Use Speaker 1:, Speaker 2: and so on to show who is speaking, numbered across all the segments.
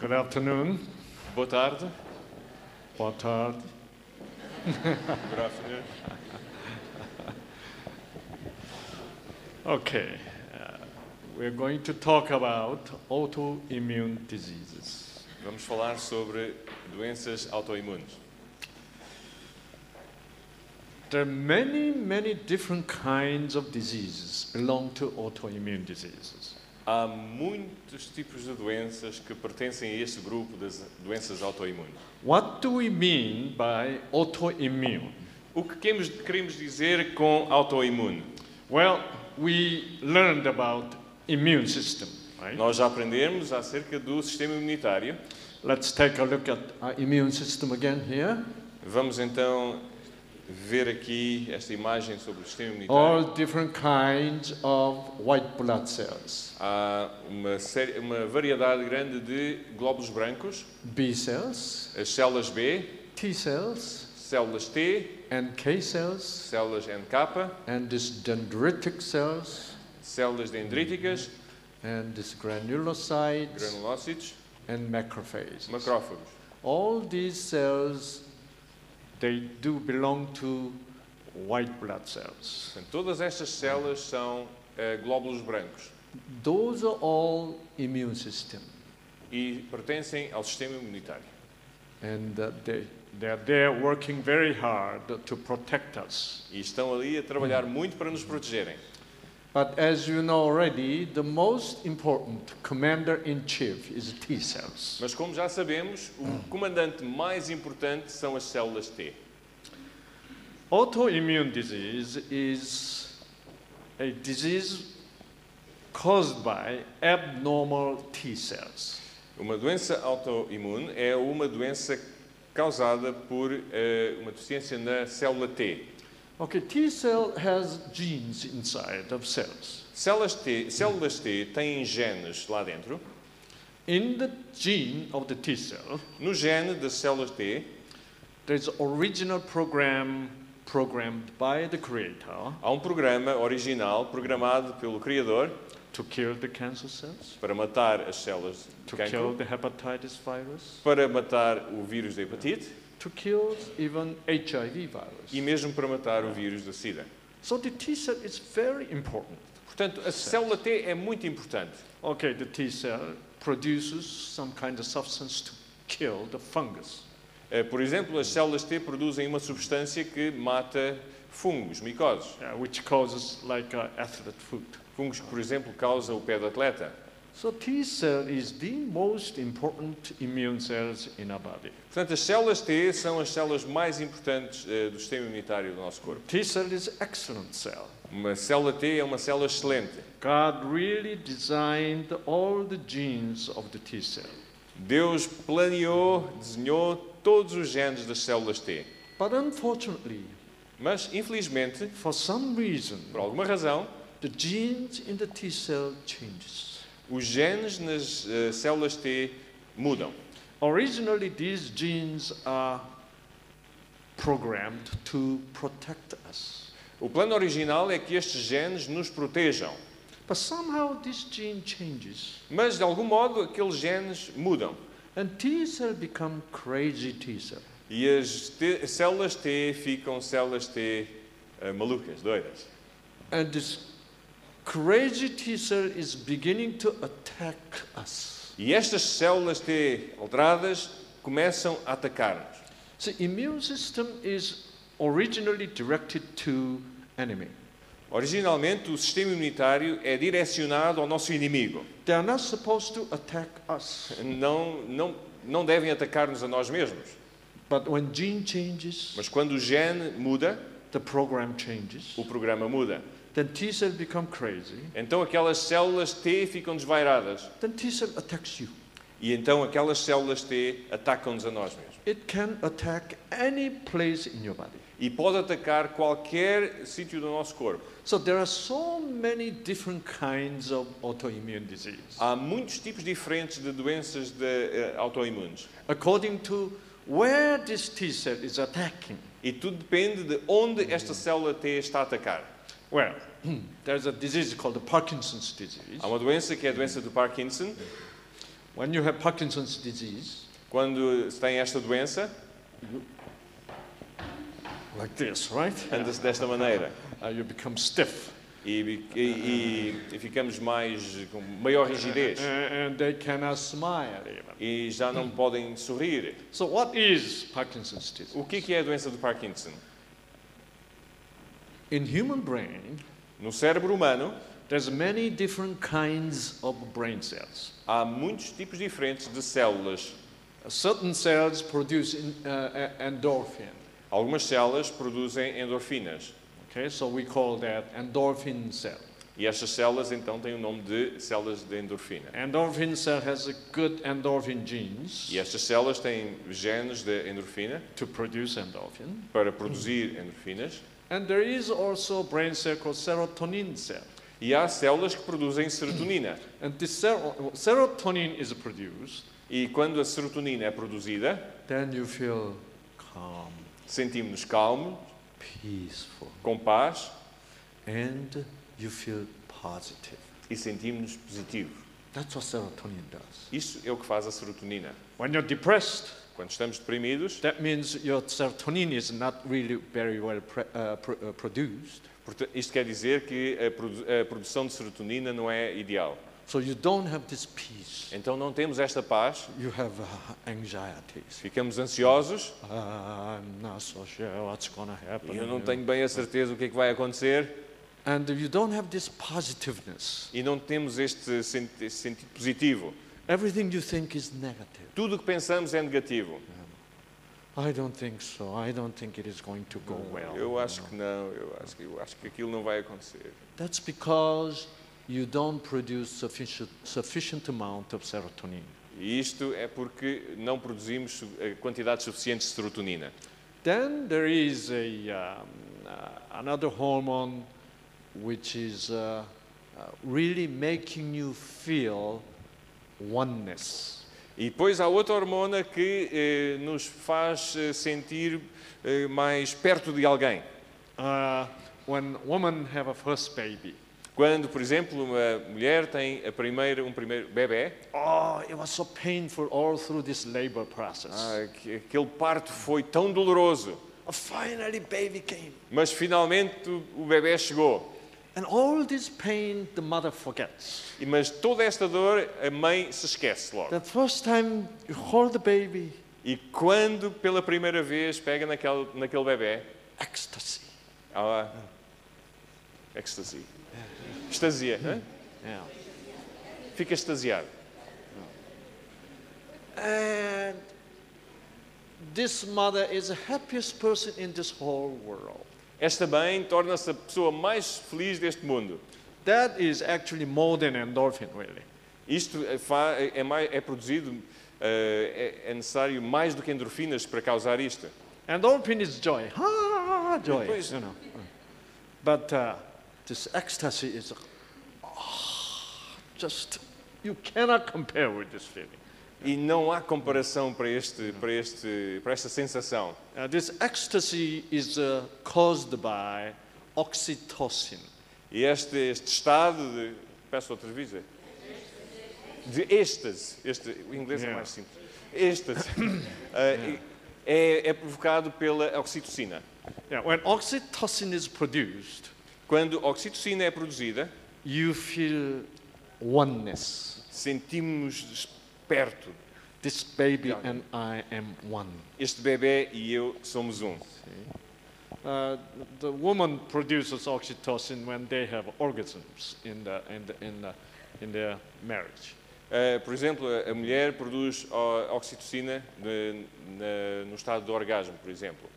Speaker 1: Good afternoon.
Speaker 2: Boa tarde.
Speaker 1: Boa tarde.
Speaker 2: Good afternoon.
Speaker 1: Okay. uh, we're going to talk about autoimmune diseases.
Speaker 2: Vamos falar sobre doenças autoimunes.
Speaker 1: There are many, many different kinds of diseases belong to autoimmune diseases.
Speaker 2: Há muitos tipos de doenças que pertencem a este grupo das doenças autoimunes.
Speaker 1: What do we mean by autoimmune?
Speaker 2: O que queremos, queremos dizer com autoimune?
Speaker 1: Well, we learned about immune system, right?
Speaker 2: Nós já aprendemos acerca do sistema imunitário.
Speaker 1: Let's take a look at our immune system again here.
Speaker 2: Vamos então ver aqui esta imagem sobre o sistema
Speaker 1: All
Speaker 2: imunitário.
Speaker 1: different kinds of white blood cells.
Speaker 2: Há uma, série, uma variedade grande de glóbulos brancos,
Speaker 1: B cells,
Speaker 2: as células B,
Speaker 1: T cells,
Speaker 2: células T,
Speaker 1: NK cells,
Speaker 2: células NK,
Speaker 1: and these dendritic cells,
Speaker 2: células dendríticas,
Speaker 1: and these granulocytes,
Speaker 2: granulócitos,
Speaker 1: and macrophages.
Speaker 2: macrófagos.
Speaker 1: All these cells, they do belong to white blood cells.
Speaker 2: Portanto, todas estas células são eh, glóbulos brancos
Speaker 1: Those are all immune system,
Speaker 2: e pertencem ao sistema imunitário.
Speaker 1: and uh, they, they're there working very hard to protect us.
Speaker 2: E estão ali a trabalhar muito para nos protegerem.
Speaker 1: But as you know already, the most important commander in chief is T cells.
Speaker 2: Mas como já sabemos, o comandante mais importante são as células T.
Speaker 1: Autoimmune disease is a disease caused by abnormal T cells.
Speaker 2: Uma doença autoimune é uma doença causada por eh, uma deficiência na célula T.
Speaker 1: Okay, T cell has genes inside of cells.
Speaker 2: Células T, células T têm genes lá dentro.
Speaker 1: In the gene of the T cell,
Speaker 2: No gene das células T
Speaker 1: there's original program programmed by the creator
Speaker 2: há um programa original programado pelo criador
Speaker 1: to kill the cancer cells,
Speaker 2: para matar as células de
Speaker 1: to kill
Speaker 2: cancro,
Speaker 1: the hepatitis virus,
Speaker 2: para matar o vírus da hepatite
Speaker 1: to kill even HIV
Speaker 2: e
Speaker 1: virus.
Speaker 2: mesmo para matar o vírus da sida.
Speaker 1: So the T cell is very important.
Speaker 2: Portanto, a célula T é muito importante.
Speaker 1: Okay, the T cell produces some kind of substance to kill the fungus.
Speaker 2: Eh, Por exemplo, as células T produzem uma substância que mata fungos, micoses.
Speaker 1: uh, which causes like uh, athlete foot.
Speaker 2: Fungos que, por exemplo, causam o pé do atleta.
Speaker 1: So T cell is the most important immune cells in our body.
Speaker 2: Portanto, as células T são as células mais importantes eh, do sistema imunitário do nosso corpo.
Speaker 1: T cell is excellent cell.
Speaker 2: Uma célula T é uma célula excelente.
Speaker 1: God really designed all the genes of the T cell.
Speaker 2: Deus planeou, desenhou todos os genes das células T.
Speaker 1: But unfortunately,
Speaker 2: Mas, infelizmente,
Speaker 1: for some reason,
Speaker 2: por alguma razão,
Speaker 1: the genes in the T cell changes.
Speaker 2: os genes nas eh, células T mudam.
Speaker 1: Originally, these genes are programmed to protect us.
Speaker 2: O plano original é que estes genes nos protejam.
Speaker 1: But somehow this gene changes,
Speaker 2: Mas, de algum modo, aqueles genes mudam.
Speaker 1: and T cell become crazy T cell.
Speaker 2: E as T- células T ficam células T eh, malucas, doidas.
Speaker 1: And this crazy T cell is beginning to attack us.
Speaker 2: E estas células T alteradas começam a atacar-nos.
Speaker 1: The immune system is originally directed to enemy.
Speaker 2: Originalmente, o sistema imunitário é direcionado ao nosso inimigo.
Speaker 1: They are not supposed to attack us.
Speaker 2: Não, não, não devem atacar-nos a nós mesmos.
Speaker 1: But when gene changes,
Speaker 2: Mas quando o gene muda,
Speaker 1: the program changes.
Speaker 2: o programa muda.
Speaker 1: Then T cell become crazy.
Speaker 2: Então aquelas células T ficam desvairadas.
Speaker 1: Then T cell attacks you.
Speaker 2: E então aquelas células T atacam-nos a nós mesmos.
Speaker 1: It can attack any place in your body.
Speaker 2: E pode atacar qualquer sítio do nosso corpo.
Speaker 1: So there are so many different kinds of autoimmune disease.
Speaker 2: Há muitos tipos diferentes de doenças de, eh, autoimunes.
Speaker 1: According to where this T cell is attacking.
Speaker 2: E tudo depende de onde esta célula T está a atacar.
Speaker 1: Well, there's a disease called the Parkinson's disease.
Speaker 2: Há uma doença que é a doença do Parkinson,
Speaker 1: When you have Parkinson's disease,
Speaker 2: Quando se tem esta doença,
Speaker 1: like this, right?
Speaker 2: anda-se desta maneira
Speaker 1: Uh, you become stiff.
Speaker 2: e, e- e- e ficamos mais com maior rigidez
Speaker 1: A- Uh, and they cannot smile even.
Speaker 2: e já não podem sorrir.
Speaker 1: So, what is Parkinson's disease?
Speaker 2: O que é que é a doença de Parkinson?
Speaker 1: In human brain,
Speaker 2: No cérebro humano
Speaker 1: there's many different kinds of brain cells.
Speaker 2: há muitos tipos diferentes de células.
Speaker 1: Certain cells produce in, uh, e- endorphin.
Speaker 2: Algumas células produzem endorfinas
Speaker 1: Okay, so we call that endorphin cell.
Speaker 2: e estas células então têm o nome de células de endorfina.
Speaker 1: Endorphin cell has a good endorphin genes
Speaker 2: E estas células têm genes de endorfina
Speaker 1: to produce endorphin.
Speaker 2: para produzir endorfinas
Speaker 1: And there is also brain cell called serotonin cell.
Speaker 2: e há células que produzem serotonina.
Speaker 1: And this ser- serotonin is produced,
Speaker 2: E quando a serotonina é produzida,
Speaker 1: then you feel calm,
Speaker 2: sentimos-nos calmos,
Speaker 1: peaceful,
Speaker 2: com paz
Speaker 1: and you feel positive.
Speaker 2: e sentimos-nos positivos.
Speaker 1: That's what serotonin does.
Speaker 2: Isso é o que faz a serotonina.
Speaker 1: When you're depressed,
Speaker 2: Quando estamos deprimidos,
Speaker 1: that means your serotonin is not really very well pre- uh, pr- uh, produced.
Speaker 2: porta- isto quer dizer que a, produ- a produção de serotonina não é ideal.
Speaker 1: So you don't have this peace.
Speaker 2: Então não temos esta paz,
Speaker 1: You have uh, anxieties.
Speaker 2: ficamos ansiosos.
Speaker 1: Uh, I'm not so sure what's going to happen.
Speaker 2: Eu não tenho bem a certeza o que é que vai acontecer
Speaker 1: And you don't have this positiveness.
Speaker 2: e não temos este sen- este sentido positivo.
Speaker 1: Everything you think is negative.
Speaker 2: Tudo o que pensamos é negativo.
Speaker 1: I don't think so. I don't think it is going to go well.
Speaker 2: Eu acho que não, eu acho que, eu acho que aquilo não vai acontecer.
Speaker 1: That's because you don't produce sufficient, sufficient amount of serotonin.
Speaker 2: E isto é porque não produzimos su- eh, quantidades suficientes de serotonina.
Speaker 1: Then there is a, um, uh, another hormone which is uh, uh, really making you feel oneness.
Speaker 2: E depois há outra hormona que eh, nos faz eh, sentir eh, mais perto de alguém.
Speaker 1: Uh, when women have a first baby,
Speaker 2: Quando, por exemplo, uma mulher tem a primeira, um primeiro bebê,
Speaker 1: oh, it was so painful all through this labor process.
Speaker 2: ah, que- aquele parto foi tão doloroso,
Speaker 1: Uh, Finally, baby came.
Speaker 2: mas finalmente o, o bebê chegou.
Speaker 1: And all this pain the mother forgets.
Speaker 2: E- Mas toda esta dor a mãe se esquece logo.
Speaker 1: The first time you hold the baby,
Speaker 2: E quando pela primeira vez pega naquele, naquele bebê, ah,
Speaker 1: ecstasy.
Speaker 2: há ecstasy. Estasia, hã?
Speaker 1: Yeah.
Speaker 2: fica extasiado.
Speaker 1: And this mother is the happiest person in this whole world.
Speaker 2: Esta mãe torna-se a pessoa mais feliz deste mundo.
Speaker 1: That is actually more than endorphin, really.
Speaker 2: Isto é, fa- é mai- é produzido, eh, é, é necessário mais do que endorfinas para causar isto.
Speaker 1: Endorphin is joy. Ah, joy.
Speaker 2: Please.
Speaker 1: You know. But uh, this ecstasy is ah, just, you cannot compare with this feeling.
Speaker 2: E não há comparação para, este, para, este, para esta sensação.
Speaker 1: Uh, this ecstasy is uh, caused by oxytocin.
Speaker 2: E este, este estado de. Peço outra vez. é? De êxtase. Este, o inglês é
Speaker 1: Yeah.
Speaker 2: mais simples. Êxtase. Eh, é, é provocado pela oxitocina.
Speaker 1: Yeah, when oxytocin is produced,
Speaker 2: Quando a oxitocina é produzida,
Speaker 1: you feel oneness.
Speaker 2: sentimos perto.
Speaker 1: This baby
Speaker 2: Yeah.
Speaker 1: and I am one.
Speaker 2: Este bebê e eu somos um.
Speaker 1: Uh, the woman produces oxytocin when they have orgasms in, the, in, the, in, the, in their marriage.
Speaker 2: Eh, por exemplo, a- a mulher produz ó- oxitocina de- na- no estado do orgasmo, por exemplo.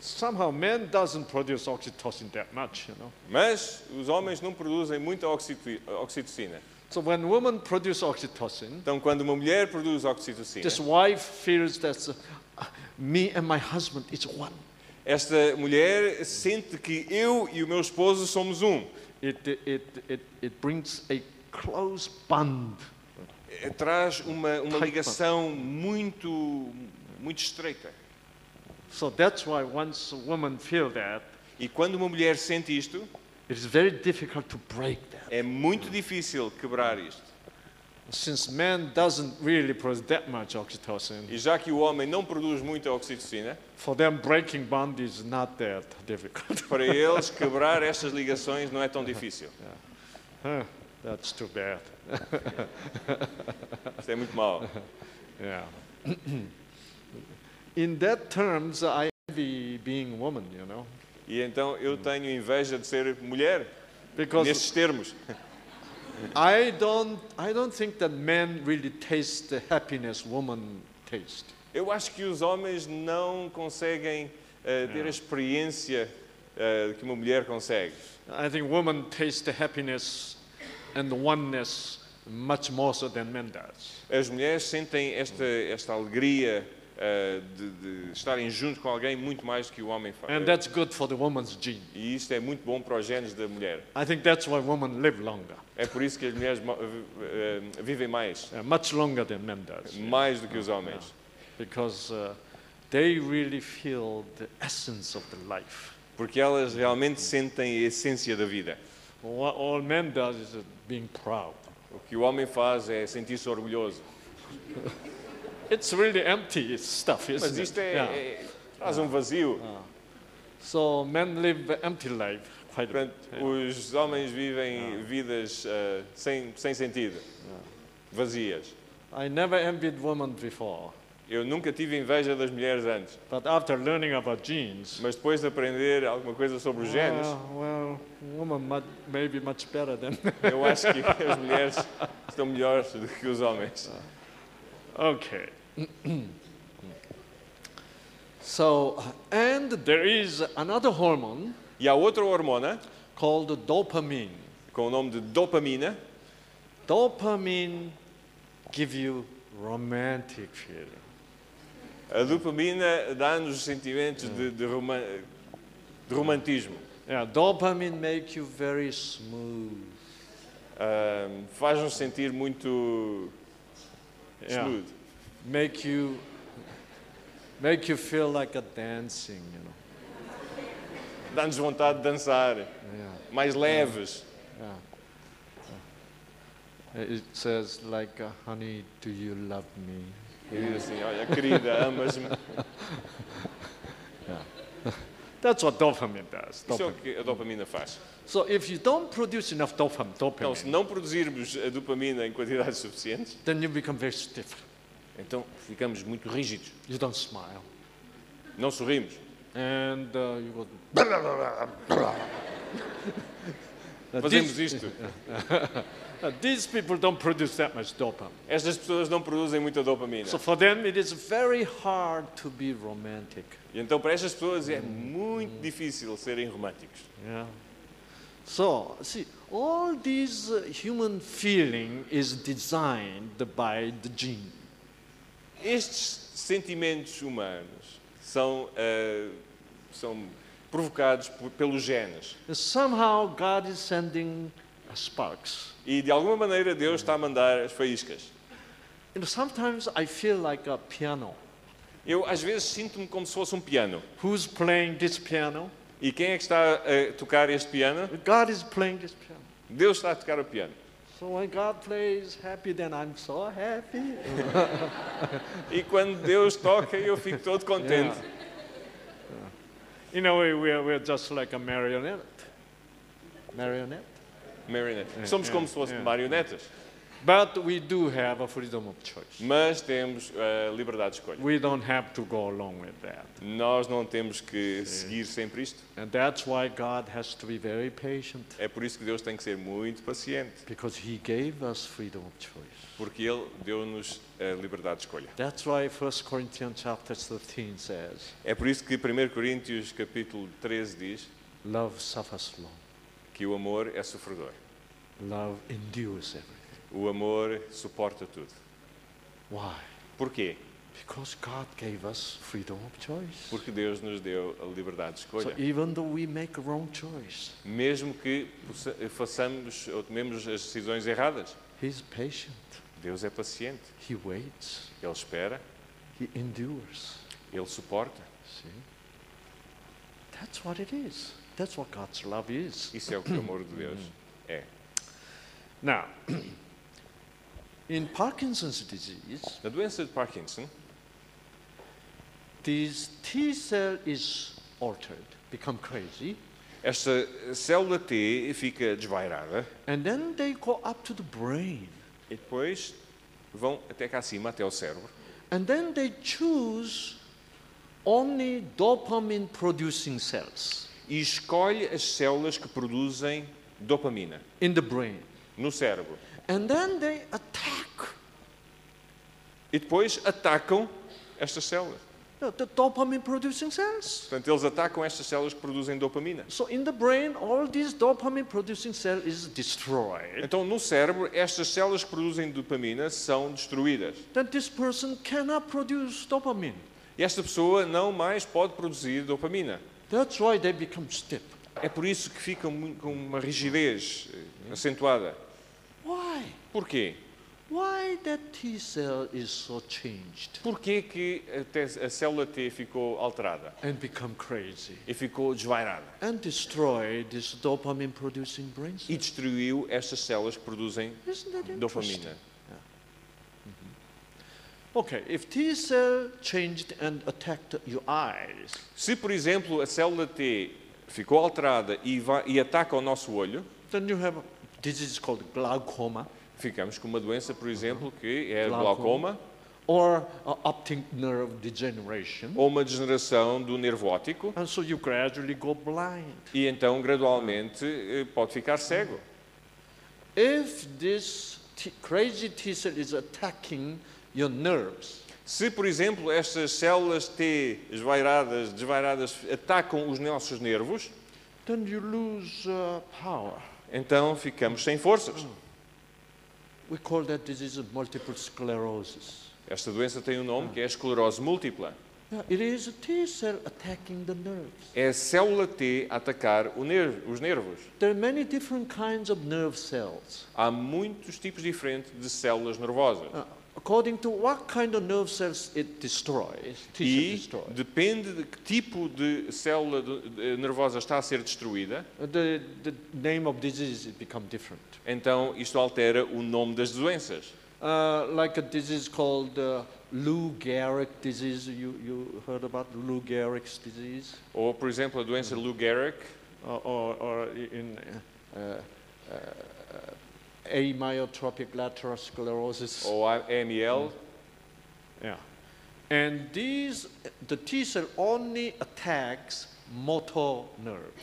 Speaker 1: Somehow, men doesn't produce oxytocin that much, you know.
Speaker 2: Mas os homens não produzem muita oxito- oxitocina.
Speaker 1: So when women produce oxytocin,
Speaker 2: Então, quando uma mulher produz oxitocina,
Speaker 1: this wife feels that uh, me and my husband is one.
Speaker 2: esta mulher sente que eu e o meu esposo somos um.
Speaker 1: It, it, it, it brings a close bond.
Speaker 2: Eh, Traz uma, uma
Speaker 1: Tight
Speaker 2: ligação muito, muito estreita.
Speaker 1: So that's why once a woman feel that,
Speaker 2: E quando uma mulher sente isto,
Speaker 1: it is very difficult to break that.
Speaker 2: é muito difícil quebrar isto.
Speaker 1: Since man doesn't really produce that much oxytocin,
Speaker 2: E já que o homem não produz muita oxitocina,
Speaker 1: for them breaking bond is not that difficult.
Speaker 2: para eles quebrar estas ligações não é tão difícil.
Speaker 1: Huh, That's too bad.
Speaker 2: Isto é muito mau.
Speaker 1: Yeah. In that terms, I envy being woman, you know,
Speaker 2: E então eu tenho inveja de ser mulher,
Speaker 1: because
Speaker 2: nestes termos.
Speaker 1: I don't, I don't think that men really taste the happiness women taste.
Speaker 2: Eu acho que os homens não conseguem eh, ter a experiência eh, que uma mulher consegue.
Speaker 1: I think women taste the happiness and the oneness much more so than men does.
Speaker 2: As mulheres sentem esta, esta alegria eh, de, de estarem junto com alguém muito mais do que o homem faz.
Speaker 1: And that's good for the woman's gene.
Speaker 2: E isto é muito bom para os genes da mulher.
Speaker 1: I think that's why women live longer,
Speaker 2: É por isso que as mulheres mo- eh, eh, vivem mais,
Speaker 1: uh, much longer than men does,
Speaker 2: mais do que os homens.
Speaker 1: because uh, they really feel the essence of the life.
Speaker 2: Porque elas realmente sentem a essência da vida.
Speaker 1: What all men does is uh, being proud.
Speaker 2: O que o homem faz é sentir-se orgulhoso.
Speaker 1: It's really empty stuff,
Speaker 2: Mas
Speaker 1: isn't
Speaker 2: isto
Speaker 1: it?
Speaker 2: é,
Speaker 1: Yeah.
Speaker 2: é- traz um vazio.
Speaker 1: So men live an empty life quite a bit.
Speaker 2: Portanto, os homens vivem vidas ah, sem, sem sentido, vazias.
Speaker 1: I never envied women before,
Speaker 2: Eu nunca tive inveja das mulheres antes,
Speaker 1: but after learning about genes,
Speaker 2: mas depois de aprender alguma coisa sobre os genes,
Speaker 1: Well, well, woman mu- maybe much better than.
Speaker 2: eu acho que as mulheres estão melhores do que os homens.
Speaker 1: okay. so, and there is another hormone
Speaker 2: E há outra hormona,
Speaker 1: called dopamine.
Speaker 2: com o nome de dopamina.
Speaker 1: Dopamine give you romantic feeling.
Speaker 2: A dopamina dá-nos sentimentos de, de, roma- de romantismo.
Speaker 1: Yeah, dopamine make you very smooth.
Speaker 2: Ah, Faz-nos sentir muito
Speaker 1: Yeah,
Speaker 2: smooth.
Speaker 1: make you make you feel like a dancing, you know.
Speaker 2: Dá-nos vontade de dançar,
Speaker 1: Yeah.
Speaker 2: mais leves.
Speaker 1: It says like, uh, honey, do you love me?
Speaker 2: E diz assim, olha, querida, amas-me. é
Speaker 1: That's what dopamine does.
Speaker 2: Isso é o
Speaker 1: dopamine.
Speaker 2: que a dopamina faz.
Speaker 1: So if you don't produce enough dopam-
Speaker 2: Então,
Speaker 1: dopamine,
Speaker 2: se não produzirmos a dopamina em quantidades suficientes,
Speaker 1: then you become very stiff.
Speaker 2: então ficamos muito rígidos.
Speaker 1: You don't smile.
Speaker 2: Não sorrimos.
Speaker 1: And uh, you go. Now,
Speaker 2: Fazemos
Speaker 1: these,
Speaker 2: isto.
Speaker 1: now, these people don't produce that much dopamine.
Speaker 2: Estas pessoas não produzem muita dopamina.
Speaker 1: So for them, it is very hard to be romantic.
Speaker 2: E então, para estas pessoas, é muito difícil serem românticos.
Speaker 1: Yeah. So, see, all these uh, human feeling is designed by the gene.
Speaker 2: Estes sentimentos humanos são, ah, são provocados por- pelos genes.
Speaker 1: And somehow God is sending uh, sparks.
Speaker 2: E, de alguma maneira, Deus está a mandar as faíscas.
Speaker 1: You know, sometimes I feel like a piano.
Speaker 2: Eu, às vezes, sinto-me como se fosse um piano.
Speaker 1: Who's playing this piano?
Speaker 2: E quem é que está a tocar este piano?
Speaker 1: God is playing this piano.
Speaker 2: Deus está a tocar o piano.
Speaker 1: So when God plays happy, then I'm so happy.
Speaker 2: E quando Deus toca, eu fico todo contente.
Speaker 1: In a way, we're, we're just like a marionette. Marionette?
Speaker 2: Marionette. Somos como se fossem marionetas,
Speaker 1: But we do have a freedom of choice.
Speaker 2: mas temos a liberdade de escolha.
Speaker 1: We don't have to go along with that.
Speaker 2: Nós não temos que seguir sempre isto.
Speaker 1: And that's why God has to be very patient
Speaker 2: É por isso que Deus tem que ser muito paciente,
Speaker 1: because He gave us freedom of choice.
Speaker 2: porque Ele deu-nos a liberdade de escolha.
Speaker 1: That's why 1 Corinthians chapter 13 says,
Speaker 2: É por isso que 1 Coríntios capítulo 13 diz
Speaker 1: Love suffers long,
Speaker 2: que o amor é sofredor.
Speaker 1: love endures everything.
Speaker 2: O amor suporta tudo.
Speaker 1: Why?
Speaker 2: Porquê?
Speaker 1: Because God gave us freedom of choice.
Speaker 2: Porque Deus nos deu a liberdade de
Speaker 1: So
Speaker 2: escolha.
Speaker 1: even though we make a wrong choice,
Speaker 2: Mesmo que possa- façamos ou tomemos as decisões erradas,
Speaker 1: He's patient.
Speaker 2: Deus é paciente.
Speaker 1: He waits.
Speaker 2: Ele espera,
Speaker 1: He endures.
Speaker 2: ele suporta.
Speaker 1: See? That's what it is. That's what God's love is.
Speaker 2: Isso é o que o amor de Deus é.
Speaker 1: Now, In Parkinson's disease,
Speaker 2: Na doença de Parkinson,
Speaker 1: this T cell is altered, become crazy,
Speaker 2: esta célula T fica desvairada
Speaker 1: and then they go up to the brain.
Speaker 2: e depois vão até cá acima, até ao cérebro.
Speaker 1: And then they choose only dopamine producing cells
Speaker 2: E escolhe as células que produzem dopamina
Speaker 1: in the brain.
Speaker 2: no cérebro.
Speaker 1: And then they attack.
Speaker 2: E depois atacam estas células.
Speaker 1: the- The dopamine producing cells.
Speaker 2: Portanto, eles atacam estas células que produzem dopamina.
Speaker 1: So in the brain, all these dopamine producing cell is destroyed.
Speaker 2: Então, no cérebro, estas células que produzem dopamina são destruídas.
Speaker 1: Then this person cannot produce dopamine.
Speaker 2: E esta pessoa não mais pode produzir dopamina.
Speaker 1: That's why they become stiff.
Speaker 2: É por isso que ficam mu- com uma rigidez eh, acentuada.
Speaker 1: Why?
Speaker 2: Porquê?
Speaker 1: Why that T cell is so changed
Speaker 2: Porquê que a te- a célula T ficou alterada
Speaker 1: and become crazy
Speaker 2: e ficou desvairada
Speaker 1: and destroy this dopamine producing brain cell?
Speaker 2: e destruiu estas células que produzem
Speaker 1: Isn't that interesting?
Speaker 2: dopamina?
Speaker 1: Okay, if T cell changed and attacked your eyes,
Speaker 2: Se, por exemplo, a célula T ficou alterada e, vai, e ataca o nosso olho,
Speaker 1: then you have a disease called glaucoma
Speaker 2: ficamos com uma doença, por exemplo, que é
Speaker 1: Glaucoma.
Speaker 2: glaucoma
Speaker 1: or uh, optic nerve degeneration.
Speaker 2: ou uma degeneração do nervo óptico
Speaker 1: And so you gradually go blind.
Speaker 2: e então gradualmente eh, pode ficar cego.
Speaker 1: If this t- crazy T cell is attacking your nerves,
Speaker 2: Se, por exemplo, estas células T esvairadas, desvairadas, atacam os nossos nervos,
Speaker 1: then you lose uh, power.
Speaker 2: então ficamos sem forças.
Speaker 1: We call that disease multiple sclerosis.
Speaker 2: Esta doença tem um nome que é a esclerose múltipla.
Speaker 1: Yeah, it is a T cell attacking the nerves.
Speaker 2: É a célula T a atacar o nervo- os nervos.
Speaker 1: There are many different kinds of nerve cells.
Speaker 2: Há muitos tipos diferentes de células nervosas.
Speaker 1: Uh, according to what kind of nerve cells it destroys, T
Speaker 2: E
Speaker 1: cell destroys.
Speaker 2: depende de que tipo de célula de- de- nervosa está a ser destruída,
Speaker 1: Uh, The, the name of disease it become different.
Speaker 2: então isto altera o nome das doenças.
Speaker 1: Uh, like a disease called uh, Lou Gehrig disease. You, you heard about Lou Gehrig's disease?
Speaker 2: Ou, por exemplo, a doença Lou Gehrig,
Speaker 1: Uh, or, or in uh, uh, uh, amyotrophic lateral sclerosis.
Speaker 2: ou a AML,
Speaker 1: Yeah. And these, the T cell only attacks motor nerve.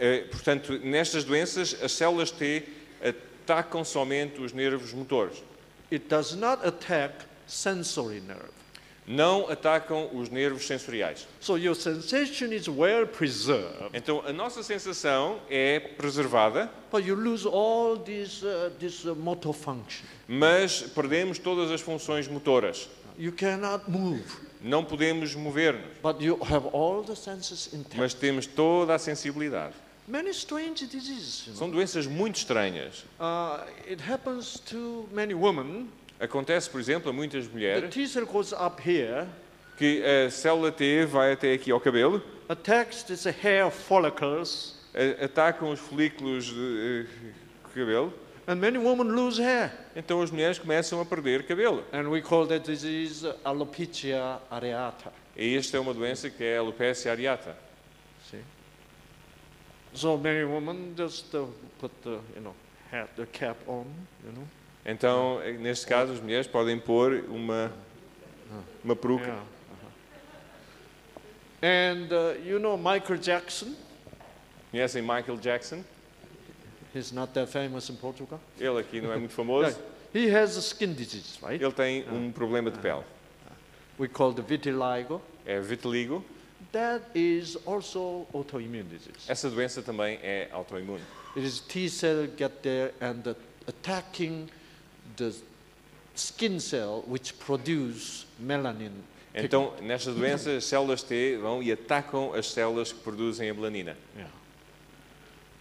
Speaker 2: Eh, portanto, nestas doenças, as células T atacam somente os nervos motores.
Speaker 1: It does not attack sensory nerve.
Speaker 2: Não atacam os nervos sensoriais.
Speaker 1: So your sensation is well preserved,
Speaker 2: Então, a nossa sensação é preservada,
Speaker 1: but you lose all these uh, this uh, motor function.
Speaker 2: mas perdemos todas as funções motoras.
Speaker 1: You cannot move,
Speaker 2: Não podemos mover-nos,
Speaker 1: but you have all the senses intact.
Speaker 2: mas temos toda a sensibilidade.
Speaker 1: Many strange diseases. You
Speaker 2: São doenças muito estranhas.
Speaker 1: know. uh, it happens to many women.
Speaker 2: Acontece, por exemplo, a muitas
Speaker 1: The
Speaker 2: mulheres
Speaker 1: T cell goes up here,
Speaker 2: que a célula T vai até aqui ao cabelo,
Speaker 1: attacks these hair follicles,
Speaker 2: a- eh, atacam os folículos eh, do cabelo,
Speaker 1: and many women lose hair.
Speaker 2: então as mulheres começam a perder cabelo.
Speaker 1: And we call that disease uh, alopecia areata.
Speaker 2: E esta é uma doença que é a alopecia areata.
Speaker 1: See? So many women just uh, put the you know hat the cap on, you know.
Speaker 2: Então, eh, neste caso, as mulheres podem pôr uma, uma peruca.
Speaker 1: Yeah. uh-huh. And uh, you know Michael Jackson.
Speaker 2: Conhecem Michael Jackson?
Speaker 1: He's not that famous in Portugal.
Speaker 2: Ele aqui não é muito famoso.
Speaker 1: Yeah, He has a skin disease, right?
Speaker 2: Ele tem um problema de pele.
Speaker 1: We call the vitiligo.
Speaker 2: É vitiligo.
Speaker 1: That is also autoimmune disease.
Speaker 2: Essa doença também é autoimune.
Speaker 1: It is T cell get there and uh, attacking the skin cell which produce melanin.
Speaker 2: Então, nesta doença, as células T vão e atacam as células que produzem a melanina.
Speaker 1: Yeah.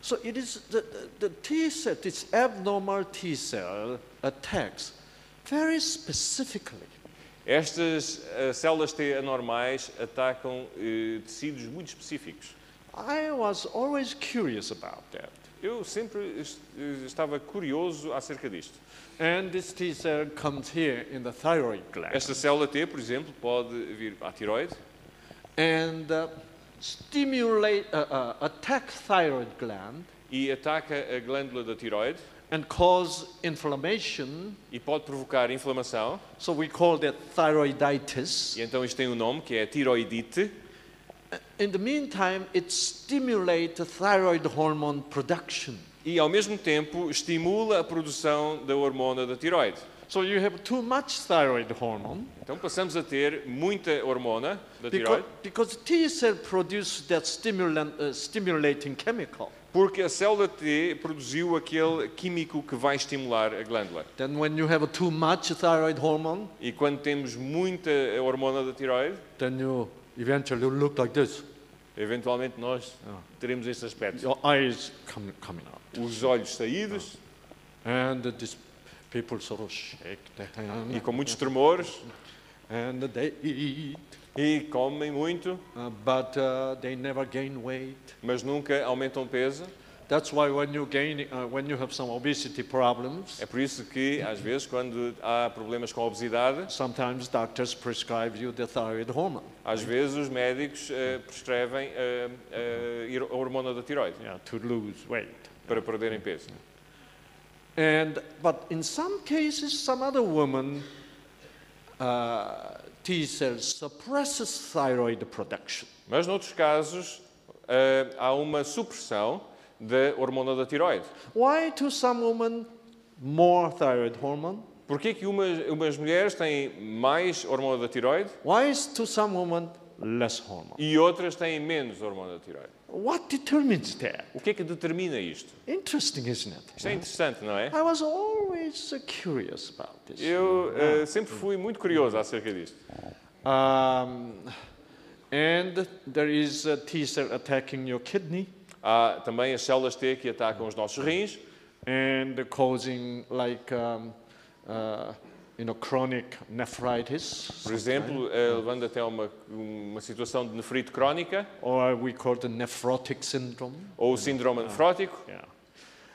Speaker 1: So it is the, the, the T cell, this abnormal T cell attacks very specifically.
Speaker 2: Estas eh, células T anormais atacam eh, tecidos muito específicos.
Speaker 1: I was always curious about that.
Speaker 2: Eu sempre est- estava curioso acerca disto.
Speaker 1: And this T cell comes here in the thyroid gland.
Speaker 2: Esta célula T, por exemplo, pode vir à tiroide
Speaker 1: and uh, stimulate, uh, uh, attack thyroid gland
Speaker 2: e ataca a glândula da tiroide
Speaker 1: and cause inflammation.
Speaker 2: e pode provocar inflamação.
Speaker 1: So we call that thyroiditis.
Speaker 2: E então isto tem um nome que é a tiroidite.
Speaker 1: In the meantime, it stimulates thyroid hormone production.
Speaker 2: E ao mesmo tempo estimula a produção da hormona da tiroide.
Speaker 1: So you have too much thyroid hormone
Speaker 2: Então passamos a ter muita hormona da
Speaker 1: because,
Speaker 2: tiroide
Speaker 1: because T cell produces that stimulant, uh, stimulating chemical.
Speaker 2: porque a célula T produziu aquele químico que vai estimular a glândula.
Speaker 1: Then when you have too much thyroid hormone,
Speaker 2: E quando temos muita hormona da tiroide,
Speaker 1: then you eventually look like this.
Speaker 2: eventualmente nós teremos este aspecto.
Speaker 1: Your eyes come, coming out.
Speaker 2: Os olhos saídos
Speaker 1: And these people sort of shake their
Speaker 2: e
Speaker 1: hand
Speaker 2: com muitos tremores
Speaker 1: and they eat,
Speaker 2: e comem muito,
Speaker 1: uh, but uh, they never gain weight.
Speaker 2: mas nunca aumentam peso.
Speaker 1: That's why when you gain, uh, when you have some obesity problems,
Speaker 2: É por isso que às vezes quando há problemas com a obesidade,
Speaker 1: sometimes doctors prescribe you the thyroid hormone,
Speaker 2: Às vezes os médicos eh, prescrevem eh, eh, hir- a hormona da tiroide
Speaker 1: yeah, to lose weight.
Speaker 2: para perderem peso.
Speaker 1: And but in some cases, some other women, uh, T cells suppresses thyroid production.
Speaker 2: Mas noutros casos eh, há uma supressão da hormona da tiroide.
Speaker 1: Why to some women more thyroid hormone?
Speaker 2: Porquê que umas, umas mulheres têm mais hormona da tiroide
Speaker 1: Why is to some women less hormone?
Speaker 2: e outras têm menos hormona da tiroide?
Speaker 1: What determines that?
Speaker 2: O que é que determina isto?
Speaker 1: Interesting, isn't it?
Speaker 2: Isto é interessante, não é?
Speaker 1: I was always uh, curious about this.
Speaker 2: Eu eh, sempre fui muito curioso acerca disto.
Speaker 1: Um, and there is a T cell attacking your kidney
Speaker 2: Há também as células T que atacam os nossos rins
Speaker 1: and causing like um, uh, you know chronic nephritis,
Speaker 2: Por exemplo, eh, levando até a uma, uma situação de nefrite crónica
Speaker 1: or we call the nephrotic syndrome.
Speaker 2: ou o síndrome nefrótico.
Speaker 1: Yeah.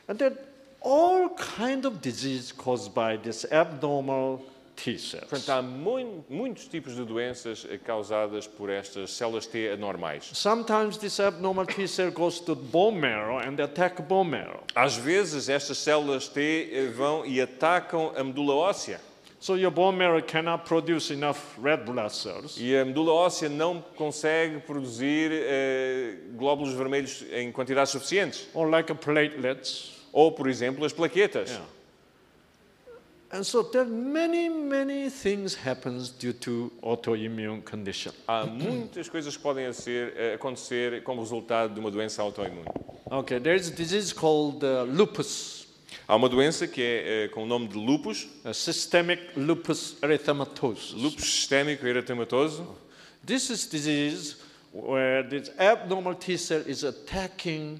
Speaker 1: And there are all kind of disease caused by this abnormal T cells.
Speaker 2: Portanto, há mui- muitos tipos de doenças eh, causadas por estas células T anormais.
Speaker 1: Sometimes this abnormal T cell goes to bone marrow and attack bone marrow.
Speaker 2: Às vezes, estas células T eh, vão e atacam a medula óssea
Speaker 1: So your bone marrow cannot produce enough red blood cells.
Speaker 2: e a medula óssea não consegue produzir eh, glóbulos vermelhos em quantidades suficientes.
Speaker 1: Or like a platelets.
Speaker 2: Ou, por exemplo, as plaquetas.
Speaker 1: Yeah. And so there are many, many things happens due to autoimmune condition.
Speaker 2: Há muitas coisas que podem ser, eh, acontecer como resultado de uma doença autoimune.
Speaker 1: Okay, there is a disease called uh, lupus,
Speaker 2: Há uma doença que é eh, com o nome de lupus,
Speaker 1: uh, systemic lupus erythematosus.
Speaker 2: lupus sistémico eritematoso.
Speaker 1: This is disease where this abnormal T cell is attacking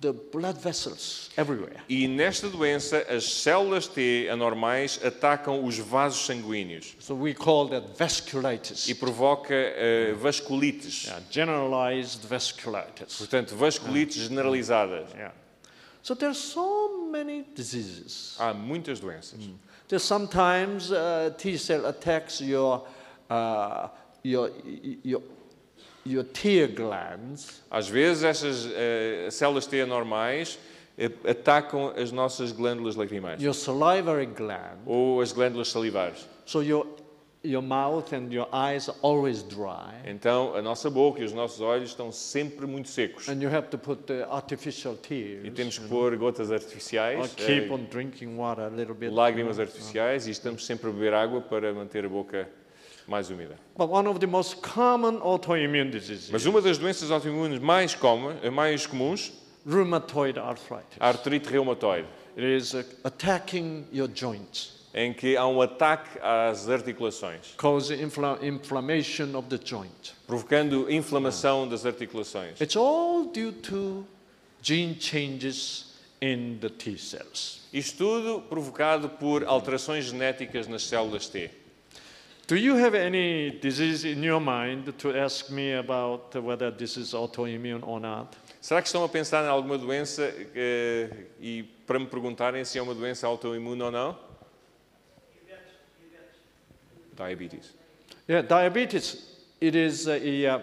Speaker 1: the blood vessels everywhere.
Speaker 2: E nesta doença, as células T anormais atacam os vasos sanguíneos
Speaker 1: So we call that
Speaker 2: e
Speaker 1: vasculitis,
Speaker 2: provoca eh, vasculites.
Speaker 1: yeah, generalized vasculitis.
Speaker 2: Portanto, vasculites generalizadas.
Speaker 1: Yeah. So there are so many diseases.
Speaker 2: Há muitas doenças.
Speaker 1: There's sometimes uh, T cell attacks your, uh, your, your, your tear glands,
Speaker 2: Às vezes, essas eh, células T anormais eh, atacam as nossas glândulas lacrimais
Speaker 1: your salivary gland.
Speaker 2: ou as glândulas salivares.
Speaker 1: So your, your mouth and your eyes are always dry.
Speaker 2: Então, a nossa boca e os nossos olhos estão sempre muito secos.
Speaker 1: And you have to put the artificial tears.
Speaker 2: E temos que pôr gotas
Speaker 1: or
Speaker 2: artificiais, eh,
Speaker 1: keep on drinking water a little bit.
Speaker 2: lágrimas artificiais e estamos sempre a beber água para manter a boca mais úmida.
Speaker 1: But one of the most common autoimmune diseases,
Speaker 2: Mas uma das doenças autoimunes mais, comuns, mais comuns,
Speaker 1: rheumatoid arthritis,
Speaker 2: a artrite reumatoide,
Speaker 1: it is uh, attacking your joints,
Speaker 2: em que há um ataque às articulações,
Speaker 1: causing infla- inflammation of the joint.
Speaker 2: provocando inflamação das articulações.
Speaker 1: It's all due to gene changes in the T cells.
Speaker 2: Isto tudo provocado por alterações genéticas nas células T.
Speaker 1: Do you have any disease in your mind to ask me about whether this is autoimmune or not?
Speaker 2: Será que estão a pensar em alguma doença eh, e para me perguntarem se é uma doença autoimune ou não? Diabetes.
Speaker 1: Yeah, diabetes. It is a, uh,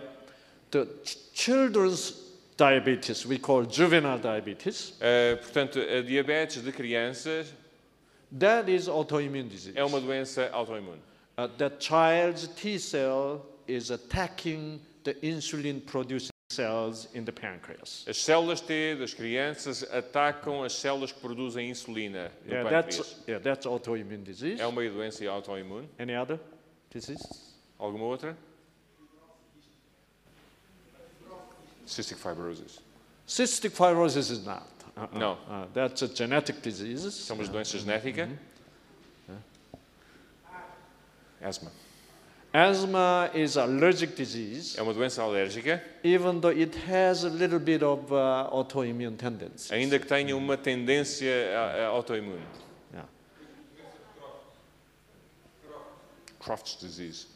Speaker 1: the ch- children's diabetes. We call juvenile diabetes.
Speaker 2: Eh, portanto, a diabetes de crianças
Speaker 1: That is autoimmune disease.
Speaker 2: é uma doença autoimune.
Speaker 1: Uh, the child's T cell is attacking the insulin-producing cells in the pancreas.
Speaker 2: As células T das crianças atacam as células que produzem insulina no
Speaker 1: Yeah,
Speaker 2: pâncreas.
Speaker 1: that's yeah, that's autoimmune disease.
Speaker 2: É uma doença autoimune.
Speaker 1: Any other disease?
Speaker 2: Alguma outra? Cystic fibrosis.
Speaker 1: Cystic fibrosis is not. Uh-uh.
Speaker 2: No.
Speaker 1: Uh, that's a genetic disease.
Speaker 2: São é uma doença genética?
Speaker 1: Uhum.
Speaker 2: É. Asma.
Speaker 1: Asthma is allergic disease,
Speaker 2: É uma doença alérgica,
Speaker 1: even though it has a little bit of uh, autoimmune tendency.
Speaker 2: ainda que tenha uma tendência a- a autoimune.
Speaker 1: Yeah.
Speaker 2: Croft's disease.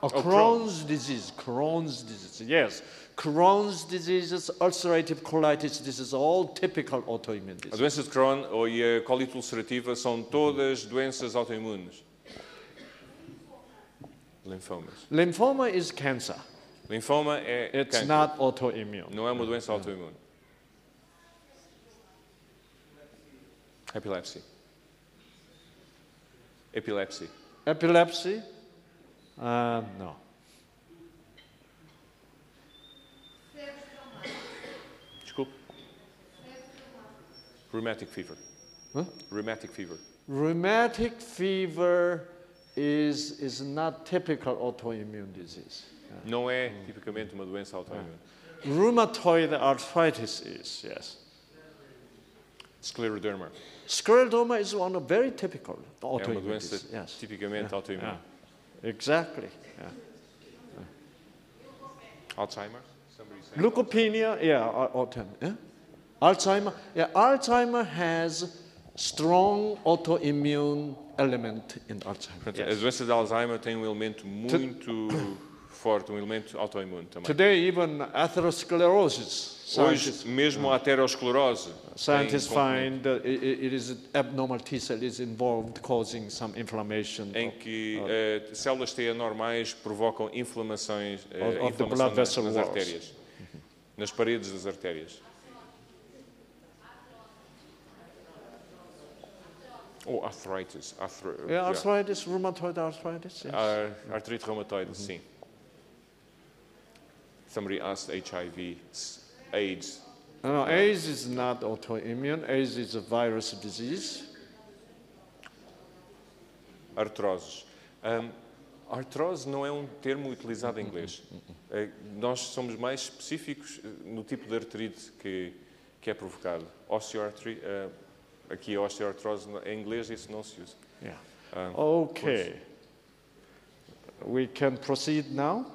Speaker 1: Oh, Crohn's disease, Crohn's disease, yes. Crohn's diseases, ulcerative colitis, this is all typical autoimmune
Speaker 2: A
Speaker 1: disease.
Speaker 2: doença de Crohn ou e a colite ulcerativa são todas doenças autoimunes. Linfomas.
Speaker 1: Lymphoma is cancer.
Speaker 2: Linfoma é
Speaker 1: It's
Speaker 2: cancro.
Speaker 1: not autoimmune.
Speaker 2: Não é uma doença autoimune. Epilepsia. Epilepsia.
Speaker 1: Epilepsy? Uh, no.
Speaker 2: Desculpe. Rheumatic fever.
Speaker 1: Hã?
Speaker 2: Rheumatic fever.
Speaker 1: Rheumatic fever is, is not typical autoimmune disease.
Speaker 2: Não é tipicamente uma doença autoimune.
Speaker 1: Rheumatoid arthritis is, yes.
Speaker 2: Scleroderma.
Speaker 1: Scleroderma is one of very typical
Speaker 2: É uma
Speaker 1: autoimmune
Speaker 2: doença
Speaker 1: disease. Yes.
Speaker 2: tipicamente autoimune.
Speaker 1: Exactly. yeah.
Speaker 2: Alzheimer. Somebody said.
Speaker 1: Leukopenia, yeah, al- autoimmune. yeah. Alzheimer, yeah, Alzheimer has strong autoimmune element in Alzheimer.
Speaker 2: Portanto, A doença de Alzheimer tem um elemento muito forte, um elemento autoimune também.
Speaker 1: Today, even atherosclerosis, scientists,
Speaker 2: Hoje, mesmo a aterosclerose. tem
Speaker 1: scientists
Speaker 2: componente
Speaker 1: find that i- i- it is abnormal T cell is involved, causing some inflammation
Speaker 2: Em
Speaker 1: of-
Speaker 2: que eh, células T anormais provocam inflamações
Speaker 1: Of-
Speaker 2: eh,
Speaker 1: of the
Speaker 2: inflamação
Speaker 1: blood
Speaker 2: na-
Speaker 1: vessel
Speaker 2: nas
Speaker 1: walls.
Speaker 2: artérias, nas paredes das artérias. Ou Oh, arthritis. Arthro,
Speaker 1: Yeah, Uh,
Speaker 2: yeah.
Speaker 1: É, arthritis, rheumatoid arthritis. yes.
Speaker 2: Ar- artrite
Speaker 1: Uhum.
Speaker 2: reumatoide, sim. Somebody asked HIV, s- AIDS.
Speaker 1: No, no, AIDS is not autoimmune. AIDS is a virus disease.
Speaker 2: Artroses. Ahm, artrose não é um termo utilizado em inglês. Eh, nós somos mais específicos eh, no tipo de artrite que, que é provocado. Osteoartrite, aqui a osteoartrose, no- em inglês isso não se usa.
Speaker 1: Yeah.
Speaker 2: Ah,
Speaker 1: Okay. We can proceed now.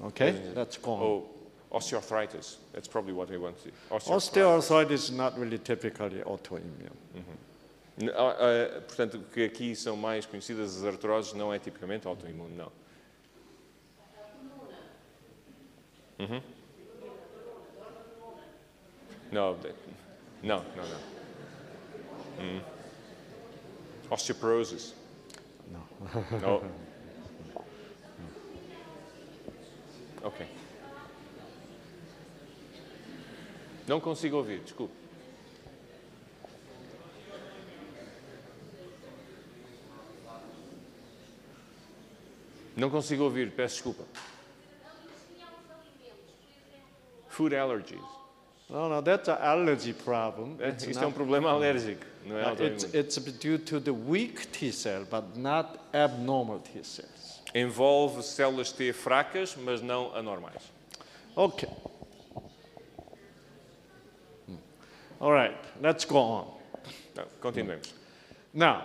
Speaker 1: Okay, that's gone.
Speaker 2: Ou osteoarthritis, that's probably what I want to Osteoarthritis.
Speaker 1: Osteoarthritis is not really typically autoimmune.
Speaker 2: N- ah, ah, portanto, o que aqui são mais conhecidas as artroses não é tipicamente autoimune, não. Uhum. Não, de- não, não, não. Hum. Osteoporosis. Não. ok. Não consigo ouvir, desculpe. Não consigo ouvir, peço desculpa. Food allergies.
Speaker 1: No, no, that's an allergy problem.
Speaker 2: É,
Speaker 1: It's
Speaker 2: Isto é um
Speaker 1: not-
Speaker 2: problema alérgico, não é
Speaker 1: uh, It's,
Speaker 2: autoimune.
Speaker 1: it's due to the weak T cell, but not abnormal T cells.
Speaker 2: Envolve células T fracas, mas não anormais.
Speaker 1: Okay. Hmm. All right, let's go on.
Speaker 2: Não, continuemos.
Speaker 1: Now,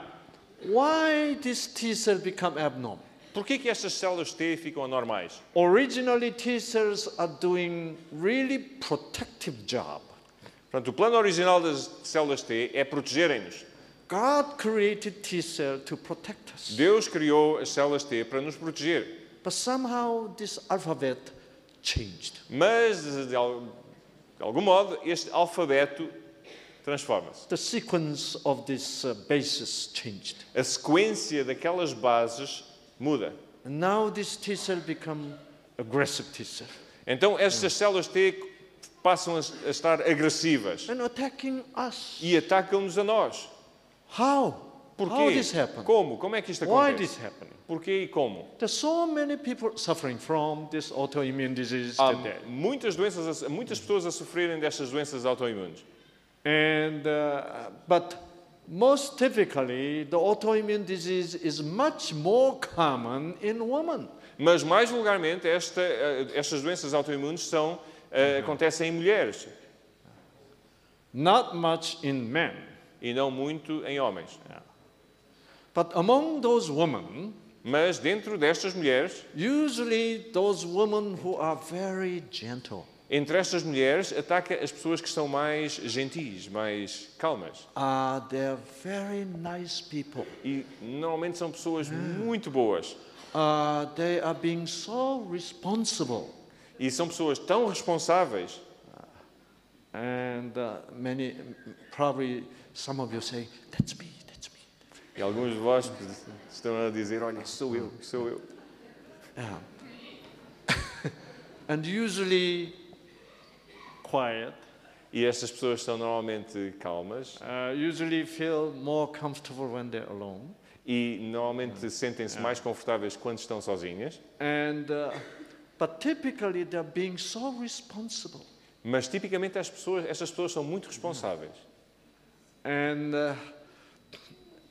Speaker 1: why this T cell become abnormal?
Speaker 2: Porquê que estas células T ficam anormais?
Speaker 1: Originally, T cells are doing really protective job.
Speaker 2: Portanto, o plano original das células T é protegerem-nos.
Speaker 1: God created T cell to protect us.
Speaker 2: Deus criou as células T para nos proteger,
Speaker 1: But somehow this alphabet changed.
Speaker 2: mas de, al- de algum modo este alfabeto transforma-se.
Speaker 1: The sequence of these uh, bases changed.
Speaker 2: A sequência daquelas bases muda.
Speaker 1: And now this T cell become aggressive T cell
Speaker 2: Então estas células T passam a a estar agressivas
Speaker 1: and attacking us.
Speaker 2: e atacam-nos a nós.
Speaker 1: How? How
Speaker 2: Porquê?
Speaker 1: this happened?
Speaker 2: Como? Como é que isto
Speaker 1: Why
Speaker 2: acontece?
Speaker 1: this happened?
Speaker 2: Porquê e como?
Speaker 1: There's so many people suffering from this autoimmune disease
Speaker 2: Há
Speaker 1: today.
Speaker 2: muitas doenças, a- muitas pessoas a sofrerem destas doenças autoimunes.
Speaker 1: And uh, but most typically, the autoimmune disease is much more common in women.
Speaker 2: Mas mais vulgarmente, esta, eh, estas doenças autoimunes são,
Speaker 1: Uhum.
Speaker 2: eh, acontecem em mulheres
Speaker 1: not much in men.
Speaker 2: e não muito em homens.
Speaker 1: But among those women,
Speaker 2: Mas dentro destas mulheres,
Speaker 1: usually those women who are very gentle
Speaker 2: entre estas mulheres, ataca as pessoas que são mais gentis, mais calmas.
Speaker 1: are Uh, they're very nice people.
Speaker 2: E normalmente são pessoas muito boas.
Speaker 1: Uh, they are being so responsible,
Speaker 2: E são pessoas tão responsáveis.
Speaker 1: and uh, many probably some of you say, "That's me, that's me."
Speaker 2: E alguns de vós estão a dizer: Olha, sou eu, sou eu.
Speaker 1: Yeah. and usually quiet.
Speaker 2: E estas pessoas são normalmente calmas
Speaker 1: Uh, usually feel more comfortable when they're alone.
Speaker 2: e normalmente sentem-se mais confortáveis quando estão sozinhas.
Speaker 1: And uh, but typically they're being so responsible,
Speaker 2: Mas tipicamente as pessoas, estas pessoas são muito responsáveis.
Speaker 1: and uh,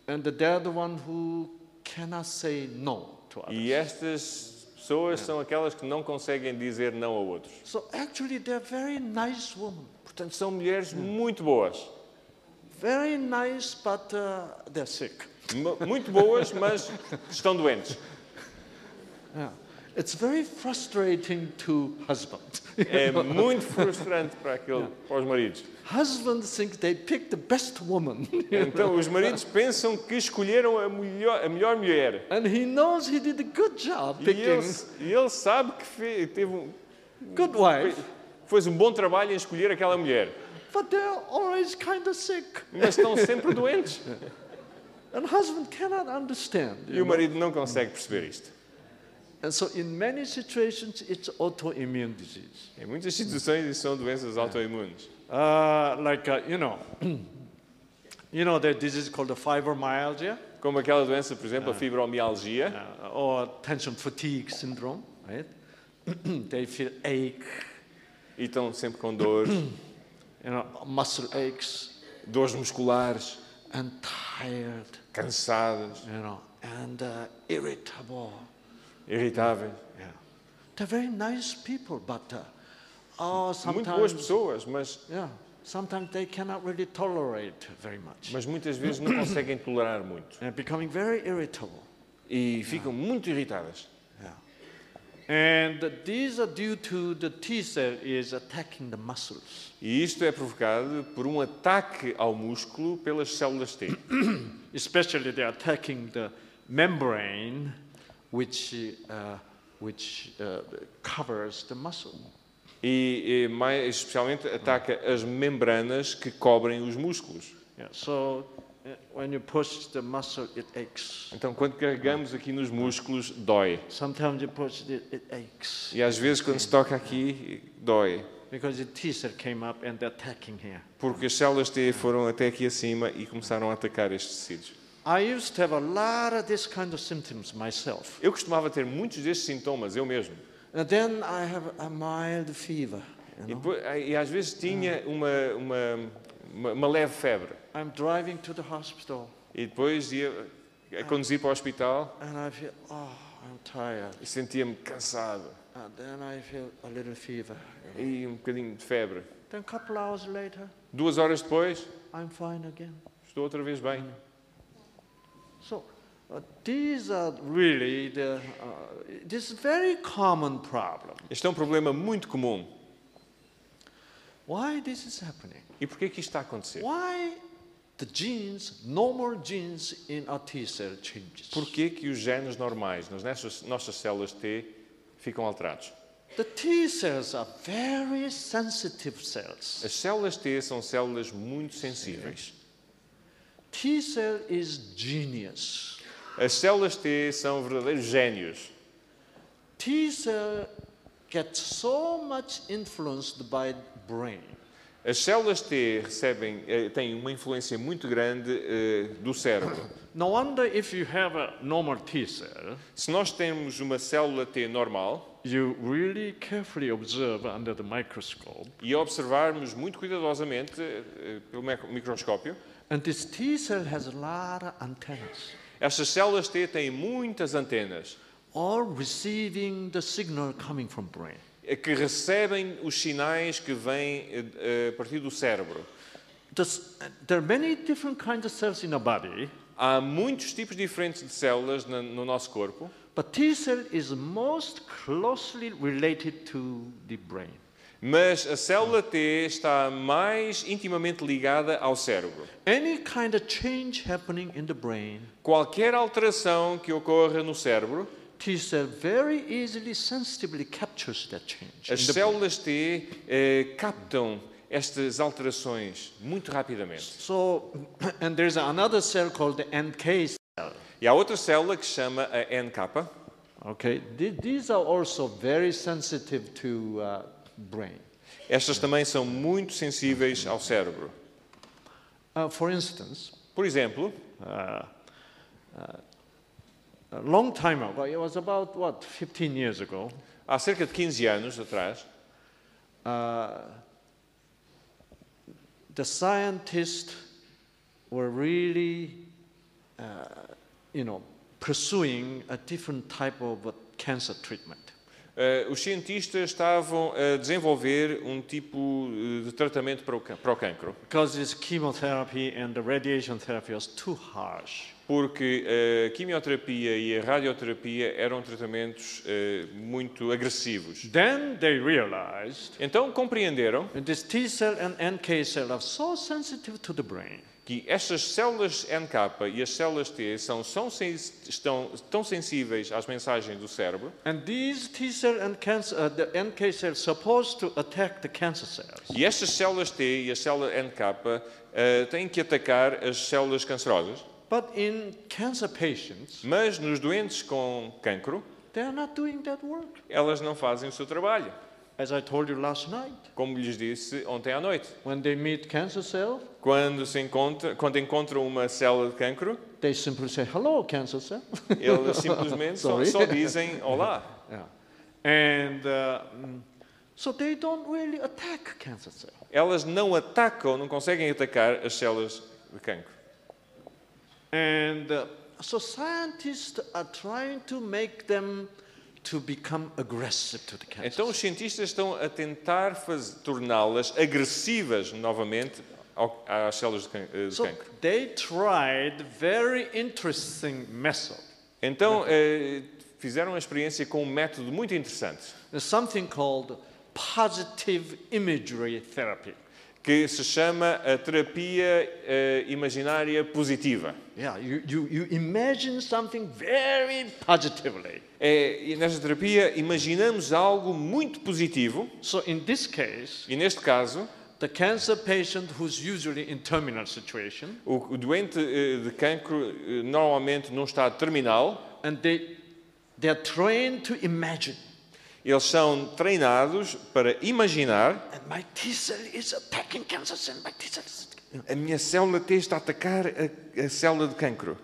Speaker 1: and they're the one who cannot say no to others.
Speaker 2: E estas pessoas são aquelas que não conseguem dizer não a outros.
Speaker 1: So actually, they're very nice women,
Speaker 2: Portanto, são mulheres muito boas.
Speaker 1: very nice, but uh, they're sick.
Speaker 2: Mu- Muito boas, mas estão doentes.
Speaker 1: Yeah. It's very frustrating to husbands.
Speaker 2: É muito frustrante para, aquele, para os maridos.
Speaker 1: husbands think they pick the best woman,
Speaker 2: Então, os maridos pensam que escolheram a melhor, a melhor mulher.
Speaker 1: and he knows he did a good job
Speaker 2: E ele,
Speaker 1: picking
Speaker 2: e ele sabe que fe- teve um,
Speaker 1: good wife,
Speaker 2: fez um bom trabalho em escolher aquela mulher.
Speaker 1: but they're always kind of sick.
Speaker 2: Mas estão sempre doentes.
Speaker 1: And husband cannot understand. you
Speaker 2: E o
Speaker 1: know.
Speaker 2: marido não consegue perceber isto.
Speaker 1: And so in many situations, it's autoimmune disease.
Speaker 2: Em muitas situações, isso são doenças autoimunes.
Speaker 1: Uh, like, uh, you know, you know the disease called the fibromyalgia
Speaker 2: Como aquela doença, por exemplo, a fibromialgia,
Speaker 1: uh, or tension fatigue syndrome, right? they feel ache,
Speaker 2: e estão sempre com dores,
Speaker 1: you know, muscle aches
Speaker 2: dores musculares,
Speaker 1: and tired,
Speaker 2: cansadas,
Speaker 1: you know, and uh, irritable.
Speaker 2: irritáveis.
Speaker 1: Yeah. They're very nice people, but uh, oh,
Speaker 2: Muito boas
Speaker 1: sometimes,
Speaker 2: pessoas, mas,
Speaker 1: yeah, sometimes they cannot really tolerate very much.
Speaker 2: mas muitas vezes não conseguem tolerar muito
Speaker 1: and becoming very irritable.
Speaker 2: e ficam muito irritadas.
Speaker 1: Yeah. And these are due to the T cell is attacking the muscles.
Speaker 2: E isto é provocado por um ataque ao músculo pelas células T,
Speaker 1: Especially they're attacking the membrane, which, uh, which uh, covers the muscle.
Speaker 2: e, e mais especialmente ataca as membranas que cobrem os músculos.
Speaker 1: Yeah. So uh, when you push the muscle, it aches.
Speaker 2: Então, quando carregamos aqui nos músculos, dói.
Speaker 1: Sometimes you push it, it aches.
Speaker 2: E às vezes, quando se toca aqui, dói.
Speaker 1: Because the T cell came up and they're attacking here.
Speaker 2: Porque as células T foram até aqui acima e começaram a atacar estes tecidos.
Speaker 1: I used to have a lot of this kind of symptoms myself.
Speaker 2: Eu costumava ter muitos destes sintomas, eu mesmo.
Speaker 1: And then I have a mild fever. you
Speaker 2: E,
Speaker 1: know.
Speaker 2: depois- e às vezes tinha uma, uma, uma, uma leve febre.
Speaker 1: I'm driving to the hospital
Speaker 2: E depois ia a conduzir para o hospital
Speaker 1: and I feel, oh, I'm tired.
Speaker 2: e sentia-me cansado.
Speaker 1: And then I feel a little fever.
Speaker 2: E um bocadinho de febre.
Speaker 1: Then a couple hours later,
Speaker 2: Duas horas depois,
Speaker 1: I'm fine again.
Speaker 2: estou outra vez bem.
Speaker 1: So uh, these are really the, uh, this very common problem.
Speaker 2: Este é um problema muito comum.
Speaker 1: Why this is happening?
Speaker 2: E porquê que isto está a acontecer?
Speaker 1: Why the genes, normal genes in our T cell changes.
Speaker 2: Porquê que os genes normais nas nossas, nossas células T ficam alterados?
Speaker 1: The T cells are very sensitive cells.
Speaker 2: As células T são células muito sensíveis.
Speaker 1: T cell is genius.
Speaker 2: As células T são verdadeiros génios.
Speaker 1: T cell gets so much influenced by brain.
Speaker 2: As células T recebem, eh, têm uma influência muito grande eh, do cérebro.
Speaker 1: No wonder if you have a normal T cell,
Speaker 2: Se nós temos uma célula T normal
Speaker 1: you really carefully observe under the microscope,
Speaker 2: e observarmos muito cuidadosamente eh, pelo micro- microscópio,
Speaker 1: and this T cell has a lot of antennas,
Speaker 2: estas células T têm muitas antenas
Speaker 1: all receiving the signal coming from brain.
Speaker 2: eh, que recebem os sinais que vêm eh, eh, a partir do cérebro.
Speaker 1: This- there are many different kinds of cells in our body,
Speaker 2: Há muitos tipos diferentes de células na- no nosso corpo,
Speaker 1: but T cell is most closely related to the brain.
Speaker 2: mas a célula T está mais intimamente ligada ao cérebro.
Speaker 1: Any kind of change happening in the brain,
Speaker 2: Qualquer alteração que ocorra no cérebro,
Speaker 1: T cell very easily, sensitively captures that change.
Speaker 2: as
Speaker 1: in the brain.
Speaker 2: células T eh, captam estas alterações muito rapidamente.
Speaker 1: So, and there's another cell called the NK cell.
Speaker 2: E há outra célula que se chama a NK.
Speaker 1: Okay, th- these are also very sensitive to uh, brain.
Speaker 2: Estas também são muito sensíveis ao cérebro.
Speaker 1: Uh, for instance,
Speaker 2: Por exemplo,
Speaker 1: a long time ago, it was about what 15 years ago.
Speaker 2: há cerca de 15 anos atrás,
Speaker 1: uh, the scientists were really, uh, you know, pursuing a different type of uh, cancer treatment.
Speaker 2: eh, os cientistas estavam a desenvolver um tipo eh, de tratamento para o, cân- para o cancro,
Speaker 1: Because this chemotherapy and the radiation therapy was too harsh.
Speaker 2: porque a quimioterapia e a radioterapia eram tratamentos eh, muito agressivos.
Speaker 1: Then they realized
Speaker 2: Então compreenderam
Speaker 1: that this T cell and NK cell are so sensitive to the brain
Speaker 2: que estas células NK e as células T são, são sen- estão tão sensíveis às mensagens do cérebro
Speaker 1: And these T cell and cancer, uh, the NK cell, supposed to attack the cancer cells.
Speaker 2: e estas células T e a célula NK eh, têm que atacar as células cancerosas,
Speaker 1: But in cancer patients,
Speaker 2: mas nos doentes com cancro
Speaker 1: they are not doing that work.
Speaker 2: elas não fazem o seu trabalho.
Speaker 1: As I told you last night,
Speaker 2: Como lhes disse ontem à noite,
Speaker 1: when they meet cancer cell,
Speaker 2: quando, se encontra, quando encontram uma célula de cancro,
Speaker 1: they simply say, "Hello, cancer cell."
Speaker 2: eles simplesmente só,
Speaker 1: Sorry.
Speaker 2: só dizem olá.
Speaker 1: yeah. And uh, mm, so they don't really attack cancer cell.
Speaker 2: Elas não atacam, não conseguem atacar as células de cancro.
Speaker 1: And uh, so scientists are trying to make them to become aggressive to the cancer.
Speaker 2: Então os cientistas estão a tentar faz- torná-las agressivas novamente ao, às células de, can- eh, de
Speaker 1: So
Speaker 2: cancro.
Speaker 1: they tried very interesting method,
Speaker 2: Então eh, fizeram uma experiência com um método muito interessante
Speaker 1: something called positive imagery therapy.
Speaker 2: que se chama a terapia eh, imaginária positiva.
Speaker 1: Yeah, you, you, you imagine something very positively.
Speaker 2: É, e nesta terapia imaginamos algo muito positivo
Speaker 1: So in this case,
Speaker 2: e neste caso
Speaker 1: the cancer patient who's usually in terminal situation,
Speaker 2: o, o doente eh, de cancro eh, normalmente num estado terminal
Speaker 1: and they, they're trained to imagine,
Speaker 2: eles são treinados para imaginar
Speaker 1: and my T cell is attacking cancer cell, my T cell is...
Speaker 2: A minha célula T está a atacar a, a célula de cancro.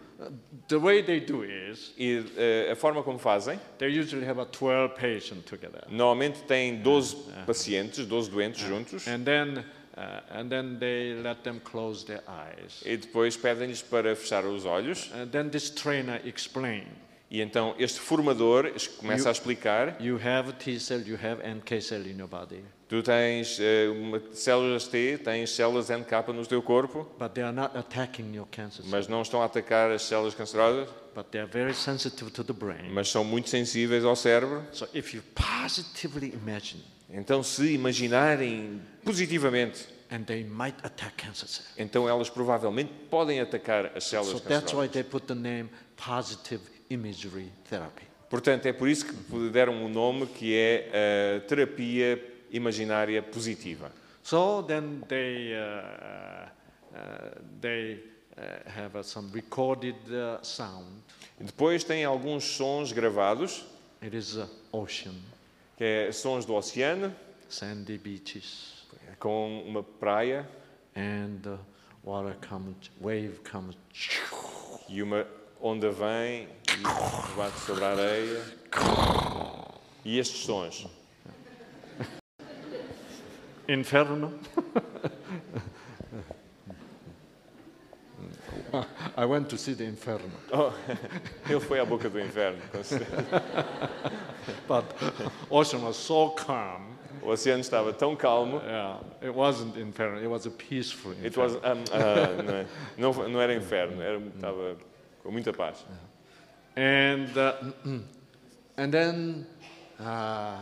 Speaker 1: The way they do is,
Speaker 2: E eh, a forma como fazem,
Speaker 1: they usually have a 12 patient together.
Speaker 2: normalmente têm 12 pacientes, 12 doentes juntos,
Speaker 1: And then, uh, and then they let them close their eyes.
Speaker 2: e depois pedem-lhes para fechar os olhos.
Speaker 1: And then this trainer explained.
Speaker 2: E então este formador es- começa
Speaker 1: You-
Speaker 2: a explicar:
Speaker 1: You have T cell, you have NK cell in your body,
Speaker 2: tu tens eh, uma- células T, tens células NK no teu corpo,
Speaker 1: but they are not attacking your cancer cells,
Speaker 2: mas não estão a atacar as células cancerosas,
Speaker 1: but they are very sensitive to the brain.
Speaker 2: mas são muito sensíveis ao cérebro.
Speaker 1: So if you positively imagine,
Speaker 2: Então, se imaginarem positivamente,
Speaker 1: and they might attack cancer cells.
Speaker 2: então elas provavelmente podem atacar as
Speaker 1: So
Speaker 2: células
Speaker 1: that's
Speaker 2: cancerosas.
Speaker 1: why they put the name positive imagery therapy.
Speaker 2: Portanto, é por isso que lhe deram o nome que é a terapia imaginária positiva.
Speaker 1: So then they, uh, uh, they uh, have uh, some recorded uh, sound.
Speaker 2: Depois tem alguns sons gravados,
Speaker 1: It is uh, ocean,
Speaker 2: que é sons do oceano,
Speaker 1: sandy beaches,
Speaker 2: com uma praia
Speaker 1: and uh, water comes, wave comes,
Speaker 2: e uma onda vem e bate sobre a areia. E estes sons.
Speaker 1: inferno. I went to see the inferno,
Speaker 2: Oh, ele foi à boca do inverno. com certeza.
Speaker 1: but ocean was so calm.
Speaker 2: O oceano estava tão calmo.
Speaker 1: Yeah, it wasn't inferno. It was a peaceful inferno.
Speaker 2: It was, um, ah, não é? não, não era inferno, era, estava com muita paz.
Speaker 1: And, uh, and then uh,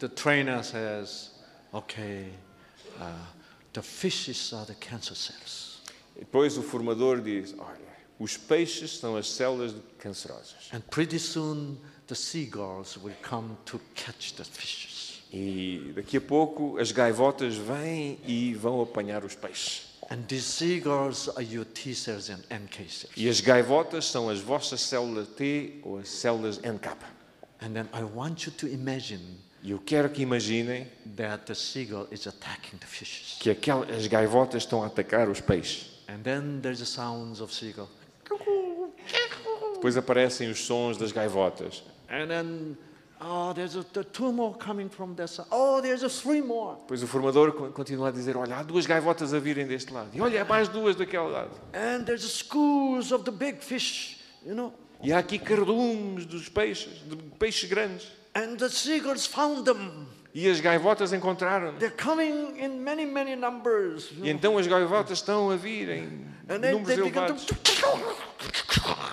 Speaker 1: the trainer says, okay, uh, the fishes are the cancer cells.
Speaker 2: E Depois o formador diz: Olha, os peixes são as células cancerosas.
Speaker 1: And pretty soon the seagulls will come to catch the fishes.
Speaker 2: E daqui a pouco as gaivotas vêm e vão apanhar os peixes.
Speaker 1: And these seagulls are your T cells and NK cells.
Speaker 2: E as gaivotas são as vossas células T ou as células NK.
Speaker 1: And then I want you to imagine
Speaker 2: E eu quero que imaginem
Speaker 1: that the seagull is attacking the fishes.
Speaker 2: que aquelas, as gaivotas estão a atacar os peixes.
Speaker 1: And then there's the sounds of seagull.
Speaker 2: Depois aparecem os sons das gaivotas.
Speaker 1: And then, oh, there's a, the two more coming from that side. Oh, there's a three more.
Speaker 2: Depois o formador con- continua a dizer: Olha, há duas gaivotas a virem deste lado. E olha, há mais duas daquele lado.
Speaker 1: And there's schools of the big fish, you know.
Speaker 2: E há aqui cardumes dos peixes, de peixes grandes.
Speaker 1: And the seagulls found them.
Speaker 2: E as gaivotas encontraram.
Speaker 1: They're coming in many, many numbers. you
Speaker 2: E então as gaivotas estão a vir em
Speaker 1: know. And then
Speaker 2: números
Speaker 1: they begin
Speaker 2: elevados
Speaker 1: to.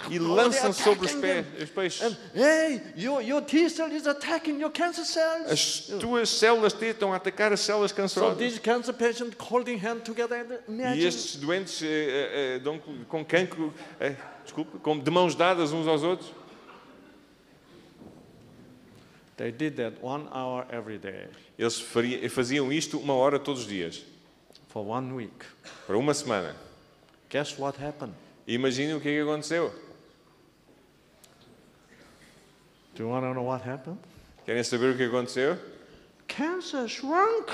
Speaker 2: e
Speaker 1: Oh, they
Speaker 2: lançam
Speaker 1: are
Speaker 2: sobre os,
Speaker 1: attacking
Speaker 2: pé- os peixes.
Speaker 1: And hey, your, your T cell is attacking your cancer cells.
Speaker 2: As tuas células T estão a atacar as células
Speaker 1: So
Speaker 2: cancerosas.
Speaker 1: these cancer patients holding hand together. and
Speaker 2: E
Speaker 1: Imagine.
Speaker 2: estes doentes eh, eh, eh, dão com- com cancro, eh, desculpe, com, de mãos dadas uns aos outros.
Speaker 1: They did that one hour every day
Speaker 2: Eles faria- faziam isto uma hora todos os dias,
Speaker 1: for one week.
Speaker 2: para uma semana.
Speaker 1: Guess what happened?
Speaker 2: E imaginem o que é que aconteceu.
Speaker 1: Do you want to know what happened?
Speaker 2: Querem saber o que aconteceu?
Speaker 1: Cancer shrunk.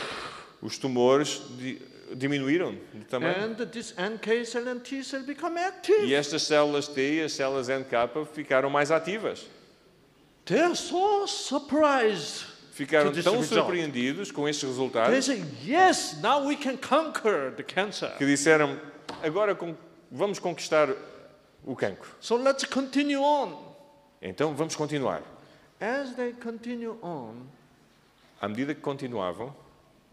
Speaker 2: Os tumores di- diminuíram de tamanho.
Speaker 1: And this NK cell and T cell become active.
Speaker 2: E estas células T e as células NK ficaram mais ativas.
Speaker 1: They're so surprised.
Speaker 2: Ficaram
Speaker 1: To this
Speaker 2: tão
Speaker 1: result.
Speaker 2: surpreendidos com estes
Speaker 1: They
Speaker 2: resultados
Speaker 1: say, yes, now we can conquer the cancer.
Speaker 2: que disseram: agora con- vamos conquistar o cancro.
Speaker 1: So let's continue on.
Speaker 2: Então vamos continuar.
Speaker 1: As they continue on,
Speaker 2: À medida que continuavam,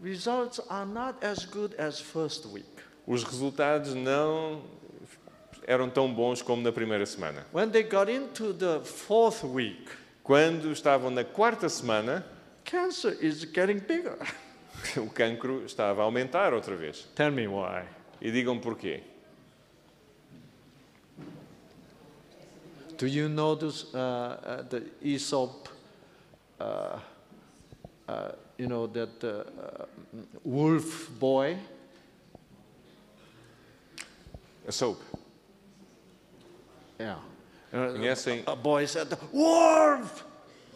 Speaker 1: results are not as good as first week.
Speaker 2: os resultados não eram tão bons como na primeira semana.
Speaker 1: When they got into the fourth week,
Speaker 2: Quando estavam na quarta semana,
Speaker 1: cancer is getting bigger.
Speaker 2: o cancro estava a aumentar outra vez.
Speaker 1: Tell me why.
Speaker 2: E digam porquê.
Speaker 1: Do you know this, uh, uh, the Aesop, uh, uh, you know, that uh, uh, wolf boy?
Speaker 2: A soap.
Speaker 1: Yeah. Uh,
Speaker 2: Conhecem?
Speaker 1: a boy said, wolf!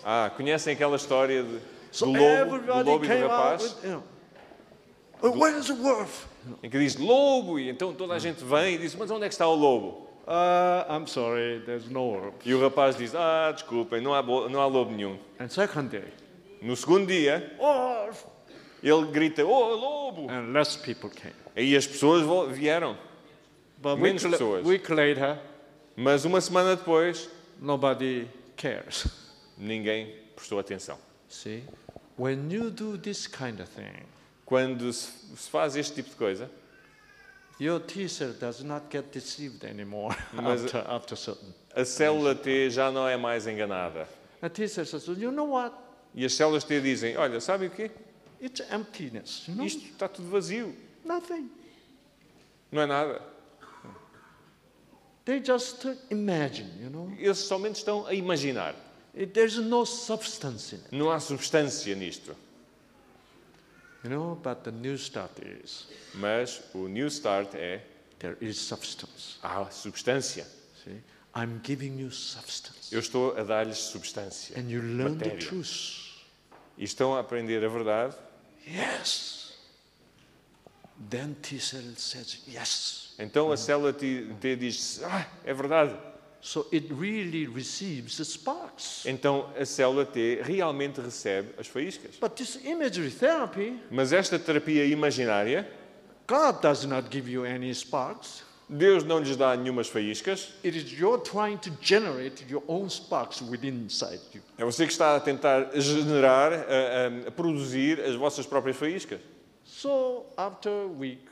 Speaker 2: Ah, conhecem aquela história de,
Speaker 1: So
Speaker 2: do lobo, do
Speaker 1: everybody
Speaker 2: lobo e do
Speaker 1: came out
Speaker 2: rapaz?
Speaker 1: with, you know, "Uh, where is the wolf?
Speaker 2: Em que diz lobo, e então toda a gente vem e diz: Mas onde é que está o lobo?
Speaker 1: Uh, I'm sorry, there's no wolf.
Speaker 2: E o rapaz diz: Ah, desculpem, não há, bo- não há lobo nenhum.
Speaker 1: And second day,
Speaker 2: No segundo dia,
Speaker 1: wolf!
Speaker 2: ele grita: Oh, lobo!
Speaker 1: And less people came.
Speaker 2: Aí as pessoas vo- vieram.
Speaker 1: But week,
Speaker 2: Menos
Speaker 1: la-
Speaker 2: pessoas.
Speaker 1: week later,
Speaker 2: Mas uma semana depois,
Speaker 1: nobody cares.
Speaker 2: Ninguém prestou atenção.
Speaker 1: See? When you do this kind of thing,
Speaker 2: Quando se se faz este tipo de coisa,
Speaker 1: your T cell does not get deceived anymore
Speaker 2: Mas-
Speaker 1: after, after certain.
Speaker 2: a célula T já não é mais enganada.
Speaker 1: A T cell says, you know what?
Speaker 2: E as células T dizem: Olha, sabe o quê?
Speaker 1: It's emptiness. You know?
Speaker 2: Isto está tudo vazio,
Speaker 1: Nothing.
Speaker 2: não é nada.
Speaker 1: They just uh, imagine, you know?
Speaker 2: Eles somente estão a imaginar.
Speaker 1: It- there's no substance in it,
Speaker 2: Não há substância nisto.
Speaker 1: you know? But the new start is
Speaker 2: Mas o New Start é:
Speaker 1: there is substance.
Speaker 2: há substância.
Speaker 1: See? I'm giving you substance.
Speaker 2: Eu estou a dar-lhes substância.
Speaker 1: And you learn the
Speaker 2: Matéria.
Speaker 1: truth.
Speaker 2: E estão a aprender a verdade.
Speaker 1: Yes. Then T cell says yes.
Speaker 2: Então a célula T, T diz: Ah, é verdade.
Speaker 1: So it really receives the sparks.
Speaker 2: Então a célula T realmente recebe as faíscas.
Speaker 1: But this imagery therapy,
Speaker 2: Mas esta terapia imaginária,
Speaker 1: God does not give you any sparks.
Speaker 2: Deus não lhes dá nenhumas faíscas.
Speaker 1: It is you're trying to generate your own sparks within inside you.
Speaker 2: É você que está a tentar generar, a, a- a produzir as vossas próprias faíscas.
Speaker 1: So after a week,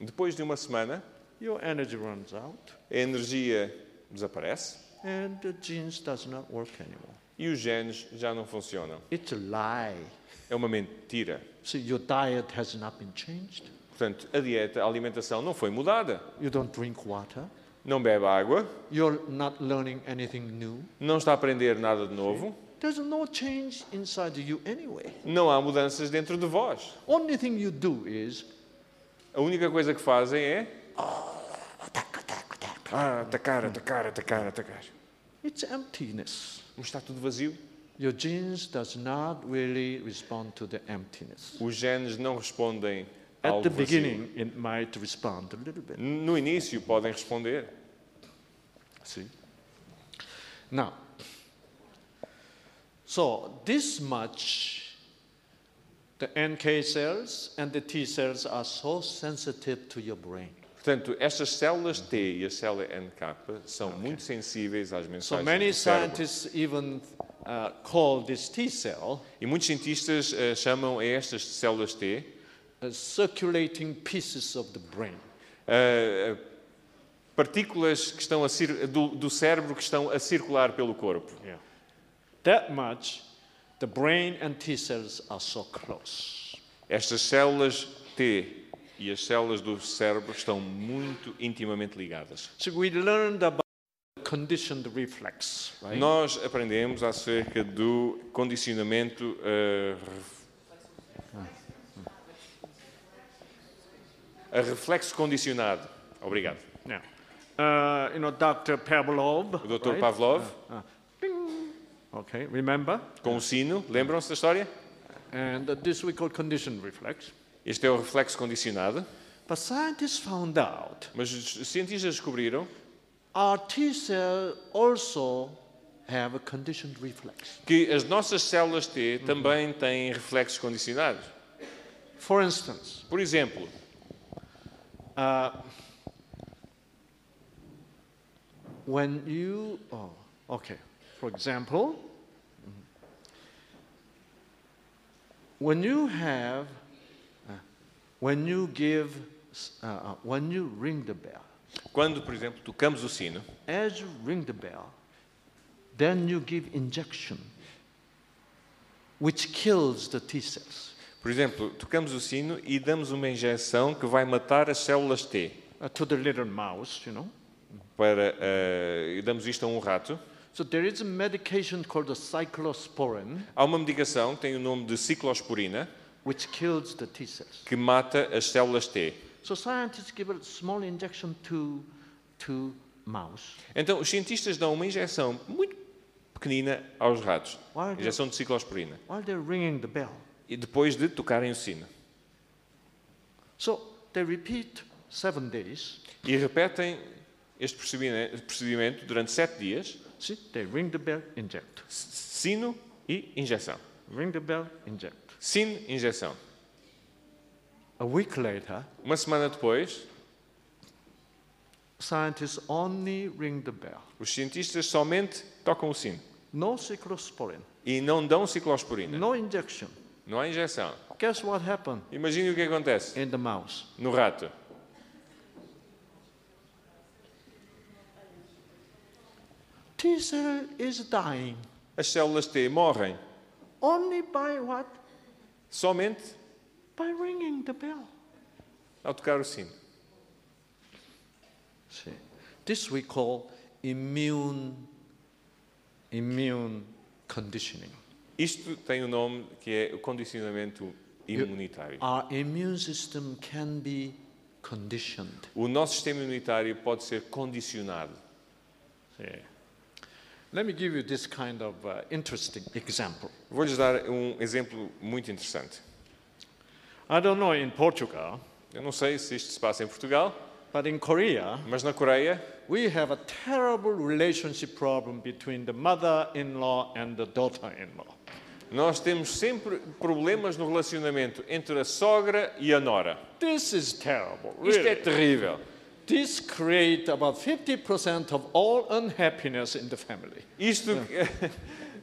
Speaker 2: Depois de uma semana,
Speaker 1: your energy runs out
Speaker 2: a energia desaparece
Speaker 1: and the genes does not work anymore.
Speaker 2: e os genes já não funcionam.
Speaker 1: It's a lie.
Speaker 2: É uma mentira.
Speaker 1: See, your diet has not been changed.
Speaker 2: Portanto, a dieta, a alimentação não foi mudada.
Speaker 1: You don't drink water.
Speaker 2: Não bebe água,
Speaker 1: You're not learning anything new.
Speaker 2: não está a aprender nada de novo,
Speaker 1: There's no change inside you anyway.
Speaker 2: não há mudanças dentro de vós.
Speaker 1: Only thing you do is
Speaker 2: A única coisa que fazem é
Speaker 3: Ah, atacar, atacar, atacar, atacar.
Speaker 1: it's emptiness.
Speaker 2: Mas está tudo vazio.
Speaker 1: Your genes does not really respond to the emptiness.
Speaker 2: Os genes não respondem ao
Speaker 1: At the
Speaker 2: vazio.
Speaker 1: beginning, it might respond a little bit.
Speaker 2: No início podem responder.
Speaker 1: See? Now, so this much, the NK cells and the T cells are so sensitive to your brain.
Speaker 2: Portanto, estas células T e a célula NK são muito sensíveis às mensagens
Speaker 1: So many
Speaker 2: do cérebro.
Speaker 1: scientists even uh, call this T cell
Speaker 2: E muitos cientistas eh, chamam a estas células T
Speaker 1: uh, circulating pieces of the brain.
Speaker 2: eh, eh, partículas que estão a cir- do, do cérebro que estão a circular pelo corpo.
Speaker 1: Yeah. That much, the brain and T cells are so close.
Speaker 2: Estas células T e as células do cérebro estão muito intimamente ligadas.
Speaker 1: So we learned about conditioned reflex, right?
Speaker 2: Nós aprendemos acerca do condicionamento eh, ref- a reflexo condicionado. Obrigado.
Speaker 1: Yeah. Uh, you know, Dr. Pavlov.
Speaker 2: O Dr.
Speaker 1: right? Uh,
Speaker 2: Pavlov,
Speaker 1: Okay, remember?
Speaker 2: com o sino, lembram-se da história?
Speaker 1: And uh, this we call conditioned reflex.
Speaker 2: Este é o reflexo condicionado.
Speaker 1: But scientists found out
Speaker 2: Mas os cientistas descobriram
Speaker 1: our T cell also have a conditioned reflex.
Speaker 2: que as nossas células T também têm reflexos condicionados.
Speaker 1: For instance,
Speaker 2: Por exemplo,
Speaker 1: uh, when you, oh, okay, for example, when you have, uh, when you give, s- uh, uh, when you ring the bell,
Speaker 2: quando, por exemplo, tocamos o sino,
Speaker 1: as you ring the bell, then you give injection, which kills the T cells.
Speaker 2: por exemplo, tocamos o sino e damos uma injeção que vai matar as células T.
Speaker 1: uh, to the little mouse, you know.
Speaker 2: para eh, e damos isto a um rato.
Speaker 1: So there is a medication called the cyclosporin,
Speaker 2: Há uma medicação que tem o nome de ciclosporina
Speaker 1: which kills the T cells.
Speaker 2: que mata as células T.
Speaker 1: So scientists give a small injection to to mouse.
Speaker 2: Então, os cientistas dão uma injeção muito pequenina aos ratos,
Speaker 1: Olha.
Speaker 2: injeção de ciclosporina,
Speaker 1: while they're ringing the bell.
Speaker 2: e depois de tocarem o sino.
Speaker 1: So they repeat seven days.
Speaker 2: E repetem este procedimento- procedimento durante sete dias,
Speaker 1: See, they ring the bell, inject.
Speaker 2: s- sino e injeção.
Speaker 1: Ring the bell, inject.
Speaker 2: Sino, injeção.
Speaker 1: A week later,
Speaker 2: Uma semana depois,
Speaker 1: scientists only ring the bell.
Speaker 2: os cientistas somente tocam o sino.
Speaker 1: no ciclosporin,
Speaker 2: e não dão ciclosporina.
Speaker 1: no injection.
Speaker 2: Não há injeção.
Speaker 1: Guess what happened
Speaker 2: Imagine o que acontece
Speaker 1: in the mouse?
Speaker 2: no rato.
Speaker 1: T cell is dying
Speaker 2: As células T morrem
Speaker 1: only by what?
Speaker 2: somente
Speaker 1: By ringing the bell.
Speaker 2: ao tocar o sino.
Speaker 1: See, this we call immune immune conditioning.
Speaker 2: Isto tem o nome que é o condicionamento imunitário.
Speaker 1: Our immune system can be conditioned.
Speaker 2: O nosso sistema imunitário pode ser condicionado.
Speaker 1: See. Let me give you this kind of uh, interesting example.
Speaker 2: Vou-lhes dar um exemplo muito interessante.
Speaker 1: I don't know in Portugal,
Speaker 2: Eu não sei se isto se passa em Portugal,
Speaker 1: but in Korea,
Speaker 2: mas na Coreia
Speaker 1: we have a terrible relationship problem between the mother-in-law and the daughter-in-law.
Speaker 2: nós temos sempre problemas no relacionamento entre a sogra e a nora.
Speaker 1: This is terrible.
Speaker 2: Isto é
Speaker 1: really.
Speaker 2: terrível.
Speaker 1: This creates about 50% of all unhappiness in the family.
Speaker 2: Isto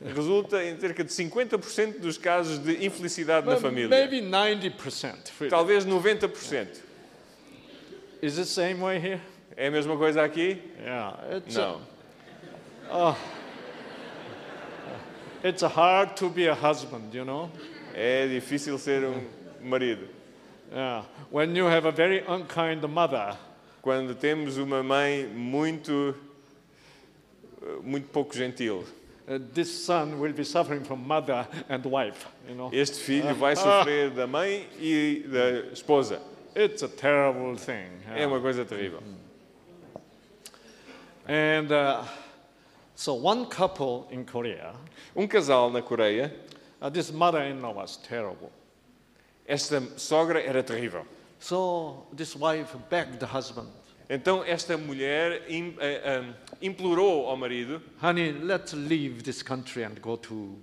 Speaker 2: resulta em cerca de 50% dos casos de infelicidade na
Speaker 1: Well,
Speaker 2: família.
Speaker 1: Maybe 90%. really.
Speaker 2: Talvez 90%.
Speaker 1: Is it same way here?
Speaker 2: É a mesma coisa aqui?
Speaker 1: Yeah. It's a-
Speaker 2: Não.
Speaker 1: it's hard to be a husband, you know?
Speaker 2: É difícil ser um marido.
Speaker 1: Yeah. When you have a very unkind mother,
Speaker 2: Quando temos uma mãe muito, muito pouco gentil,
Speaker 1: uh, this son will be suffering from mother and wife, you know?
Speaker 2: este filho vai sofrer da mãe e da esposa.
Speaker 1: It's a terrible thing. yeah.
Speaker 2: É uma coisa terrível.
Speaker 1: And uh, so one couple in Korea,
Speaker 2: Um casal na Coreia,
Speaker 1: uh, this mother-in-law was terrible.
Speaker 2: esta sogra era terrível.
Speaker 1: So this wife begged the husband,
Speaker 2: Então esta mulher im- eh, ah, implorou ao marido,
Speaker 1: honey, let's leave this country and go to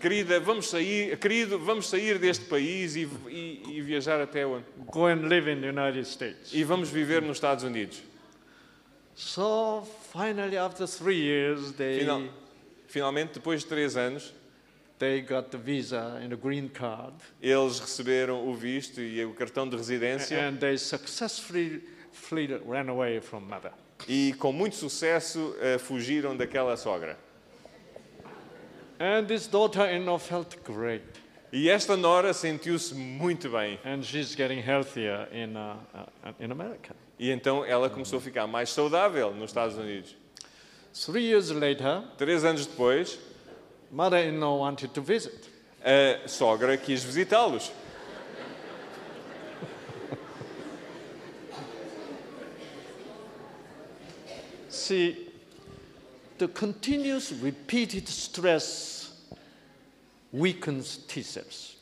Speaker 2: querida, vamos sair, querido, vamos sair deste país e, e- e viajar até onde?
Speaker 1: go and live in the United States.
Speaker 2: E vamos viver nos Estados Unidos.
Speaker 1: So finally, after three years, they
Speaker 2: Final- finalmente, depois de três anos,
Speaker 1: they got the visa and a green card,
Speaker 2: eles receberam o visto e o cartão de residência
Speaker 1: and they successfully fled, ran away from mother.
Speaker 2: e com muito sucesso eh, fugiram daquela sogra.
Speaker 1: And this daughter-in-law felt great,
Speaker 2: E esta nora sentiu-se muito bem
Speaker 1: and she's getting healthier in uh, uh, in America.
Speaker 2: e então ela começou a ficar mais saudável nos Estados Unidos.
Speaker 1: Three years later,
Speaker 2: Três anos depois,
Speaker 1: mother-in-law wanted to visit.
Speaker 2: a sogra quis visitá-los.
Speaker 1: See, the continuous repeated stress weakens T cells.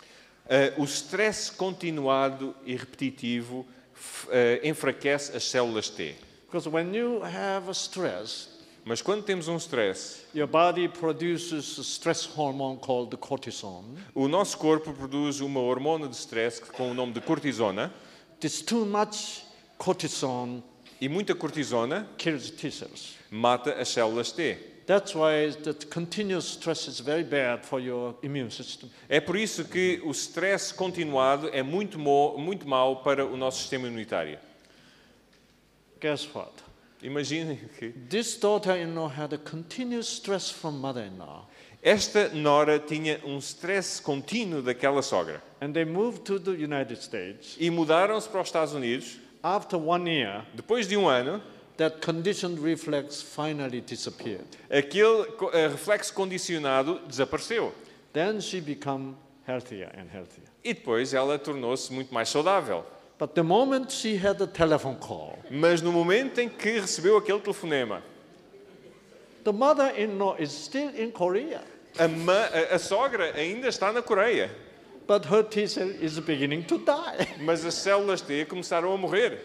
Speaker 2: Eh, o stress continuado e repetitivo f- eh, enfraquece as células T.
Speaker 1: Because when you have a stress,
Speaker 2: Mas quando temos um stress,
Speaker 1: your body produces a stress hormone called the cortisol.
Speaker 2: o nosso corpo produz uma hormona de stress que- com o nome de cortisona
Speaker 1: This too much cortisol
Speaker 2: e muita cortisona
Speaker 1: kills T cells.
Speaker 2: mata as células T.
Speaker 1: That's why the continuous stress is very bad for your immune system.
Speaker 2: É por isso que o stress continuado é muito, mo- muito mau para o nosso sistema imunitário.
Speaker 1: Guess what?
Speaker 2: Imaginem que
Speaker 1: This daughter-in-law had a continuous stress from mother-in-law,
Speaker 2: esta nora tinha um stress contínuo daquela sogra
Speaker 1: and they moved to the United States.
Speaker 2: e mudaram-se para os Estados Unidos.
Speaker 1: After one year,
Speaker 2: Depois de um ano,
Speaker 1: that conditioned reflex finally disappeared.
Speaker 2: aquele co- eh, reflexo condicionado desapareceu.
Speaker 1: Then she became healthier and healthier.
Speaker 2: E depois ela tornou-se muito mais saudável.
Speaker 1: But the moment she had a telephone call,
Speaker 2: Mas no momento em que recebeu aquele telefonema,
Speaker 1: the mother-in-law is still in Korea,
Speaker 2: a, ma- a- a sogra ainda está na Coreia,
Speaker 1: but her T cell is beginning to die.
Speaker 2: mas as células T começaram a morrer.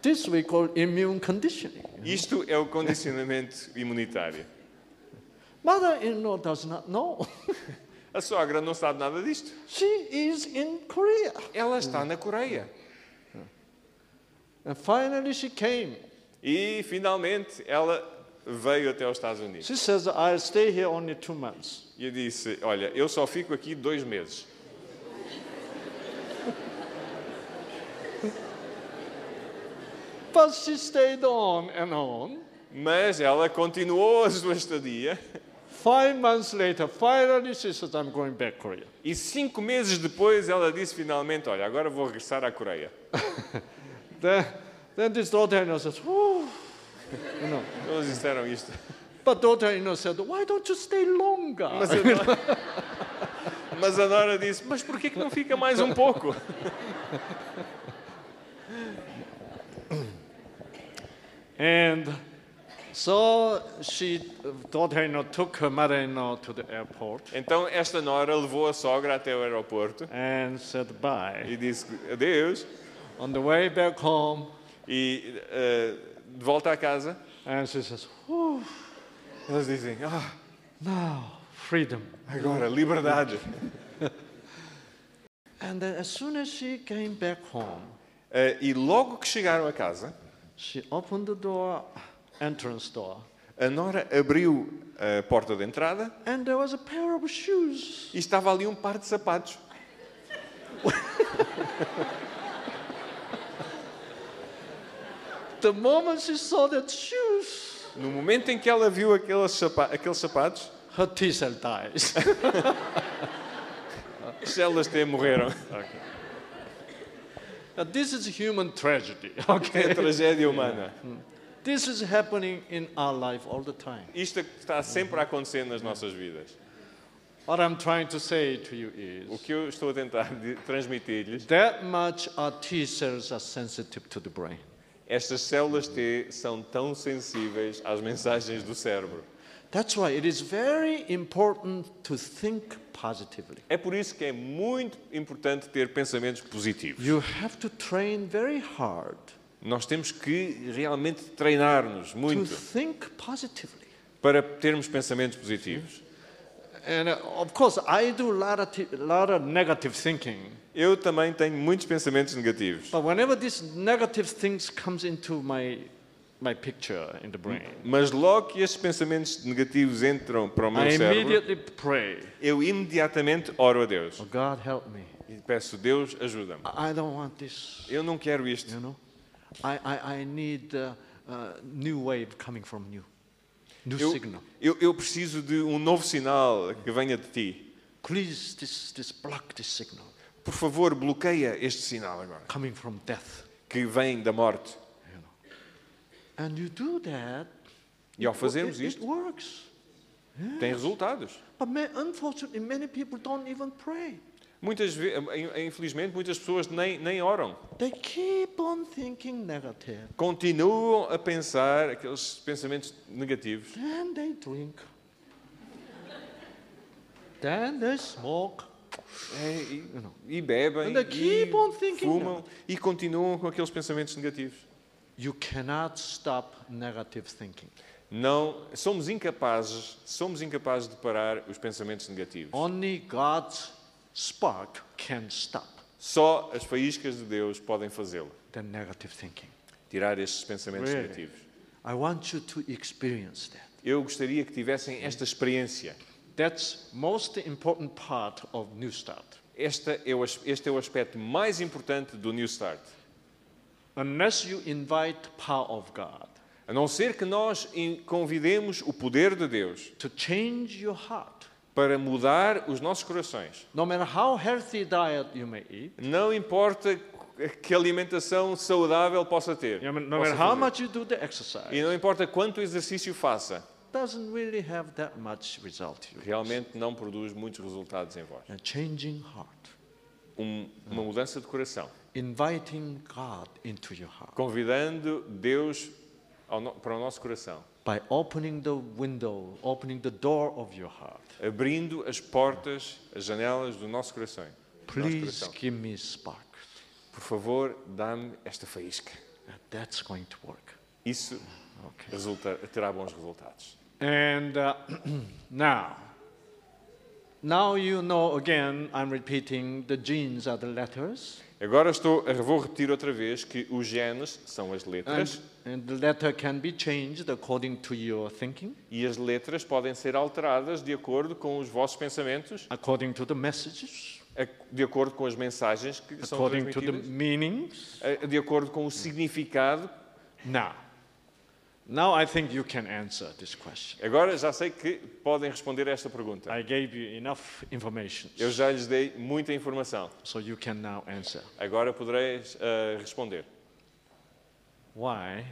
Speaker 1: This we call immune conditioning.
Speaker 2: Isto é o condicionamento imunitário.
Speaker 1: Mother-in-law does not know.
Speaker 2: A sogra não sabe nada disto.
Speaker 1: she is in Korea.
Speaker 2: Ela está na Coreia.
Speaker 1: And finally she came.
Speaker 2: E finalmente ela veio até aos Estados Unidos.
Speaker 1: She says, I'll stay here only two months.
Speaker 2: E eu disse: Olha, eu só fico aqui dois meses.
Speaker 1: But she stayed on and on.
Speaker 2: Mas ela continuou a sua estadia
Speaker 1: Five months later, finally, she says, I'm going back Korea.
Speaker 2: e cinco meses depois ela disse finalmente: Olha, agora vou regressar à Coreia.
Speaker 1: Then, then this daughter-in-law says, oh, you know.
Speaker 2: Eles disseram isto.
Speaker 1: But daughter-in-law said, why don't you stay longer?
Speaker 2: Mas a Nora, mas a Nora disse: Mas por que que não fica mais um pouco?
Speaker 1: And so she, daughter-in-law took her mother-in-law to the airport
Speaker 2: Então esta Nora levou a sogra até o aeroporto
Speaker 1: and said bye.
Speaker 2: e disse: Adeus.
Speaker 1: On the way back home,
Speaker 2: E eh, de volta à casa,
Speaker 1: and she says, oh,
Speaker 2: eles dizem: Ah,
Speaker 1: now, freedom.
Speaker 2: agora liberdade.
Speaker 1: And then as soon as she came back home,
Speaker 2: Eh, e logo que chegaram a casa,
Speaker 1: she opened the door, entrance door,
Speaker 2: a Nora abriu a porta de entrada
Speaker 1: and there was a pair of shoes.
Speaker 2: e estava ali um par de sapatos.
Speaker 1: The moment she saw that shoes,
Speaker 2: No momento em que ela viu aqueles, sapa aqueles sapatos,
Speaker 1: her teeth cell dies.
Speaker 2: as células até morreram.
Speaker 1: Now, this is human tragedy. Okay,
Speaker 2: É a tragédia humana.
Speaker 1: this is happening in our life all the time.
Speaker 2: Isto é que está sempre a acontecer nas nossas vidas.
Speaker 1: What I'm trying to say to you
Speaker 2: O
Speaker 1: is
Speaker 2: que eu estou a tentar de- transmitir-lhes,
Speaker 1: that much our T cells are sensitive to the brain.
Speaker 2: estas células T são tão sensíveis às mensagens do cérebro.
Speaker 1: That's why it is very important to think positively.
Speaker 2: É por isso que é muito importante ter pensamentos positivos.
Speaker 1: You have to train very hard
Speaker 2: Nós temos que realmente treinar-nos
Speaker 1: to
Speaker 2: muito
Speaker 1: think positively.
Speaker 2: para termos pensamentos positivos.
Speaker 1: And uh, of course, I do a lot of, t- lot of negative thinking.
Speaker 2: Eu também tenho muitos pensamentos negativos,
Speaker 1: But whenever these negative things comes into my my picture in the brain,
Speaker 2: mas logo que estes pensamentos negativos entram para o
Speaker 1: I
Speaker 2: meu cérebro,
Speaker 1: immediately pray,
Speaker 2: eu imediatamente oro a Deus
Speaker 1: oh God help me.
Speaker 2: e peço Deus ajuda-me.
Speaker 1: I I don't want this,
Speaker 2: Eu não quero isto.
Speaker 1: you know. I I, I need uh, uh, new wave coming from you, new
Speaker 2: Eu,
Speaker 1: signal.
Speaker 2: eu, eu preciso de um novo sinal que venha de ti.
Speaker 1: Please, this this block this signal
Speaker 2: Por favor, bloqueia este sinal agora,
Speaker 1: coming from death.
Speaker 2: que vem da morte.
Speaker 1: And you do that.
Speaker 2: E ao
Speaker 1: it-
Speaker 2: fazermos
Speaker 1: it, it
Speaker 2: isto,
Speaker 1: works.
Speaker 2: tem resultados.
Speaker 1: But ma- unfortunately, many people don't even pray.
Speaker 2: Muitas ve- in- infelizmente, muitas pessoas nem, nem oram.
Speaker 1: They keep on thinking negative.
Speaker 2: Continuam a pensar aqueles pensamentos negativos.
Speaker 1: Then they drink. then they smoke.
Speaker 2: É, e, e bebem,
Speaker 1: And they keep
Speaker 2: e
Speaker 1: on thinking
Speaker 2: fumam e continuam com aqueles pensamentos negativos.
Speaker 1: You cannot stop negative thinking.
Speaker 2: Não, somos incapazes, somos incapazes de parar os pensamentos negativos.
Speaker 1: Only God's spark can stop
Speaker 2: Só as faíscas de Deus podem fazê-lo,
Speaker 1: the negative thinking.
Speaker 2: tirar estes pensamentos
Speaker 1: Really?
Speaker 2: negativos.
Speaker 1: I want you to experience that.
Speaker 2: Eu gostaria que tivessem esta experiência.
Speaker 1: That's most important part of New Start.
Speaker 2: Esta é o, as- este é o aspecto mais importante do New Start.
Speaker 1: Unless you invite power of God
Speaker 2: A não ser que nós in- convidemos o poder de Deus
Speaker 1: to change your heart,
Speaker 2: para mudar os nossos corações.
Speaker 1: no matter how healthy diet you may eat,
Speaker 2: Não importa que alimentação saudável possa ter.
Speaker 1: no matter
Speaker 2: possa
Speaker 1: how
Speaker 2: fazer.
Speaker 1: much you do the exercise,
Speaker 2: E não importa quanto exercício faça,
Speaker 1: doesn't really have that much result. you
Speaker 2: realmente não produz muitos resultados em vós.
Speaker 1: A changing heart,
Speaker 2: Um- uma mudança de coração,
Speaker 1: inviting God into your heart
Speaker 2: convidando Deus ao no- para o nosso coração,
Speaker 1: by opening the window, opening the door of your heart.
Speaker 2: abrindo as portas, as janelas do nosso coração. do nosso
Speaker 1: Please
Speaker 2: coração.
Speaker 1: give me spark.
Speaker 2: Por favor, dá-me esta faísca.
Speaker 1: That's going to work.
Speaker 2: Isso
Speaker 1: Okay.
Speaker 2: resulta, terá bons resultados.
Speaker 1: And uh, now, uh, Now you know again, I'm repeating, the genes are the letters,
Speaker 2: Agora estou, vou repetir outra vez que os genes são as letras
Speaker 1: and, and the letter can be changed according to your thinking,
Speaker 2: e as letras podem ser alteradas de acordo com os vossos pensamentos,
Speaker 1: according to the messages,
Speaker 2: a- de acordo com as mensagens que são
Speaker 1: according to the
Speaker 2: transmitidas,
Speaker 1: meanings.
Speaker 2: a- de acordo com o significado.
Speaker 1: Now, now I think you can answer this question.
Speaker 2: Agora já sei que podem responder a esta pergunta.
Speaker 1: I gave you enough information,
Speaker 2: Eu já lhes dei muita informação.
Speaker 1: so you can now answer.
Speaker 2: Agora podereis ah, responder.
Speaker 1: Why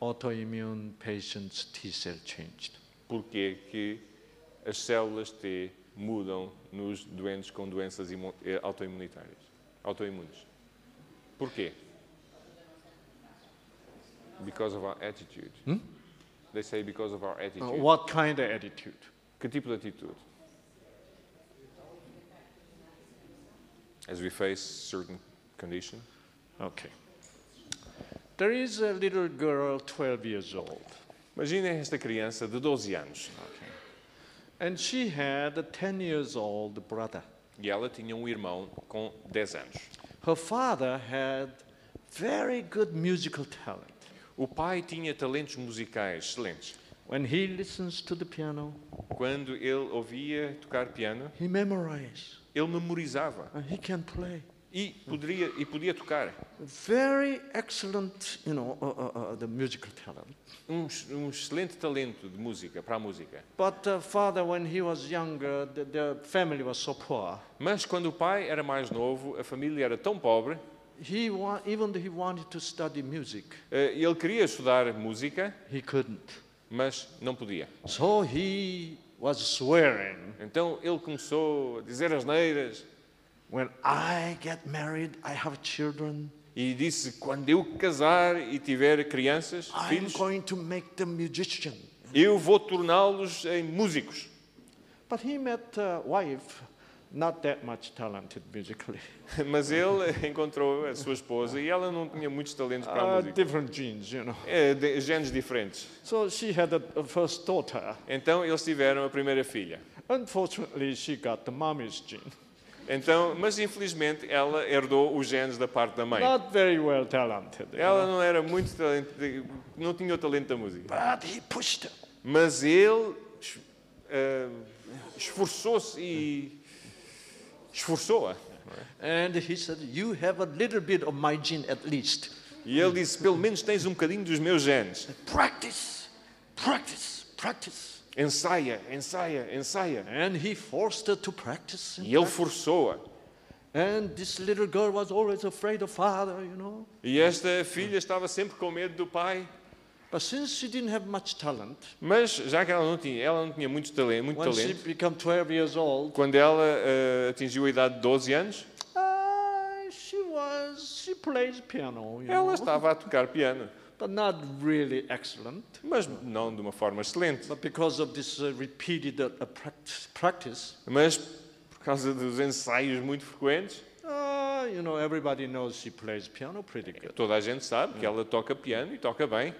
Speaker 1: autoimmune patients' T cell changed?
Speaker 2: Porquê que as células T mudam nos doentes com doenças imu- eh, autoimunitárias, autoimunes? Porquê? Because of our attitude. They say because of our
Speaker 1: Uh,
Speaker 2: attitude.
Speaker 1: what kind of attitude?
Speaker 2: Que tipo de atitude? As we face certain condition.
Speaker 1: Okay. There is a little girl, 12 years old,
Speaker 2: Imaginem esta criança de 12 anos
Speaker 1: and she had a 10 years old brother.
Speaker 2: e ela tinha um irmão com 10 anos.
Speaker 1: Her father had very good musical talent.
Speaker 2: O pai tinha talentos musicais excelentes.
Speaker 1: When he listens to the piano,
Speaker 2: Quando ele ouvia tocar piano,
Speaker 1: he memorizes
Speaker 2: ele memorizava
Speaker 1: and he can play.
Speaker 2: e, poderia, e podia tocar.
Speaker 1: Very excellent, you know, uh, uh, uh, the musical talent.
Speaker 2: Um, ex- um excelente talento de música, para a música.
Speaker 1: But uh, father, when he was younger, the, the family was so poor.
Speaker 2: Mas quando o pai era mais novo, a família era tão pobre,
Speaker 1: He wa- even though he wanted to study music,
Speaker 2: eh, ele queria estudar música,
Speaker 1: he couldn't.
Speaker 2: mas não podia.
Speaker 1: So he was swearing,
Speaker 2: Então ele começou a dizer asneiras
Speaker 1: when I get married, I have children,
Speaker 2: e disse: Quando eu casar e tiver crianças,
Speaker 1: I'm
Speaker 2: filhos,
Speaker 1: going to make them musician.
Speaker 2: eu vou torná-los em músicos.
Speaker 1: But he met a wife, not that much talented musically.
Speaker 2: Mas ele encontrou a sua esposa e ela não tinha muitos talentos para a
Speaker 1: Uh,
Speaker 2: música.
Speaker 1: different genes, you know.
Speaker 2: É, de, genes diferentes.
Speaker 1: So she had a, a first daughter.
Speaker 2: Então eles tiveram a primeira filha.
Speaker 1: Unfortunately, she got the mommy's gene.
Speaker 2: Então, mas infelizmente ela herdou os genes da parte da mãe.
Speaker 1: Not very well talented. you
Speaker 2: Ela
Speaker 1: know.
Speaker 2: não era muito talento, não tinha o talento da música.
Speaker 1: But he pushed her.
Speaker 2: Mas ele es- eh, esforçou-se e esforçou-a.
Speaker 1: And he said, You have a little bit of my gene at least.
Speaker 2: E ele disse: pelo menos tens um bocadinho dos meus genes.
Speaker 1: Practice, practice, practice.
Speaker 2: Ensaia, ensaia, ensaia.
Speaker 1: And he forced her to practice.
Speaker 2: E ele forçou-a.
Speaker 1: And this little girl was always afraid of father, you know.
Speaker 2: E esta filha estava sempre com medo do pai.
Speaker 1: But since she didn't have much talent,
Speaker 2: Mas já que ela não tinha, ela não tinha muito talento, muito
Speaker 1: when she
Speaker 2: talento.
Speaker 1: became 12 years old,
Speaker 2: Quando ela eh, atingiu a idade de 12 anos,
Speaker 1: uh, she was, she plays piano, you
Speaker 2: ela
Speaker 1: know,
Speaker 2: estava a tocar piano,
Speaker 1: but not really excellent.
Speaker 2: mas não de uma forma excelente.
Speaker 1: But because of this uh, repeated uh, uh, practice, practice
Speaker 2: Mas por causa dos ensaios muito frequentes,
Speaker 1: uh, you know, everybody knows she plays piano pretty good.
Speaker 2: toda a gente sabe que ela toca piano e toca bem.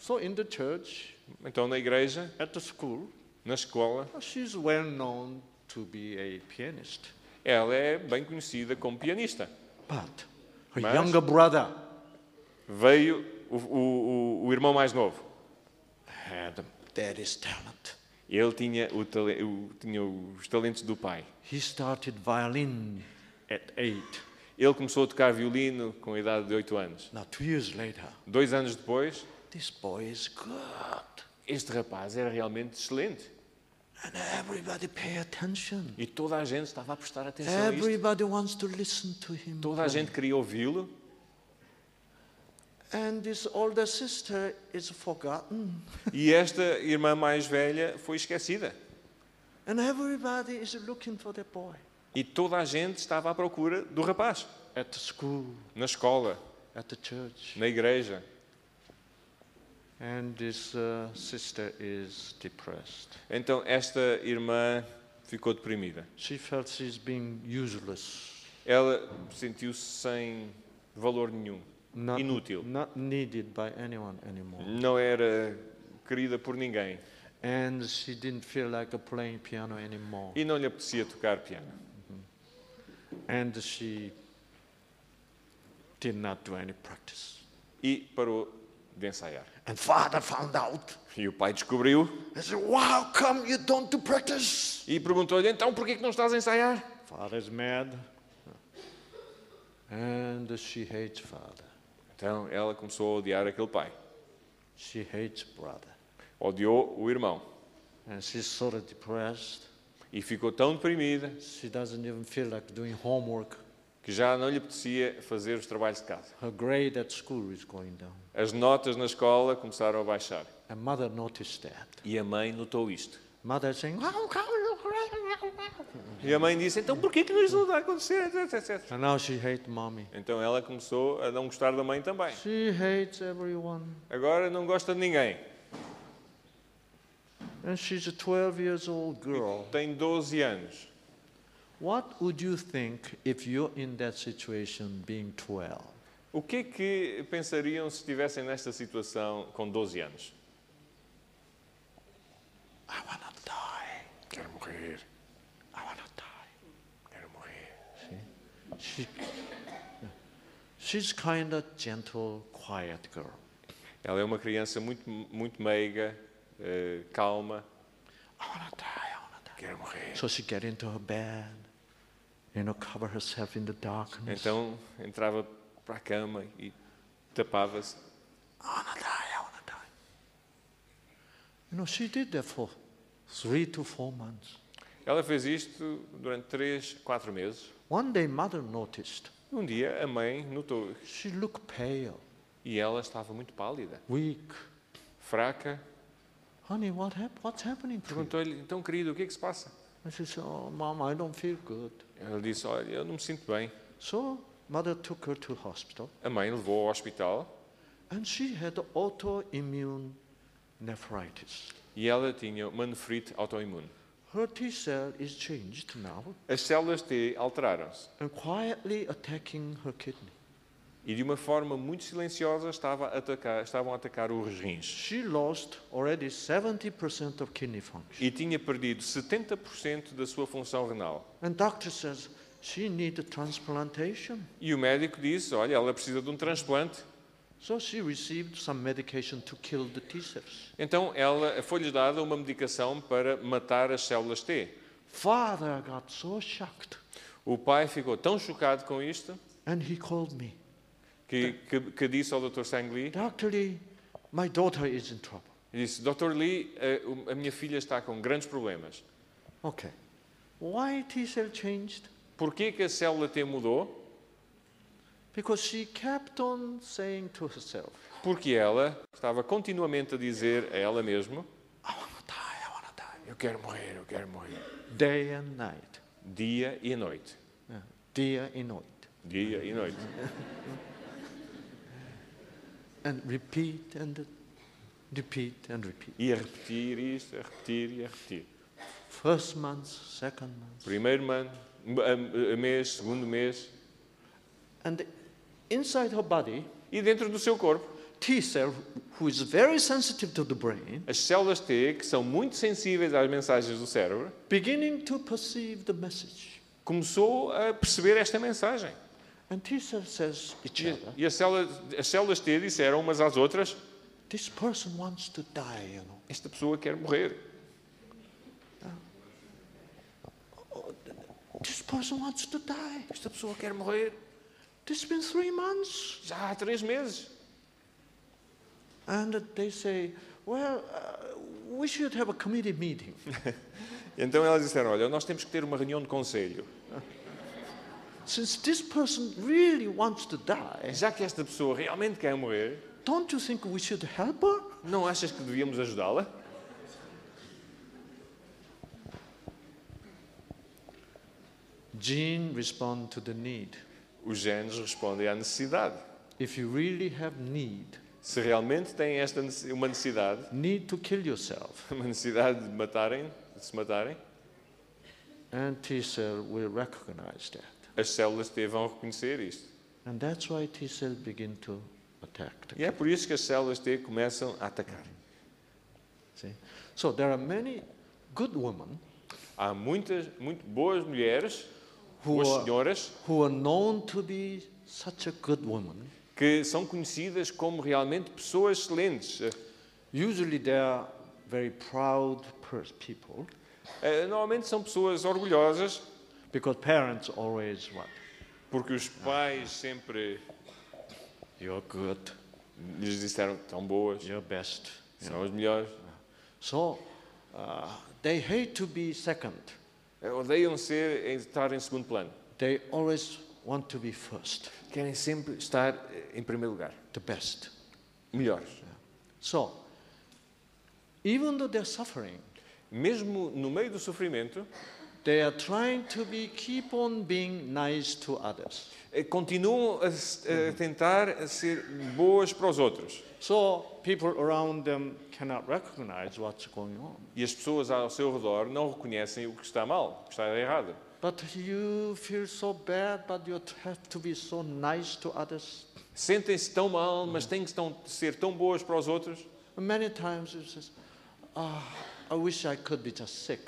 Speaker 1: So in the church,
Speaker 2: Então na igreja,
Speaker 1: at the school, ah,
Speaker 2: na escola,
Speaker 1: she's well known to be a pianist.
Speaker 2: ela é bem conhecida como pianista.
Speaker 1: But her
Speaker 2: Mas-
Speaker 1: younger brother
Speaker 2: Veio o, o- o- o irmão mais novo.
Speaker 1: had daddy's talent.
Speaker 2: Ele tinha, o tale- o- tinha os talentos do pai.
Speaker 1: He started violin at eight.
Speaker 2: Ele começou a tocar violino com a idade de 8 anos.
Speaker 1: Now, two years later,
Speaker 2: Dois anos depois,
Speaker 1: this boy is good.
Speaker 2: este rapaz era realmente excelente.
Speaker 1: And everybody pay attention.
Speaker 2: E toda a gente estava a prestar atenção
Speaker 1: É,
Speaker 2: a isto.
Speaker 1: Everybody wants to listen to him.
Speaker 2: Toda a
Speaker 1: play.
Speaker 2: gente queria ouvi-lo.
Speaker 1: And this older sister is forgotten.
Speaker 2: E esta irmã mais velha foi esquecida.
Speaker 1: And everybody is looking for the boy.
Speaker 2: E toda a gente estava à procura do rapaz.
Speaker 1: At the school,
Speaker 2: Na escola,
Speaker 1: at the church.
Speaker 2: na igreja.
Speaker 1: And this uh, sister is depressed.
Speaker 2: Então esta irmã ficou deprimida.
Speaker 1: She felt she's being useless,
Speaker 2: Ela sentiu-se sem valor nenhum.
Speaker 1: not,
Speaker 2: Inútil.
Speaker 1: not needed by anyone anymore.
Speaker 2: Não era querida por ninguém.
Speaker 1: and she didn't feel like uh, playing piano anymore.
Speaker 2: E não lhe apetecia tocar piano.
Speaker 1: And she did not do any practice.
Speaker 2: E parou de ensaiar.
Speaker 1: And father found out.
Speaker 2: E o pai descobriu
Speaker 1: He said, "Well, how come you don't do practice?"
Speaker 2: e perguntou-lhe: então porquê que não estás a ensaiar?
Speaker 1: Father's mad. And she hates father.
Speaker 2: Então ela começou a odiar aquele pai.
Speaker 1: She hates brother.
Speaker 2: Odiou o irmão.
Speaker 1: And she's sort of depressed.
Speaker 2: E ficou tão deprimida
Speaker 1: She doesn't even feel like doing homework.
Speaker 2: que já não lhe apetecia fazer os trabalhos de casa.
Speaker 1: Her grade at school is going down.
Speaker 2: As notas na escola começaram a baixar.
Speaker 1: And mother noticed that.
Speaker 2: E a mãe notou isto.
Speaker 1: Mother saying, "How come you grade?"
Speaker 2: E a mãe disse: então porquê que não isso não está a acontecer? Etc, etc.
Speaker 1: And now she hates mommy.
Speaker 2: Então ela começou a não gostar da mãe também.
Speaker 1: She hates everyone.
Speaker 2: Agora não gosta de ninguém.
Speaker 1: And she's a 12 years old girl.
Speaker 2: Tem 12 anos.
Speaker 1: What would you think if you're in that situation being 12?
Speaker 2: O que é que pensariam se estivessem nesta situação com 12 anos?
Speaker 1: I want to die.
Speaker 3: Quero morrer,
Speaker 1: I want to die.
Speaker 3: quero morrer.
Speaker 1: She, she's kind of gentle, quiet girl.
Speaker 2: Ela é uma criança muito, muito meiga, eh, calma.
Speaker 1: I want to die. I want to die.
Speaker 3: Quero morrer.
Speaker 1: So she get into her bed, you know, cover herself in the darkness.
Speaker 2: Então entrava para a cama e tapava-se.
Speaker 1: I want to die. I want to die. You know, she did that for three to four months.
Speaker 2: Ela fez isto durante 3, 4 meses.
Speaker 1: One day, mother noticed
Speaker 2: E Um dia a mãe notou
Speaker 1: she looked pale,
Speaker 2: e ela estava muito pálida,
Speaker 1: weak.
Speaker 2: fraca.
Speaker 1: Honey, what hap- what's happening to you?
Speaker 2: Perguntou-lhe: Então, querido, o que é que se passa?
Speaker 1: And she said, Oh, mom, I don't feel good.
Speaker 2: Ela disse: Olha, eu não me sinto bem.
Speaker 1: So mother took her to hospital,
Speaker 2: A mãe levou ao hospital
Speaker 1: and she had autoimmune nephritis.
Speaker 2: e ela tinha uma nefrite autoimune.
Speaker 1: Her T cell is changed now
Speaker 2: As células T alteraram-se.
Speaker 1: and quietly attacking her kidney.
Speaker 2: e de uma forma muito silenciosa estava a atacar- estavam a atacar os rins.
Speaker 1: She lost already 70% of kidney function.
Speaker 2: E tinha perdido 70% da sua função renal.
Speaker 1: And doctor says she needs a transplantation.
Speaker 2: E o médico disse: Olha, ela precisa de um transplante.
Speaker 1: So she received some medication to kill the T cells.
Speaker 2: Então ela foi-lhe dada uma medicação para matar as células T.
Speaker 1: Father got so shocked
Speaker 2: O pai ficou tão chocado com isto
Speaker 1: and he called me.
Speaker 2: que, que- que disse ao Dr. Sang Lee:
Speaker 1: Dr. Lee, my daughter is in trouble.
Speaker 2: disse, Dr. Lee, eh, a, a minha filha está com grandes problemas.
Speaker 1: Okay. Why T cell changed?
Speaker 2: Porquê que a célula T mudou?
Speaker 1: Because she kept on saying to herself,
Speaker 2: Porque ela estava continuamente a dizer a ela mesma,
Speaker 1: I want to die, I want to die.
Speaker 3: Eu quero morrer, eu quero morrer.
Speaker 1: Day and night.
Speaker 2: dia e noite.
Speaker 1: Yeah. Day and night.
Speaker 2: Dia e noite.
Speaker 1: And repeat and repeat and repeat.
Speaker 2: E a repetir isto, a repetir e a repetir.
Speaker 1: First month, second month.
Speaker 2: Primeiro mano, m- a- a mês, segundo mês.
Speaker 1: And inside her body,
Speaker 2: E dentro do seu corpo,
Speaker 1: T cell, who is very sensitive to the brain,
Speaker 2: as células T, que são muito sensíveis às mensagens do cérebro,
Speaker 1: beginning to perceive the message.
Speaker 2: começou a perceber esta mensagem.
Speaker 1: And T cell says each
Speaker 2: E,
Speaker 1: other,
Speaker 2: e as, células, as células T disseram umas às outras:
Speaker 1: this person wants to die, you know.
Speaker 2: Esta pessoa quer morrer.
Speaker 1: This person wants to die.
Speaker 2: Esta pessoa quer morrer.
Speaker 1: This been three months.
Speaker 2: Já há três meses.
Speaker 1: And they say, well, uh, we should have a committee meeting.
Speaker 2: Então elas disseram: Olha, nós temos que ter uma reunião de conselho.
Speaker 1: Since this person really wants to die,
Speaker 2: Já que esta pessoa realmente quer morrer,
Speaker 1: don't you think we should help her?
Speaker 2: não achas que devíamos ajudá-la?
Speaker 1: Gene respond to the need.
Speaker 2: Os genes respondem à necessidade.
Speaker 1: If you really have need,
Speaker 2: Se realmente têm esta nece- uma necessidade,
Speaker 1: need to kill yourself,
Speaker 2: uma necessidade de matarem, de se matarem,
Speaker 1: and T cell will recognize that.
Speaker 2: as células T vão reconhecer isto.
Speaker 1: And that's why T cells begin to attack. the
Speaker 2: E é por isso que as células T começam a atacar.
Speaker 1: See? So there are many good women
Speaker 2: Há muitas, muito boas mulheres,
Speaker 1: who
Speaker 2: boas
Speaker 1: are,
Speaker 2: senhoras,
Speaker 1: who are known to be such a good woman.
Speaker 2: que são conhecidas como realmente pessoas excelentes. Eh,
Speaker 1: Usually they are very proud pers- people
Speaker 2: Eh, Normalmente são pessoas orgulhosas,
Speaker 1: because parents always what?
Speaker 2: porque os pais sempre
Speaker 1: You're good,
Speaker 2: lhes disseram que são boas,
Speaker 1: you're best. you know.
Speaker 2: são as melhores.
Speaker 1: So uh, they hate to be second.
Speaker 2: Eh, Odeiam ser estar em segundo plano.
Speaker 1: They always want to be first,
Speaker 2: Querem sempre estar eh, em primeiro lugar,
Speaker 1: the best.
Speaker 2: melhores.
Speaker 1: So even though they're suffering,
Speaker 2: Mesmo no meio do sofrimento,
Speaker 1: they are trying to be keep on being nice to others.
Speaker 2: eh, continuam a, se- a tentar a ser boas para os outros.
Speaker 1: So people around them cannot recognize what's going on.
Speaker 2: E as pessoas ao seu redor não reconhecem o que está mal, o que está errado.
Speaker 1: But you feel so bad, but you have to be so nice to others.
Speaker 2: Sentem-se tão mal, mas têm que tão- ser tão boas para os outros.
Speaker 1: Many times it says, ah, I wish I could be just sick.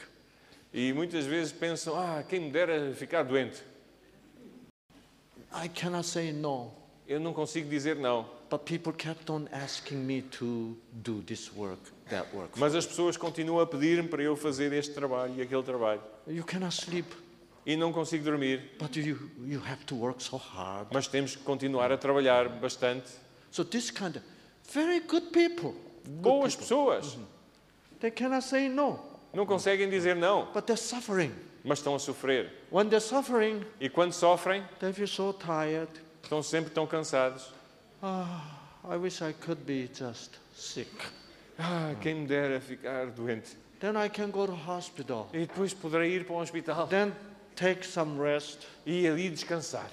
Speaker 2: E muitas vezes pensam, ah, quem me dera ficar doente.
Speaker 1: I cannot say no,
Speaker 2: Eu não consigo dizer não.
Speaker 1: but people kept on asking me to do this work, that work.
Speaker 2: Mas as pessoas continuam a pedir-me para eu fazer este trabalho e aquele trabalho.
Speaker 1: You cannot sleep,
Speaker 2: E não consigo dormir.
Speaker 1: but you, you have to work so hard.
Speaker 2: Mas temos que continuar a trabalhar bastante.
Speaker 1: So this kind of very good people,
Speaker 2: Boas pessoas
Speaker 1: they cannot say no,
Speaker 2: não conseguem dizer não,
Speaker 1: but they're suffering.
Speaker 2: mas estão a sofrer.
Speaker 1: When they're suffering,
Speaker 2: E quando sofrem,
Speaker 1: they feel so tired.
Speaker 2: estão sempre tão cansados.
Speaker 1: Ah, I wish I could be just sick.
Speaker 2: Ah, quem me dera ficar doente.
Speaker 1: Then I can go to hospital.
Speaker 2: E depois poderei ir para um hospital
Speaker 1: Then take some rest
Speaker 2: e ali descansar,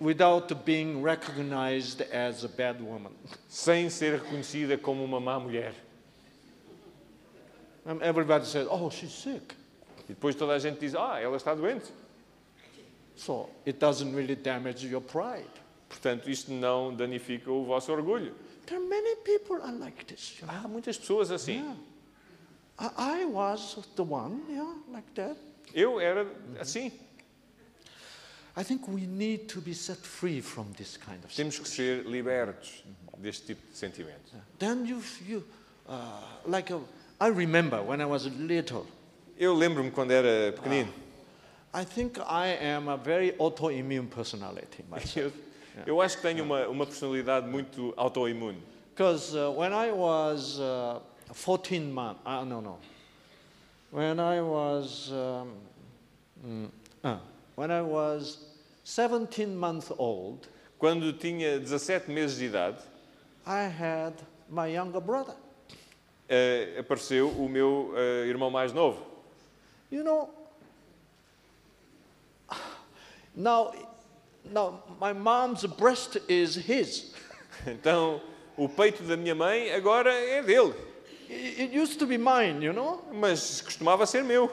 Speaker 1: without being recognized as a bad woman.
Speaker 2: sem ser reconhecida como uma má mulher.
Speaker 1: And everybody says, "Oh, she's sick."
Speaker 2: E depois toda a gente diz: Ah, ela está doente.
Speaker 1: So it doesn't really damage your pride.
Speaker 2: Portanto, isto não danifica o vosso orgulho.
Speaker 1: There are many people are like this. you know.
Speaker 2: Há muitas pessoas assim.
Speaker 1: Yeah. I, I was the one, yeah, like that.
Speaker 2: Eu era assim.
Speaker 1: I think we need to be set free from this kind of.
Speaker 2: Temos que ser libertos deste tipo de sentimento.
Speaker 1: Then you, you, uh, like a, I remember when I was little.
Speaker 2: Eu lembro-me quando era pequenino.
Speaker 1: I think I am a very autoimmune personality myself.
Speaker 2: Eu, eu acho que tenho uma, uma personalidade muito autoimune.
Speaker 1: Because uh, when I was uh, 14 months, uh, no, no. When I was, um, mm, uh, when I was 17 months old,
Speaker 2: Quando tinha 17 meses de idade,
Speaker 1: I had my younger brother.
Speaker 2: eh, apareceu o meu eh, irmão mais novo.
Speaker 1: You know, now, now my mom's breast is his.
Speaker 2: Então, o peito da minha mãe agora é dele,
Speaker 1: It, it used to be mine, you know.
Speaker 2: mas costumava ser meu.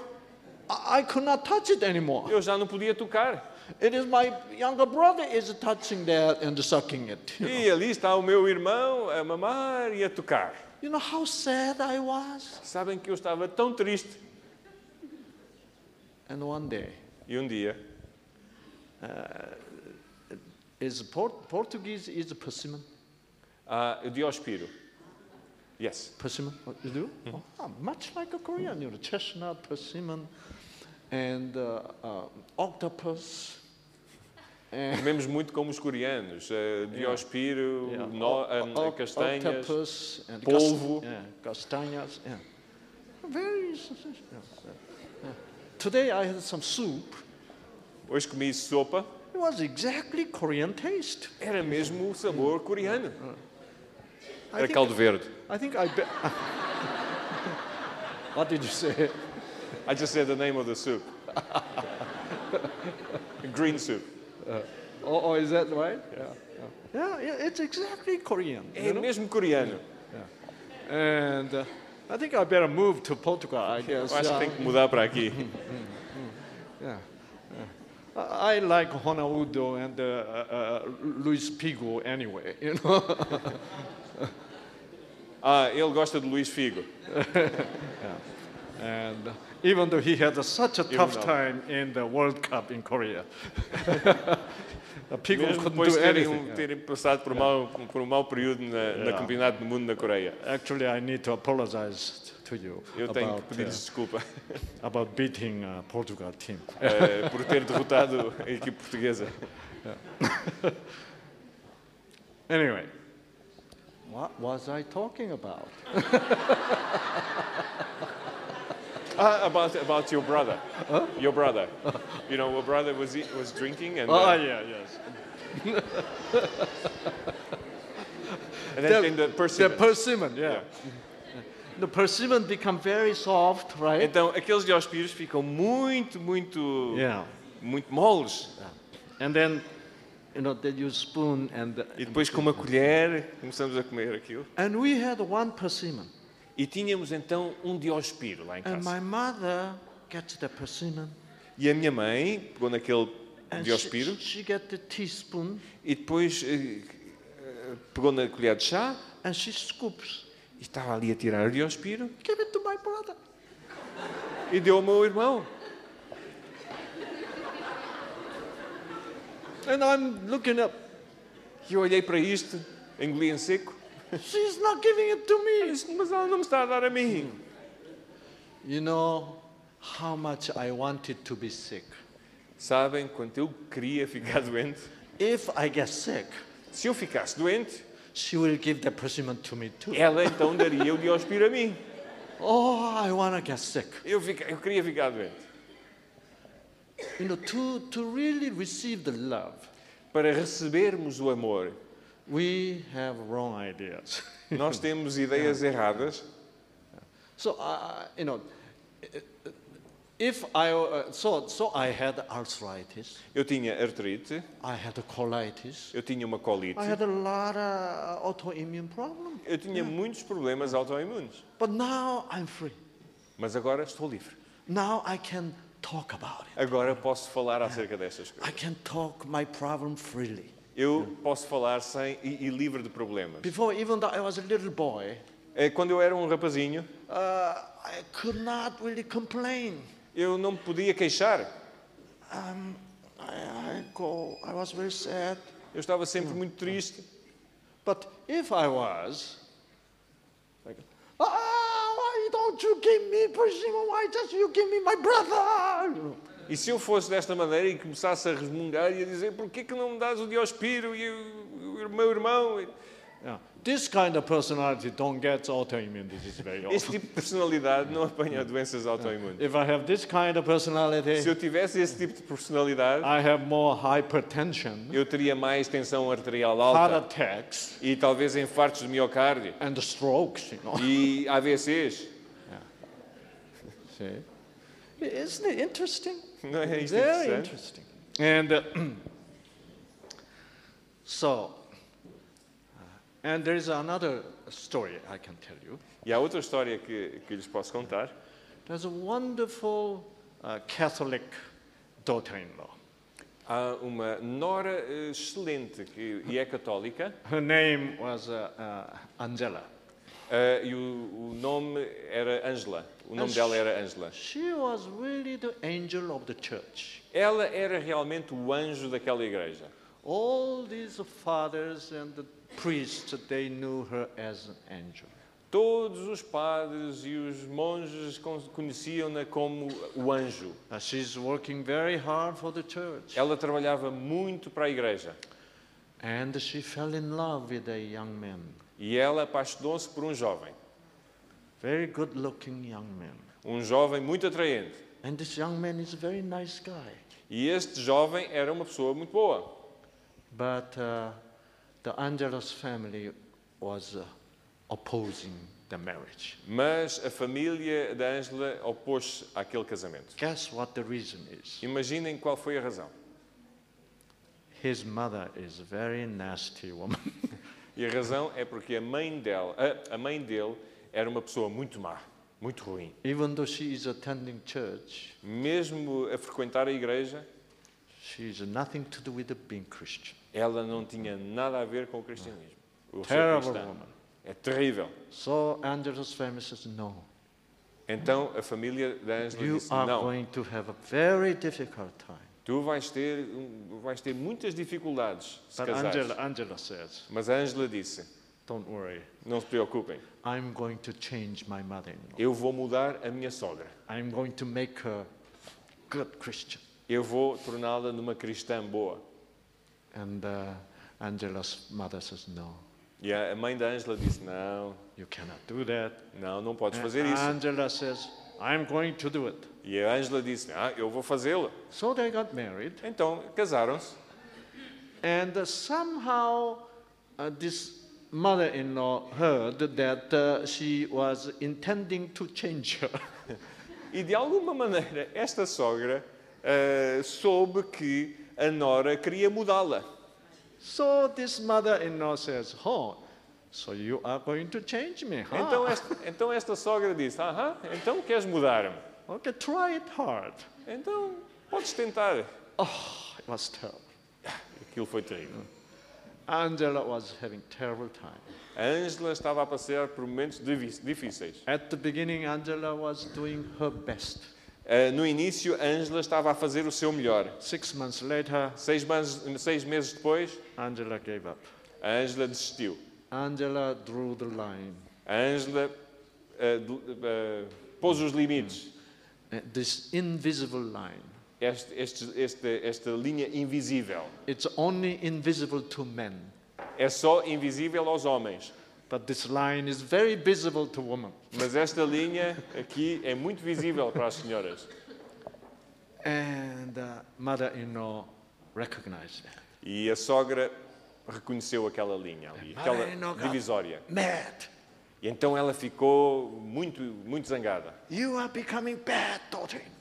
Speaker 1: I, I could not touch it anymore.
Speaker 2: Eu já não podia tocar.
Speaker 1: It is my younger brother is touching that and sucking it. You know,
Speaker 2: E ali está o meu irmão a mamar e a tocar.
Speaker 1: You know how sad I was?
Speaker 2: Sabem que eu estava tão triste.
Speaker 1: And one day,
Speaker 2: E um dia,
Speaker 1: is Port- Portuguese is a persimmon?
Speaker 2: ah, o Diospiro. Yes.
Speaker 1: Persimmon, what you do?
Speaker 2: Hmm.
Speaker 1: Ah, much like a Korean, you know, chestnut, persimmon, and uh, uh, octopus. And
Speaker 2: Comemos muito como os coreanos. eh, Diospiro,
Speaker 1: yeah,
Speaker 2: nó-
Speaker 1: o-
Speaker 2: ah,
Speaker 1: o-
Speaker 2: castanhas.
Speaker 1: octopus and
Speaker 2: polvo.
Speaker 1: cas- yeah, castanhas. Yeah. Very. s- s- yeah, yeah. Today I had some soup.
Speaker 2: Hoje comi sopa.
Speaker 1: It was exactly Korean taste.
Speaker 2: Era mesmo o sabor coreano.
Speaker 1: I
Speaker 2: Era
Speaker 1: think-
Speaker 2: caldo verde.
Speaker 1: I think I bet. what did you say?
Speaker 2: I just said the name of the soup. Green soup.
Speaker 1: Oh, oh is that right? Yeah. yeah. yeah, it's exactly Korean.
Speaker 2: É
Speaker 1: you know?
Speaker 2: mesmo coreano.
Speaker 1: And uh, I think I better move to Portugal, I guess.
Speaker 2: Eu acho que
Speaker 1: yeah.
Speaker 2: tem que mudar para aqui.
Speaker 1: Yeah, yeah. I I like Honolulu and uh, uh, Luis Pigo anyway, you know.
Speaker 2: Ah, ele gosta de Luís Figo.
Speaker 1: And uh, even though he had uh, such a tough
Speaker 2: though.
Speaker 1: time in the World Cup in Korea, people
Speaker 2: Mesmo
Speaker 1: couldn't
Speaker 2: depois
Speaker 1: do
Speaker 2: de
Speaker 1: anything.
Speaker 2: terem, terem passado por, mau, por um mau período na, na
Speaker 1: Yeah.
Speaker 2: Campeonato do Mundo na Coreia.
Speaker 1: Actually, I need to apologize to you
Speaker 2: Eu tenho que
Speaker 1: about,
Speaker 2: pedir desculpa
Speaker 1: uh, about beating uh, Portugal team.
Speaker 2: eh, por ter derrotado a equipe portuguesa.
Speaker 1: Anyway, what was I talking about?
Speaker 2: Ah, about, about your brother. Your brother. You know, your brother was, eat- was drinking and,
Speaker 1: Oh
Speaker 2: uh,
Speaker 1: yeah, yes.
Speaker 2: and then came the
Speaker 1: The
Speaker 2: persimmon.
Speaker 1: persimmon, yeah. The persimmon become very soft, right?
Speaker 2: Então, aqueles diospírios ficam muito, muito,
Speaker 1: yeah.
Speaker 2: muito moles.
Speaker 1: And then, you know, they use spoon and uh,
Speaker 2: E depois, com uma colher, começamos a comer aquilo.
Speaker 1: and we had one persimmon.
Speaker 2: E tínhamos, então, um diospiro lá em
Speaker 1: And
Speaker 2: casa.
Speaker 1: my mother gets the persimmon.
Speaker 2: E a minha mãe pegou naquele
Speaker 1: And she,
Speaker 2: diospiro
Speaker 1: she, she get the teaspoon
Speaker 2: e depois eh, eh, pegou na colher de chá
Speaker 1: and she scoops.
Speaker 2: e estava ali a tirar o diospiro
Speaker 1: Give it to my brother.
Speaker 2: e deu ao meu irmão.
Speaker 1: And I'm looking up.
Speaker 2: E eu olhei para isto, engoli em seco.
Speaker 1: She's not giving it to me.
Speaker 2: Mas ela não me está a dar a mim.
Speaker 1: You know how much I wanted to be sick.
Speaker 2: Sabem, quando eu queria ficar doente,
Speaker 1: If I get sick,
Speaker 2: se eu ficasse doente,
Speaker 1: she will give the persimmon to me too.
Speaker 2: ela então daria o diospiro a mim.
Speaker 1: Oh, I want to get sick.
Speaker 2: Eu, fica- eu queria ficar doente.
Speaker 1: You know, to, to really receive the love,
Speaker 2: Para recebermos o amor,
Speaker 1: we have wrong ideas.
Speaker 2: nós temos ideias erradas.
Speaker 1: so, uh, you know, if I, uh, so, so I had arthritis,
Speaker 2: Eu tinha artrite,
Speaker 1: I had colitis,
Speaker 2: eu tinha uma colite,
Speaker 1: I had a lot of uh, autoimmune problem.
Speaker 2: eu tinha muitos problemas autoimunes.
Speaker 1: But now I'm free.
Speaker 2: Mas agora estou livre.
Speaker 1: Now I can talk about it.
Speaker 2: Agora posso falar acerca destas coisas.
Speaker 1: I can talk my problem freely.
Speaker 2: Eu posso falar sem e, e livre de problemas.
Speaker 1: Before, even though I was a little boy,
Speaker 2: Eh, Quando eu era um rapazinho,
Speaker 1: uh, I could not really complain.
Speaker 2: eu não me podia queixar.
Speaker 1: Um, I, I go, I was very sad.
Speaker 2: Eu estava sempre muito triste.
Speaker 1: But if I was, like, ah, why don't you give me persimmon? Why just you give me my brother? You know.
Speaker 2: E se eu fosse desta maneira e começasse a resmungar e a dizer porquê que não me dás o diospiro e o, o meu irmão?
Speaker 1: Yeah. This kind of personality don't get autoimmune disease very
Speaker 2: Este
Speaker 1: often.
Speaker 2: tipo de personalidade não apanha doenças autoimunes.
Speaker 1: if I have this kind of
Speaker 2: Se
Speaker 1: personality,
Speaker 2: eu tivesse esse tipo de personalidade,
Speaker 1: I have more hypertension,
Speaker 2: eu teria mais tensão arterial
Speaker 1: heart
Speaker 2: alta
Speaker 1: attacks,
Speaker 2: e talvez infartos de miocárdio
Speaker 1: and strokes. You know.
Speaker 2: e AVCs.
Speaker 1: See? Isn't it interesting?
Speaker 2: Não é isto
Speaker 1: Very
Speaker 2: interessante?
Speaker 1: interesting. And uh, so, uh, and there is another story I can tell you.
Speaker 2: E há outra história que, que lhes posso contar.
Speaker 1: There's a wonderful uh, Catholic daughter-in-law.
Speaker 2: Há uma nora eh, excelente que, e é católica
Speaker 1: Her name was uh, uh, Angela.
Speaker 2: eh, e o, o nome era Ângela. O nome
Speaker 1: Ângela.
Speaker 2: dela era Ângela.
Speaker 1: She was really the angel of the church.
Speaker 2: Ela era realmente o anjo daquela igreja.
Speaker 1: All these fathers and the priests, they knew her as an angel.
Speaker 2: Todos os padres e os monges con- conheciam-na como o anjo.
Speaker 1: Uh, she's working very hard for the church.
Speaker 2: Ela trabalhava muito para a igreja
Speaker 1: And she fell in love with a young man,
Speaker 2: e ela apaixonou-se por um jovem,
Speaker 1: very good looking young man.
Speaker 2: um jovem muito atraente.
Speaker 1: And this young man is a very nice guy.
Speaker 2: E este jovem era uma pessoa muito boa,
Speaker 1: But uh, the Angelos family was uh, opposing the marriage.
Speaker 2: mas a família da Ângela opôs-se àquele casamento.
Speaker 1: Guess what the reason is?
Speaker 2: Imaginem qual foi a razão.
Speaker 1: His mother is a very nasty woman.
Speaker 2: E a razão é porque a mãe dela, a, a mãe dele era uma pessoa muito má, muito ruim.
Speaker 1: Even though she is attending church,
Speaker 2: Mesmo a frequentar a igreja,
Speaker 1: she has nothing to do with being Christian.
Speaker 2: Ela não tinha nada a ver com o cristianismo. O ser
Speaker 1: Terrible
Speaker 2: cristão.
Speaker 1: woman.
Speaker 2: É terrível.
Speaker 1: So Angela's family says, No,
Speaker 2: Então a família da Angela
Speaker 1: you
Speaker 2: disse:
Speaker 1: are
Speaker 2: Não,
Speaker 1: going to have a very difficult time.
Speaker 2: tu vais ter, um- vais ter muitas dificuldades se
Speaker 1: But
Speaker 2: casares.
Speaker 1: Angela, Angela says,
Speaker 2: Mas a Angela disse:
Speaker 1: Don't worry,
Speaker 2: Não se preocupem,
Speaker 1: I'm going to change my mother in law.
Speaker 2: eu vou mudar a minha sogra.
Speaker 1: I'm going to make her good Christian.
Speaker 2: Eu vou torná-la numa cristã boa.
Speaker 1: And uh, Angela's mother says, No,
Speaker 2: E a a mãe da Angela disse: Não,
Speaker 1: you cannot do that.
Speaker 2: não, não podes
Speaker 1: And
Speaker 2: fazer isso.
Speaker 1: Angela says, I'm going to do it.
Speaker 2: E a Angela disse: Ah, eu vou fazê-lo.
Speaker 1: So they got married,
Speaker 2: Então casaram-se.
Speaker 1: and uh, somehow uh, this mother in law heard that uh, she was intending to change her.
Speaker 2: E de alguma maneira, esta sogra ah, soube que a Nora queria mudá-la.
Speaker 1: so this mother in law says, Oh, so you are going to change me, huh?
Speaker 2: Então esta, então esta sogra disse: Aham, então queres mudar-me?
Speaker 1: okay, try it hard.
Speaker 2: Então podes tentar.
Speaker 1: It was terrible.
Speaker 2: Aquilo foi terrível.
Speaker 1: Angela was having terrible time.
Speaker 2: A Angela estava a passar por momentos divi- difíceis.
Speaker 1: At the beginning, Angela was doing her best.
Speaker 2: Ah, no início, a Angela estava a fazer o seu melhor.
Speaker 1: Six months later,
Speaker 2: Seis, mas- seis meses depois,
Speaker 1: Angela gave up.
Speaker 2: a Angela desistiu.
Speaker 1: Angela drew the line.
Speaker 2: A Angela ah, de- ah, pôs os limites.
Speaker 1: Uh, this invisible line.
Speaker 2: Este, este- este- esta linha invisível.
Speaker 1: It's only invisible to men,
Speaker 2: É só invisível aos homens.
Speaker 1: but this line is very visible to women.
Speaker 2: Mas esta linha aqui é muito visível para as senhoras.
Speaker 1: And uh, mother-in-law recognized that.
Speaker 2: E a sogra reconheceu aquela linha ali, aquela divisória.
Speaker 1: Mad!
Speaker 2: E então ela ficou muito, muito zangada.
Speaker 1: You are becoming bad daughter-in-law.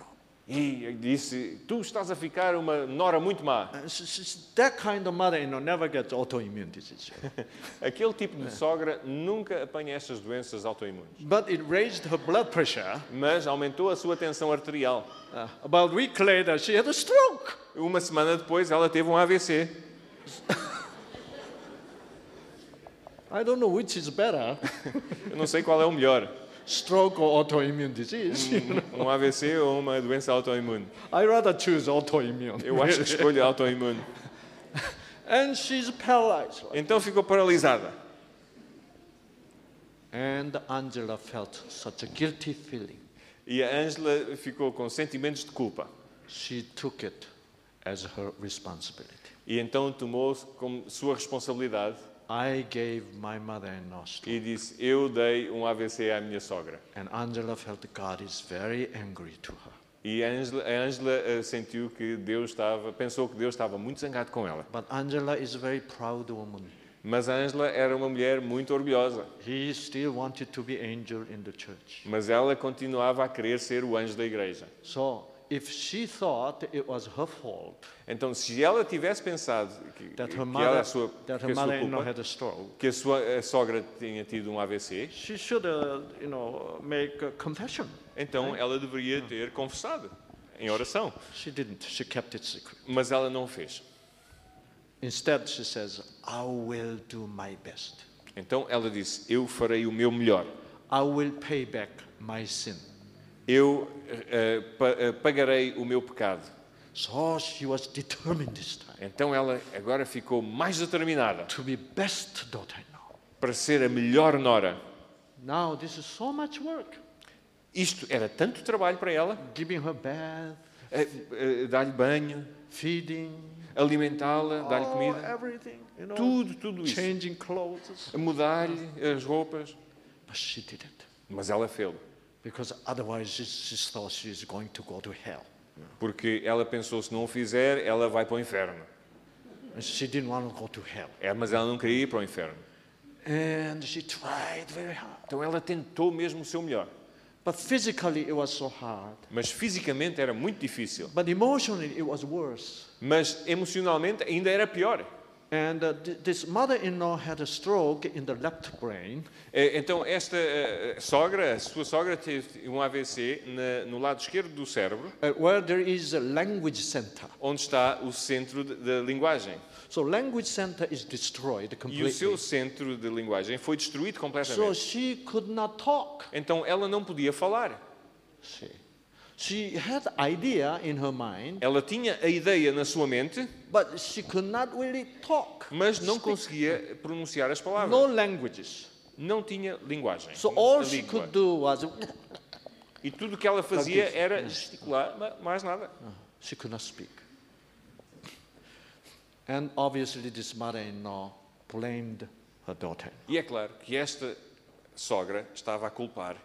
Speaker 2: E disse: Tu estás a ficar uma nora muito má.
Speaker 1: And she- she's- that kind of mother-in-law never gets autoimmune disease.
Speaker 2: Aquele tipo de sogra nunca apanha estas doenças autoimunes.
Speaker 1: but it raised her blood pressure.
Speaker 2: Mas aumentou a sua tensão arterial.
Speaker 1: Uh, about a week later, she had a stroke.
Speaker 2: Uma semana depois, ela teve um AVC.
Speaker 1: I don't know which is better,
Speaker 2: Eu não sei qual é o melhor:
Speaker 1: stroke or autoimmune disease.
Speaker 2: um AVC ou uma doença autoimune.
Speaker 1: I rather choose autoimmune.
Speaker 2: Eu acho que escolho autoimune.
Speaker 1: And she's paralyzed.
Speaker 2: Então ficou paralisada.
Speaker 1: And Angela felt such a guilty feeling.
Speaker 2: E a Angela ficou com sentimentos de culpa.
Speaker 1: She took it as her responsibility.
Speaker 2: E então tomou como sua responsabilidade
Speaker 1: I gave my mother in law
Speaker 2: e disse: Eu dei um AVC à minha sogra.
Speaker 1: And Angela felt God is very angry to her.
Speaker 2: E a Angela, a Angela, eh, sentiu que Deus estava, pensou que Deus estava muito zangado com ela.
Speaker 1: But Angela is a very proud woman.
Speaker 2: Mas a Angela era uma mulher muito orgulhosa.
Speaker 1: He still wanted to be angel in the church.
Speaker 2: Mas ela continuava a querer ser o anjo da igreja.
Speaker 1: So if she thought it was her fault
Speaker 2: Então, se ela tivesse pensado que, que
Speaker 1: that her
Speaker 2: era
Speaker 1: mother,
Speaker 2: a sua,
Speaker 1: that her
Speaker 2: que a sua
Speaker 1: mother in law
Speaker 2: culpa,
Speaker 1: had a stroke,
Speaker 2: que a sua a sogra tinha tido um AVC,
Speaker 1: she should, uh, you know, make a confession.
Speaker 2: então ela deveria ter confessado em oração.
Speaker 1: She didn't. She kept it secret.
Speaker 2: Mas ela não fez.
Speaker 1: Instead, she says, I will do my best.
Speaker 2: Então ela disse: Eu farei o meu melhor.
Speaker 1: I will pay back my sin.
Speaker 2: Eu eh, pa- eh, pagarei o meu pecado.
Speaker 1: So she was determined this time
Speaker 2: Então ela agora ficou mais determinada
Speaker 1: to be best daughter-in-law.
Speaker 2: para ser a melhor nora.
Speaker 1: Now this is so much work.
Speaker 2: Isto era tanto trabalho para ela:
Speaker 1: Giving her bath,
Speaker 2: eh, eh, dar-lhe banho,
Speaker 1: feeding,
Speaker 2: alimentá-la, dar-lhe
Speaker 1: oh,
Speaker 2: comida,
Speaker 1: everything, you know,
Speaker 2: tudo, tudo isso.
Speaker 1: changing clothes.
Speaker 2: Mudar-lhe as roupas.
Speaker 1: But she didn't
Speaker 2: Mas ela fez.
Speaker 1: because otherwise she, she thought she is going to go to hell.
Speaker 2: Porque ela pensou: se não o fizer, ela vai para o inferno.
Speaker 1: And she didn't want to go to hell.
Speaker 2: É, mas ela não queria ir para o inferno.
Speaker 1: And she tried very hard.
Speaker 2: Então ela tentou mesmo o seu melhor.
Speaker 1: But physically it was so hard.
Speaker 2: Mas fisicamente era muito difícil.
Speaker 1: But emotionally, it was worse
Speaker 2: Mas emocionalmente ainda era pior.
Speaker 4: And uh, th- this mother in law had a stroke in the left brain,
Speaker 2: Eh, Então, esta eh, sogra, a sua sogra, teve um AVC na- no lado esquerdo do cérebro,
Speaker 4: uh, where there is a language center.
Speaker 2: onde está o centro de- da linguagem.
Speaker 4: So, language center is destroyed
Speaker 2: E o seu
Speaker 4: completely.
Speaker 2: centro de linguagem foi destruído
Speaker 4: So,
Speaker 2: completamente.
Speaker 4: she could not talk.
Speaker 2: Então, ela não podia falar.
Speaker 4: She, she had idea in her mind,
Speaker 2: Ela tinha a ideia na sua mente,
Speaker 4: but she could not really talk.
Speaker 2: mas não
Speaker 4: Speak.
Speaker 2: conseguia pronunciar as
Speaker 4: No
Speaker 2: palavras.
Speaker 4: languages.
Speaker 2: Não tinha linguagem.
Speaker 4: So all
Speaker 2: a
Speaker 4: she
Speaker 2: língua.
Speaker 4: could do was
Speaker 2: E tudo o que ela fazia era gesticular, ma- mais nada.
Speaker 4: she could not speak. And obviously this mother-in-law blamed her daughter.
Speaker 2: E é claro que esta sogra estava a culpar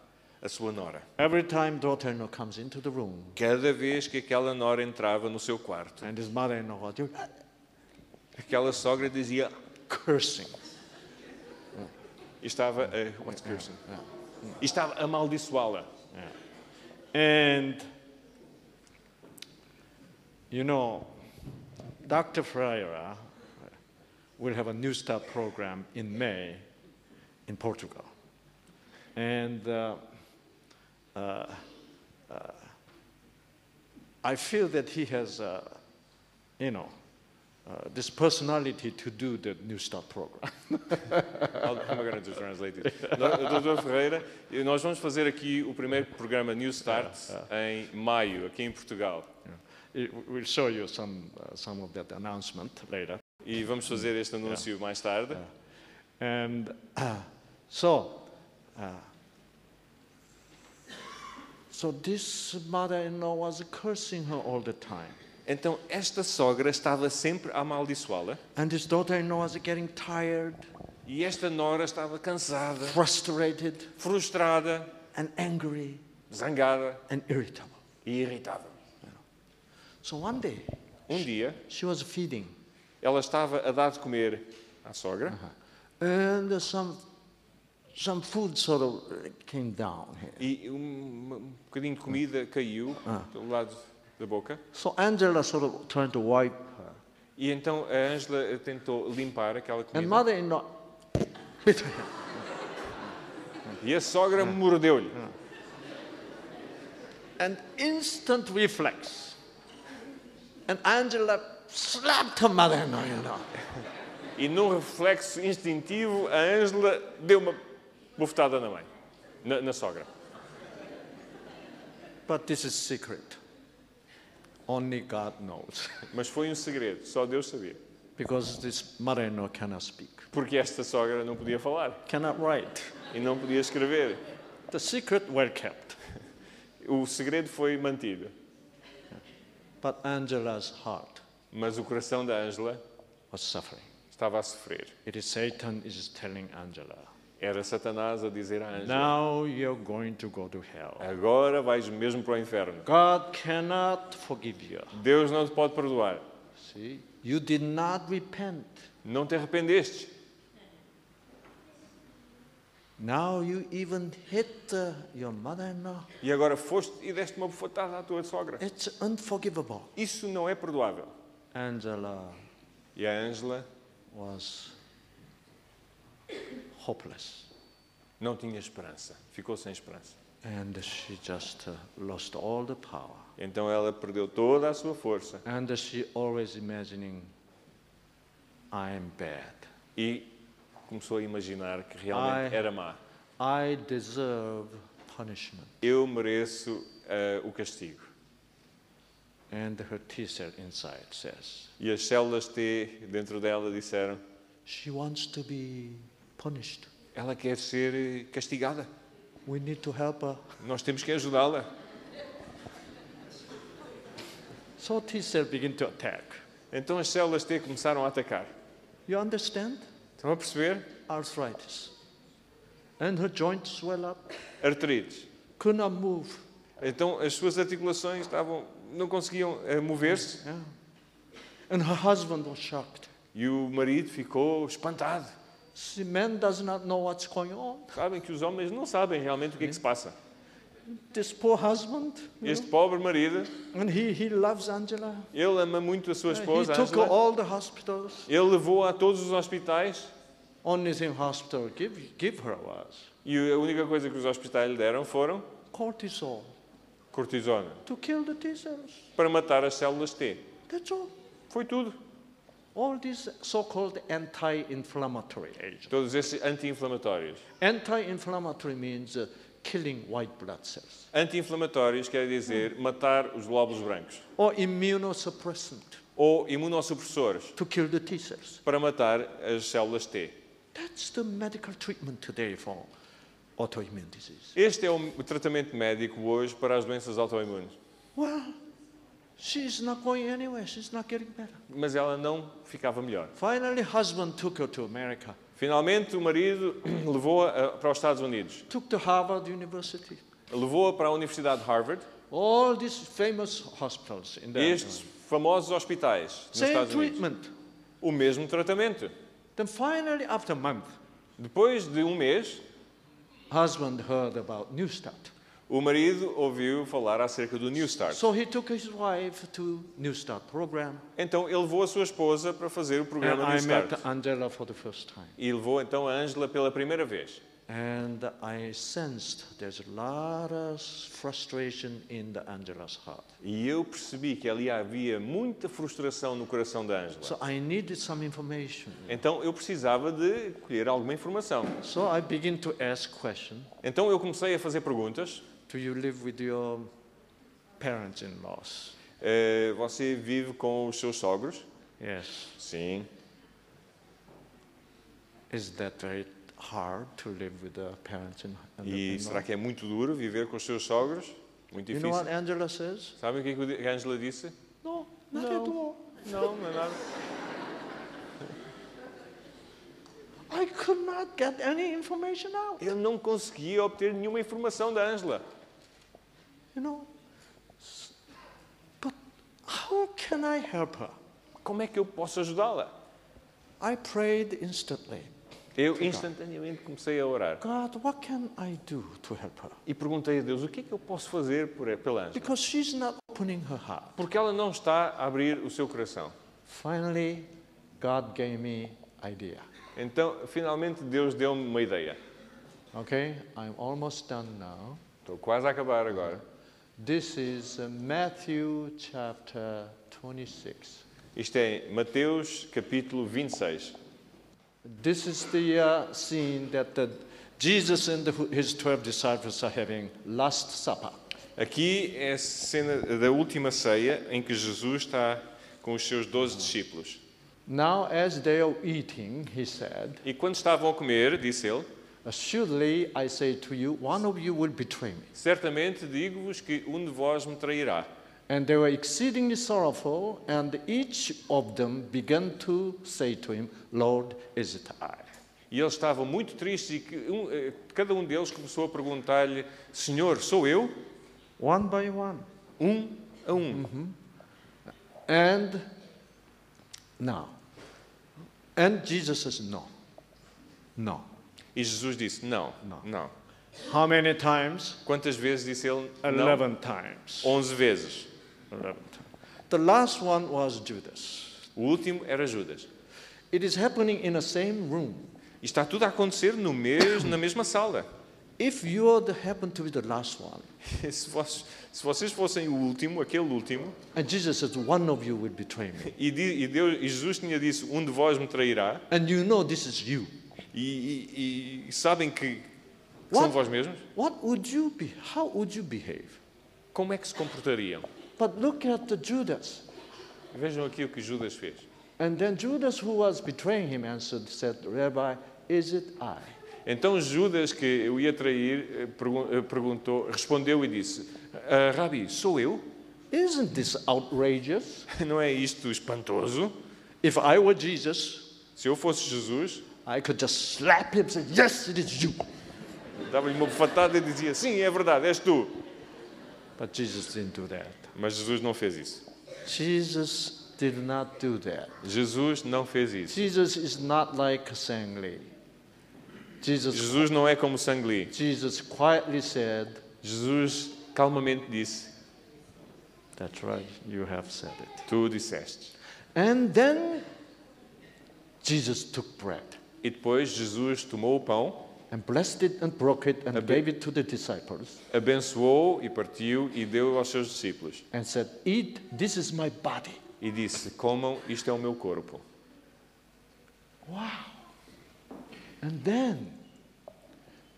Speaker 2: a sua nora.
Speaker 4: Every time daughter-in-law comes into the room
Speaker 2: Cada vez que aquela nora entrava no seu quarto,
Speaker 4: and this mother-in-law was just
Speaker 2: aquela sogra dizia
Speaker 4: cursing.
Speaker 2: e estava a, what's cursing? E estava a amaldiçoá-la.
Speaker 4: And you know, Dr. Ferreira will have a New Start program in May in Portugal. And uh, uh, uh, I feel that he has, uh, you know, uh, this personality to do the New Start program.
Speaker 2: I'm going to translate it. No- Dr. Ferreira, eh, nós vamos fazer aqui o primeiro programa New Start em maio, aqui em Portugal.
Speaker 4: It- we'll show you some, uh, some of that announcement later.
Speaker 2: E vamos fazer este anúncio mais tarde.
Speaker 4: And uh, so, uh, so this mother-in-law was cursing her all the time,
Speaker 2: Então, esta sogra estava sempre a amaldiçoá-la
Speaker 4: and this daughter-in-law was getting tired,
Speaker 2: e esta nora estava cansada,
Speaker 4: frustrated,
Speaker 2: frustrada,
Speaker 4: and angry
Speaker 2: zangada
Speaker 4: and irritable.
Speaker 2: e irritada.
Speaker 4: So one day
Speaker 2: Um dia,
Speaker 4: she was feeding,
Speaker 2: ela estava a dar de comer à sogra
Speaker 4: and some some food sort of came down here.
Speaker 2: e um, um bocadinho de comida caiu do lado da boca.
Speaker 4: So Angela sort of turned to wipe her,
Speaker 2: E então a Angela tentou limpar aquela
Speaker 4: and
Speaker 2: comida
Speaker 4: mother-in-law hit her.
Speaker 2: e a sogra mordeu-lhe.
Speaker 4: an instant reflex. And Angela slapped her mother in law, you know.
Speaker 2: E num reflexo instintivo, a Angela deu uma bofetada na mãe, na, na sogra.
Speaker 4: But this is secret. Only God knows.
Speaker 2: Mas foi um segredo, só Deus sabia.
Speaker 4: because this mother in law cannot speak,
Speaker 2: Porque esta sogra não podia falar
Speaker 4: cannot write.
Speaker 2: e não podia escrever.
Speaker 4: The secret well kept.
Speaker 2: O segredo foi mantido.
Speaker 4: But Angela's heart
Speaker 2: Mas o coração da Angela
Speaker 4: was suffering.
Speaker 2: estava a sofrer.
Speaker 4: It is Satan is telling Angela,
Speaker 2: Era Satanás a dizer à Angela:
Speaker 4: now you're going to go to hell.
Speaker 2: Agora vais mesmo para o inferno.
Speaker 4: God cannot forgive you.
Speaker 2: Deus não te pode perdoar.
Speaker 4: See, you did not repent.
Speaker 2: Não te arrependeste.
Speaker 4: Now you even hit uh, your mother-in-law.
Speaker 2: E agora foste e deste uma bofetada à tua sogra.
Speaker 4: It's unforgivable.
Speaker 2: Isso não é perdoável.
Speaker 4: Angela
Speaker 2: E a Angela
Speaker 4: was hopeless
Speaker 2: não tinha esperança. Ficou sem esperança.
Speaker 4: and she just uh, lost all the power.
Speaker 2: Então ela perdeu toda a sua força
Speaker 4: And she always imagining, I am bad.
Speaker 2: e começou a imaginar que realmente
Speaker 4: Ai.
Speaker 2: era má.
Speaker 4: I deserve punishment.
Speaker 2: Eu mereço ah, o castigo.
Speaker 4: And her T cell inside says,
Speaker 2: E as células T dentro dela disseram:
Speaker 4: She wants to be punished.
Speaker 2: Ela quer ser eh, castigada.
Speaker 4: We need to help her.
Speaker 2: Nós temos que ajudá-la.
Speaker 4: So T cell begin to attack.
Speaker 2: Então as células T começaram a atacar.
Speaker 4: You understand?
Speaker 2: Estão a perceber?
Speaker 4: Arthritis. And her joints swell up,
Speaker 2: Artrites.
Speaker 4: could not move.
Speaker 2: Então as suas articulações estavam, não conseguiam eh, mover-se
Speaker 4: Yeah. And her husband was shocked.
Speaker 2: e o marido ficou espantado.
Speaker 4: See, man does not know what's going on.
Speaker 2: Sabem que os homens não sabem realmente o que é que se passa.
Speaker 4: this poor husband, you
Speaker 2: Este pobre marido,
Speaker 4: know, and he, he loves Angela.
Speaker 2: ele ama muito a sua
Speaker 4: Uh,
Speaker 2: esposa,
Speaker 4: he took
Speaker 2: Angela.
Speaker 4: all the hospitals.
Speaker 2: Ele levou-a a todos os hospitais
Speaker 4: Only thing hospital give, give her was
Speaker 2: e a única coisa que os hospitais lhe deram foram
Speaker 4: cortisol
Speaker 2: cortisona
Speaker 4: to kill the T cells.
Speaker 2: para matar as células T.
Speaker 4: That's all.
Speaker 2: Foi tudo.
Speaker 4: All these so-called anti-inflammatory agents.
Speaker 2: Todos esses anti-inflamatórios.
Speaker 4: Anti-inflammatory means uh, killing white blood cells
Speaker 2: Anti-inflamatórios quer dizer matar os glóbulos brancos.
Speaker 4: or immunosuppressant
Speaker 2: Ou imunossupressores
Speaker 4: to kill the T cells.
Speaker 2: para matar as células T.
Speaker 4: That's the medical treatment today for autoimmune disease.
Speaker 2: Este é o tratamento médico hoje para as doenças autoimunes.
Speaker 4: Well, she's not going anywhere. She's not getting better.
Speaker 2: Mas ela não ficava melhor.
Speaker 4: Finally, husband took her to America,
Speaker 2: Finalmente, o marido levou-a eh, para os Estados Unidos.
Speaker 4: took to Harvard University.
Speaker 2: Levou-a para a Universidade de Harvard.
Speaker 4: All these famous hospitals in there.
Speaker 2: Estes famosos hospitais nos
Speaker 4: Same
Speaker 2: Estados Unidos.
Speaker 4: treatment.
Speaker 2: O mesmo tratamento.
Speaker 4: Then finally, after a month,
Speaker 2: Depois de um mês,
Speaker 4: husband heard about New Start.
Speaker 2: o marido ouviu falar acerca do New Start.
Speaker 4: So he took his wife to New Start program.
Speaker 2: Então ele levou a sua esposa para fazer o
Speaker 4: And
Speaker 2: programa New
Speaker 4: Ah, I
Speaker 2: Start.
Speaker 4: met Angela for the first time.
Speaker 2: E levou então a Angela pela primeira vez.
Speaker 4: And I sensed there's a lot of frustration in the Angela's heart.
Speaker 2: E eu percebi que ali havia muita frustração no coração da Angela.
Speaker 4: So I needed some information.
Speaker 2: Então eu precisava de colher alguma informação.
Speaker 4: So I begin to ask question.
Speaker 2: Então eu comecei a fazer perguntas.
Speaker 4: Do you live with your parents-in-laws?
Speaker 2: Eh, você vive com os seus sogros?
Speaker 4: Yes.
Speaker 2: Sim.
Speaker 4: Is that very hard to live with the parents-in-law?
Speaker 2: E será que é muito duro viver com os seus sogros? Muito
Speaker 4: You know what
Speaker 2: difícil.
Speaker 4: Angela says?
Speaker 2: Sabem o que é que a Angela disse?
Speaker 4: No, not
Speaker 2: No.
Speaker 4: at all.
Speaker 2: Não, não é nada.
Speaker 4: I could not get any information out.
Speaker 2: Eu não conseguia obter nenhuma informação da Angela.
Speaker 4: You know. S- But how can I help her?
Speaker 2: Como é que eu posso ajudá-la?
Speaker 4: I prayed instantly.
Speaker 2: Eu instantaneamente comecei a orar
Speaker 4: God, what can I do to help her?
Speaker 2: e perguntei a Deus o que é que eu posso fazer por pela Angela,
Speaker 4: Because she's not opening her heart.
Speaker 2: porque ela não está a abrir o seu coração.
Speaker 4: Finally, God gave me idea.
Speaker 2: Então, finalmente Deus deu-me uma ideia.
Speaker 4: Okay, I'm almost done now.
Speaker 2: Estou quase a acabar agora.
Speaker 4: This is uh, Matthew chapter 26.
Speaker 2: Isto é Mateus capítulo 26.
Speaker 4: This is the uh, scene that the, Jesus and the, his 12 disciples are having Last Supper.
Speaker 2: Aqui é a cena da última ceia em que Jesus está com os seus 12 discípulos.
Speaker 4: Now, as they are eating, he said,
Speaker 2: E quando estavam a comer, disse ele,
Speaker 4: Assuredly, I say to you, one of you will betray me.
Speaker 2: certamente digo-vos que um de vós me trairá.
Speaker 4: And they were exceedingly sorrowful, and each of them began to say to him, Lord, is it I?
Speaker 2: E eles estavam muito tristes e que um, eh, cada um deles começou a perguntar-lhe: Senhor, sou eu?
Speaker 4: One by one.
Speaker 2: Um a um.
Speaker 4: And now. And Jesus says, No. No.
Speaker 2: E Jesus disse: Não,
Speaker 4: Não.
Speaker 2: não.
Speaker 4: How many times?
Speaker 2: Quantas vezes disse ele?
Speaker 1: Ah,
Speaker 2: Não.
Speaker 4: Eleven times.
Speaker 2: 11 vezes.
Speaker 4: Eleven times. The last one was Judas.
Speaker 2: O último era Judas.
Speaker 4: It is happening in the same room.
Speaker 2: E está tudo a acontecer no mesmo, na mesma sala.
Speaker 4: If you are the, happen to be the last one,
Speaker 2: Se, vós, se vocês fossem o último, aquele último,
Speaker 4: and Jesus says, One of you will betray me.
Speaker 2: e, di- e Deus, e Jesus tinha dito: Um de vós me trairá,
Speaker 4: And you know this is you.
Speaker 2: e, e- e sabem que, que
Speaker 4: What?
Speaker 2: são vós mesmos,
Speaker 4: What would you be? How would you behave?
Speaker 2: como é que se comportariam?
Speaker 4: But look at the Judas.
Speaker 2: Vejam aqui o que Judas fez.
Speaker 4: And then Judas, who was betraying him, answered, said, Rabbi, is it I?
Speaker 2: Então Judas, que eu ia trair, eh, pergun- eh, perguntou, respondeu e disse: "Ah, Rabi, sou eu?
Speaker 4: Isn't this outrageous?
Speaker 2: Não é isto espantoso?
Speaker 4: If I were Jesus,
Speaker 2: Se eu fosse Jesus,
Speaker 4: I could just slap him and say, Yes, it is you.
Speaker 2: dava-lhe uma bufatada e dizia: Sim, é verdade, és tu.
Speaker 4: But Jesus didn't do that.
Speaker 2: Mas Jesus não fez isso.
Speaker 4: Jesus did not do that.
Speaker 2: Jesus não fez isso.
Speaker 4: Jesus is not like Sangli. Jesus,
Speaker 2: Jesus não é como Sangli.
Speaker 4: Jesus quietly said,
Speaker 2: Jesus calmamente disse:
Speaker 4: That's right, you have said it.
Speaker 2: Tu disseste.
Speaker 4: And then Jesus took bread
Speaker 2: E depois Jesus tomou o pão,
Speaker 4: and blessed it and broke it and
Speaker 2: A bit-
Speaker 4: gave it to the disciples
Speaker 2: abençoou e partiu e deu aos seus discípulos.
Speaker 4: and said, Eat, this is my body.
Speaker 2: E disse: Comam, isto é o meu corpo.
Speaker 4: And then,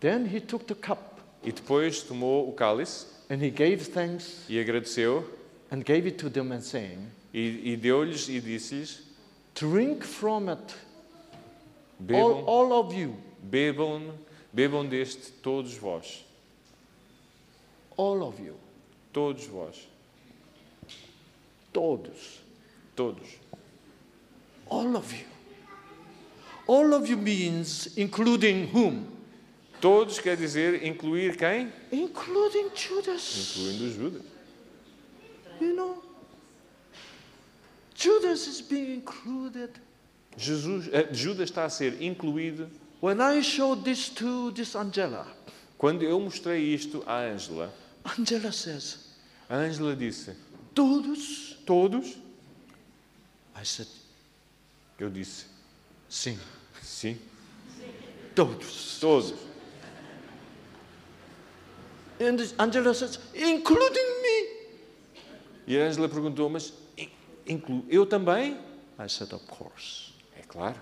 Speaker 4: then he took the cup
Speaker 2: E depois tomou o cálice
Speaker 4: and he gave thanks
Speaker 2: e agradeceu
Speaker 4: and gave it to them and saying,
Speaker 2: e, e deu-lhes e disse-lhes:
Speaker 4: Drink from it, all,
Speaker 2: Bebam,
Speaker 4: all of you,
Speaker 2: bebam, bebam deste todos vós,
Speaker 4: all of you,
Speaker 2: todos vós,
Speaker 4: todos,
Speaker 2: todos.
Speaker 4: all of you. All of you means including whom?
Speaker 2: Todos quer dizer incluir quem?
Speaker 4: Including Judas.
Speaker 2: Incluindo os Judas.
Speaker 4: You know, Judas is being included.
Speaker 2: Jesus, eh, Judas está a ser incluído.
Speaker 4: When I showed this to this Angela,
Speaker 2: Quando eu mostrei isto à Ângela,
Speaker 4: Angela says,
Speaker 2: a Ângela disse:
Speaker 4: Todos.
Speaker 2: Todos?
Speaker 4: I said,
Speaker 2: Eu disse:
Speaker 4: Sim,
Speaker 2: Sim,
Speaker 4: todos.
Speaker 2: todos.
Speaker 4: And Angela says, Including me.
Speaker 2: E a Ângela perguntou: Mas in- inclu eu também?
Speaker 4: I said, Of course.
Speaker 2: É claro.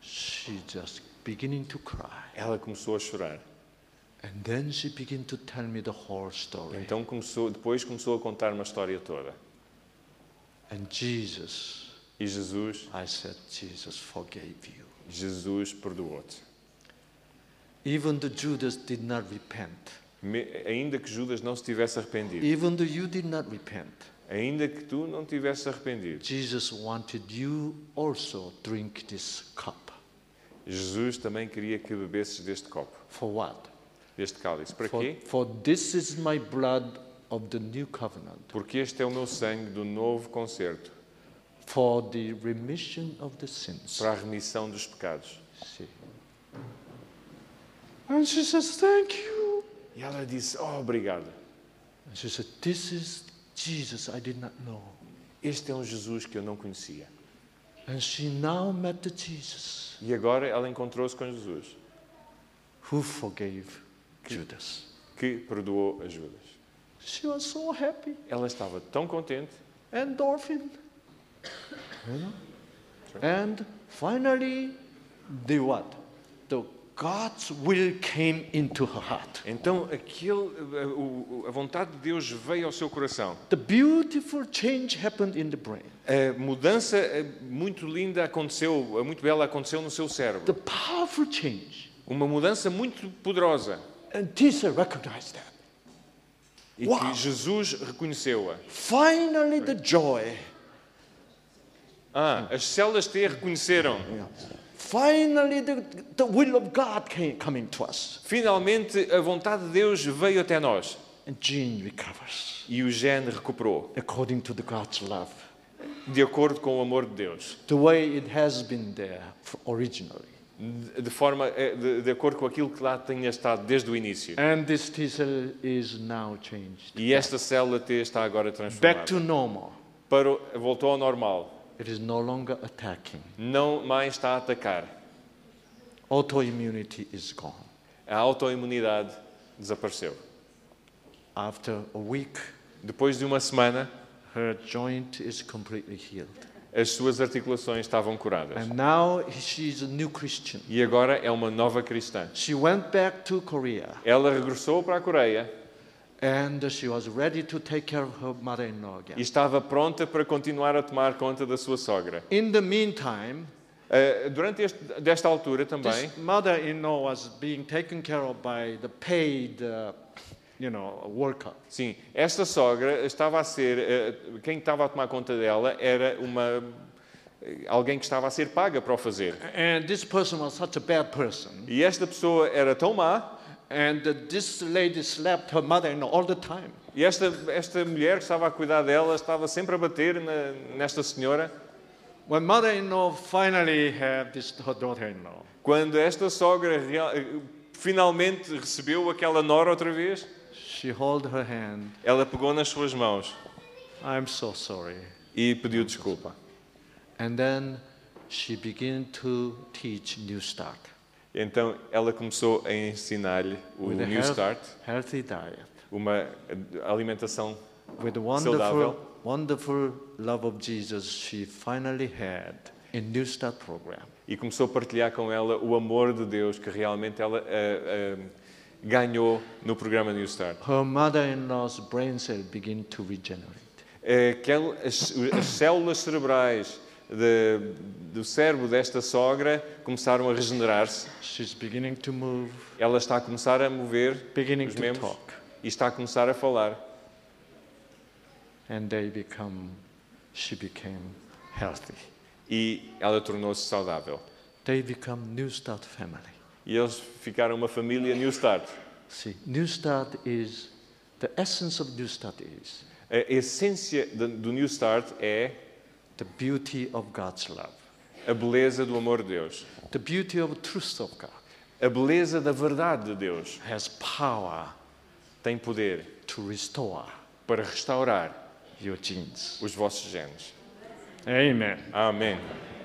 Speaker 4: She just beginning to cry.
Speaker 2: Ela começou a chorar.
Speaker 4: And then she began to tell me the whole story.
Speaker 2: Então começou, depois começou a contar uma história toda.
Speaker 4: And Jesus,
Speaker 2: E Jesus,
Speaker 4: I said, Jesus forgave you.
Speaker 2: Jesus perdoou-te.
Speaker 4: Even the Judas did not repent.
Speaker 2: Me- Ainda que Judas não se tivesse arrependido,
Speaker 4: Even though you did not repent.
Speaker 2: ainda que tu não tivesse arrependido,
Speaker 4: Jesus wanted you also drink this cup.
Speaker 2: Jesus também queria que bebesses deste copo,
Speaker 4: For what?
Speaker 2: deste cálice. Para
Speaker 4: for,
Speaker 2: quê?
Speaker 4: for this is my blood of the new covenant,
Speaker 2: Porque este é o meu sangue do novo concerto
Speaker 4: for the remission of the sins.
Speaker 2: para a remissão dos pecados.
Speaker 4: See. And she says, Thank you.
Speaker 2: E ela disse: Oh, obrigado.
Speaker 4: And she said, This is Jesus I did not know.
Speaker 2: Este é um Jesus que eu não conhecia.
Speaker 4: And she now met the Jesus
Speaker 2: E agora ela encontrou-se com Jesus,
Speaker 4: who forgave Judas.
Speaker 2: que perdoou a Judas.
Speaker 4: She was so happy.
Speaker 2: Ela estava tão contente
Speaker 4: Endorphin. You know? And finally, the what? The God's will came into her heart.
Speaker 2: Então aquele, eh, o- o- a vontade de Deus veio ao seu coração.
Speaker 4: The beautiful change happened in the brain.
Speaker 2: A mudança eh, muito linda aconteceu, eh, muito bela aconteceu no seu
Speaker 4: The
Speaker 2: cérebro.
Speaker 4: powerful change.
Speaker 2: Uma mudança muito poderosa
Speaker 4: And Tisa recognized that.
Speaker 2: e
Speaker 4: Uau!
Speaker 2: que Jesus reconheceu-a.
Speaker 4: Finally, the joy.
Speaker 2: Ah, as células T reconheceram.
Speaker 4: Finally, the, the will of God came coming to us.
Speaker 2: Finalmente a vontade de Deus veio até nós
Speaker 4: And Jean recovers
Speaker 2: e o gene recuperou,
Speaker 4: according to the God's love,
Speaker 2: de acordo com o amor de Deus,
Speaker 4: the way it has been there f- originally.
Speaker 2: de, de forma eh, de, de acordo com aquilo que lá tinha estado desde o início.
Speaker 4: And this T cell is now changed.
Speaker 2: E esta célula T está agora
Speaker 4: Back to
Speaker 2: transformada.
Speaker 4: normal.
Speaker 2: Para, o- voltou ao normal.
Speaker 4: It is no longer attacking.
Speaker 2: não mais está a atacar.
Speaker 4: Autoimmunity is gone.
Speaker 2: A autoimunidade desapareceu.
Speaker 4: After a week,
Speaker 2: Depois de uma semana,
Speaker 4: her joint is completely healed.
Speaker 2: as suas articulações estavam curadas.
Speaker 4: And now she's a new Christian.
Speaker 2: E agora é uma nova cristã.
Speaker 4: She went back to Korea
Speaker 2: Ela regressou para a Coreia
Speaker 4: and she was ready to take care of her mother in law
Speaker 2: e
Speaker 4: again.
Speaker 2: estava pronta para continuar a tomar conta da sua sogra.
Speaker 4: In the meantime,
Speaker 2: Ah, Durante este, desta altura também,
Speaker 4: this mother in law was being taken care of by the paid, uh, you know, worker.
Speaker 2: sim, esta sogra estava a ser, ah, quem estava a tomar conta dela era uma eh, alguém que estava a ser paga para o fazer.
Speaker 4: And this person was such a bad person.
Speaker 2: E esta pessoa era tão má
Speaker 4: And uh, this lady slapped her mother in law all the time.
Speaker 2: E esta, esta mulher que estava a cuidar dela estava sempre a bater na- nesta senhora.
Speaker 4: When mother in law finally had this, her daughter in law,
Speaker 2: eh, Quando esta sogra real- finalmente recebeu aquela nora outra vez,
Speaker 4: She held her hand.
Speaker 2: Ela pegou nas suas mãos
Speaker 4: I'm so sorry.
Speaker 2: e pediu desculpa.
Speaker 4: And then she began to teach New Start
Speaker 2: Então ela começou a ensinar-lhe o
Speaker 4: with a
Speaker 2: New
Speaker 4: health-
Speaker 2: Start,
Speaker 4: healthy diet,
Speaker 2: uma alimentação.
Speaker 4: with the wonderful,
Speaker 2: Saudável.
Speaker 4: wonderful love of Jesus she finally had in New Start program.
Speaker 2: E começou a partilhar com ela o amor de Deus que realmente ela eh, eh, ganhou no programa New Start.
Speaker 4: Her mother-in-law's brain cell began to regenerate.
Speaker 2: É aquel- as, as células cerebrais de- do cérebro desta sogra começaram a regenerar-se.
Speaker 4: She's beginning to move,
Speaker 2: Ela está a começar a mover
Speaker 4: beginning
Speaker 2: os
Speaker 4: to
Speaker 2: membros
Speaker 4: talk,
Speaker 2: e está a começar a falar.
Speaker 4: and they become. She became healthy.
Speaker 2: E ela tornou-se saudável.
Speaker 4: They become New Start family.
Speaker 2: E eles ficaram uma família New Start.
Speaker 4: See, New Start is the essence of New Start is
Speaker 2: A essência de- do New Start é
Speaker 4: the beauty of God's love,
Speaker 2: a beleza do amor de Deus,
Speaker 4: the beauty of truth of God
Speaker 2: a beleza da verdade de Deus.
Speaker 4: has power
Speaker 2: Tem poder
Speaker 4: to restore
Speaker 2: para restaurar
Speaker 4: your genes.
Speaker 2: os vossos genes.
Speaker 4: Amen.
Speaker 2: Amém.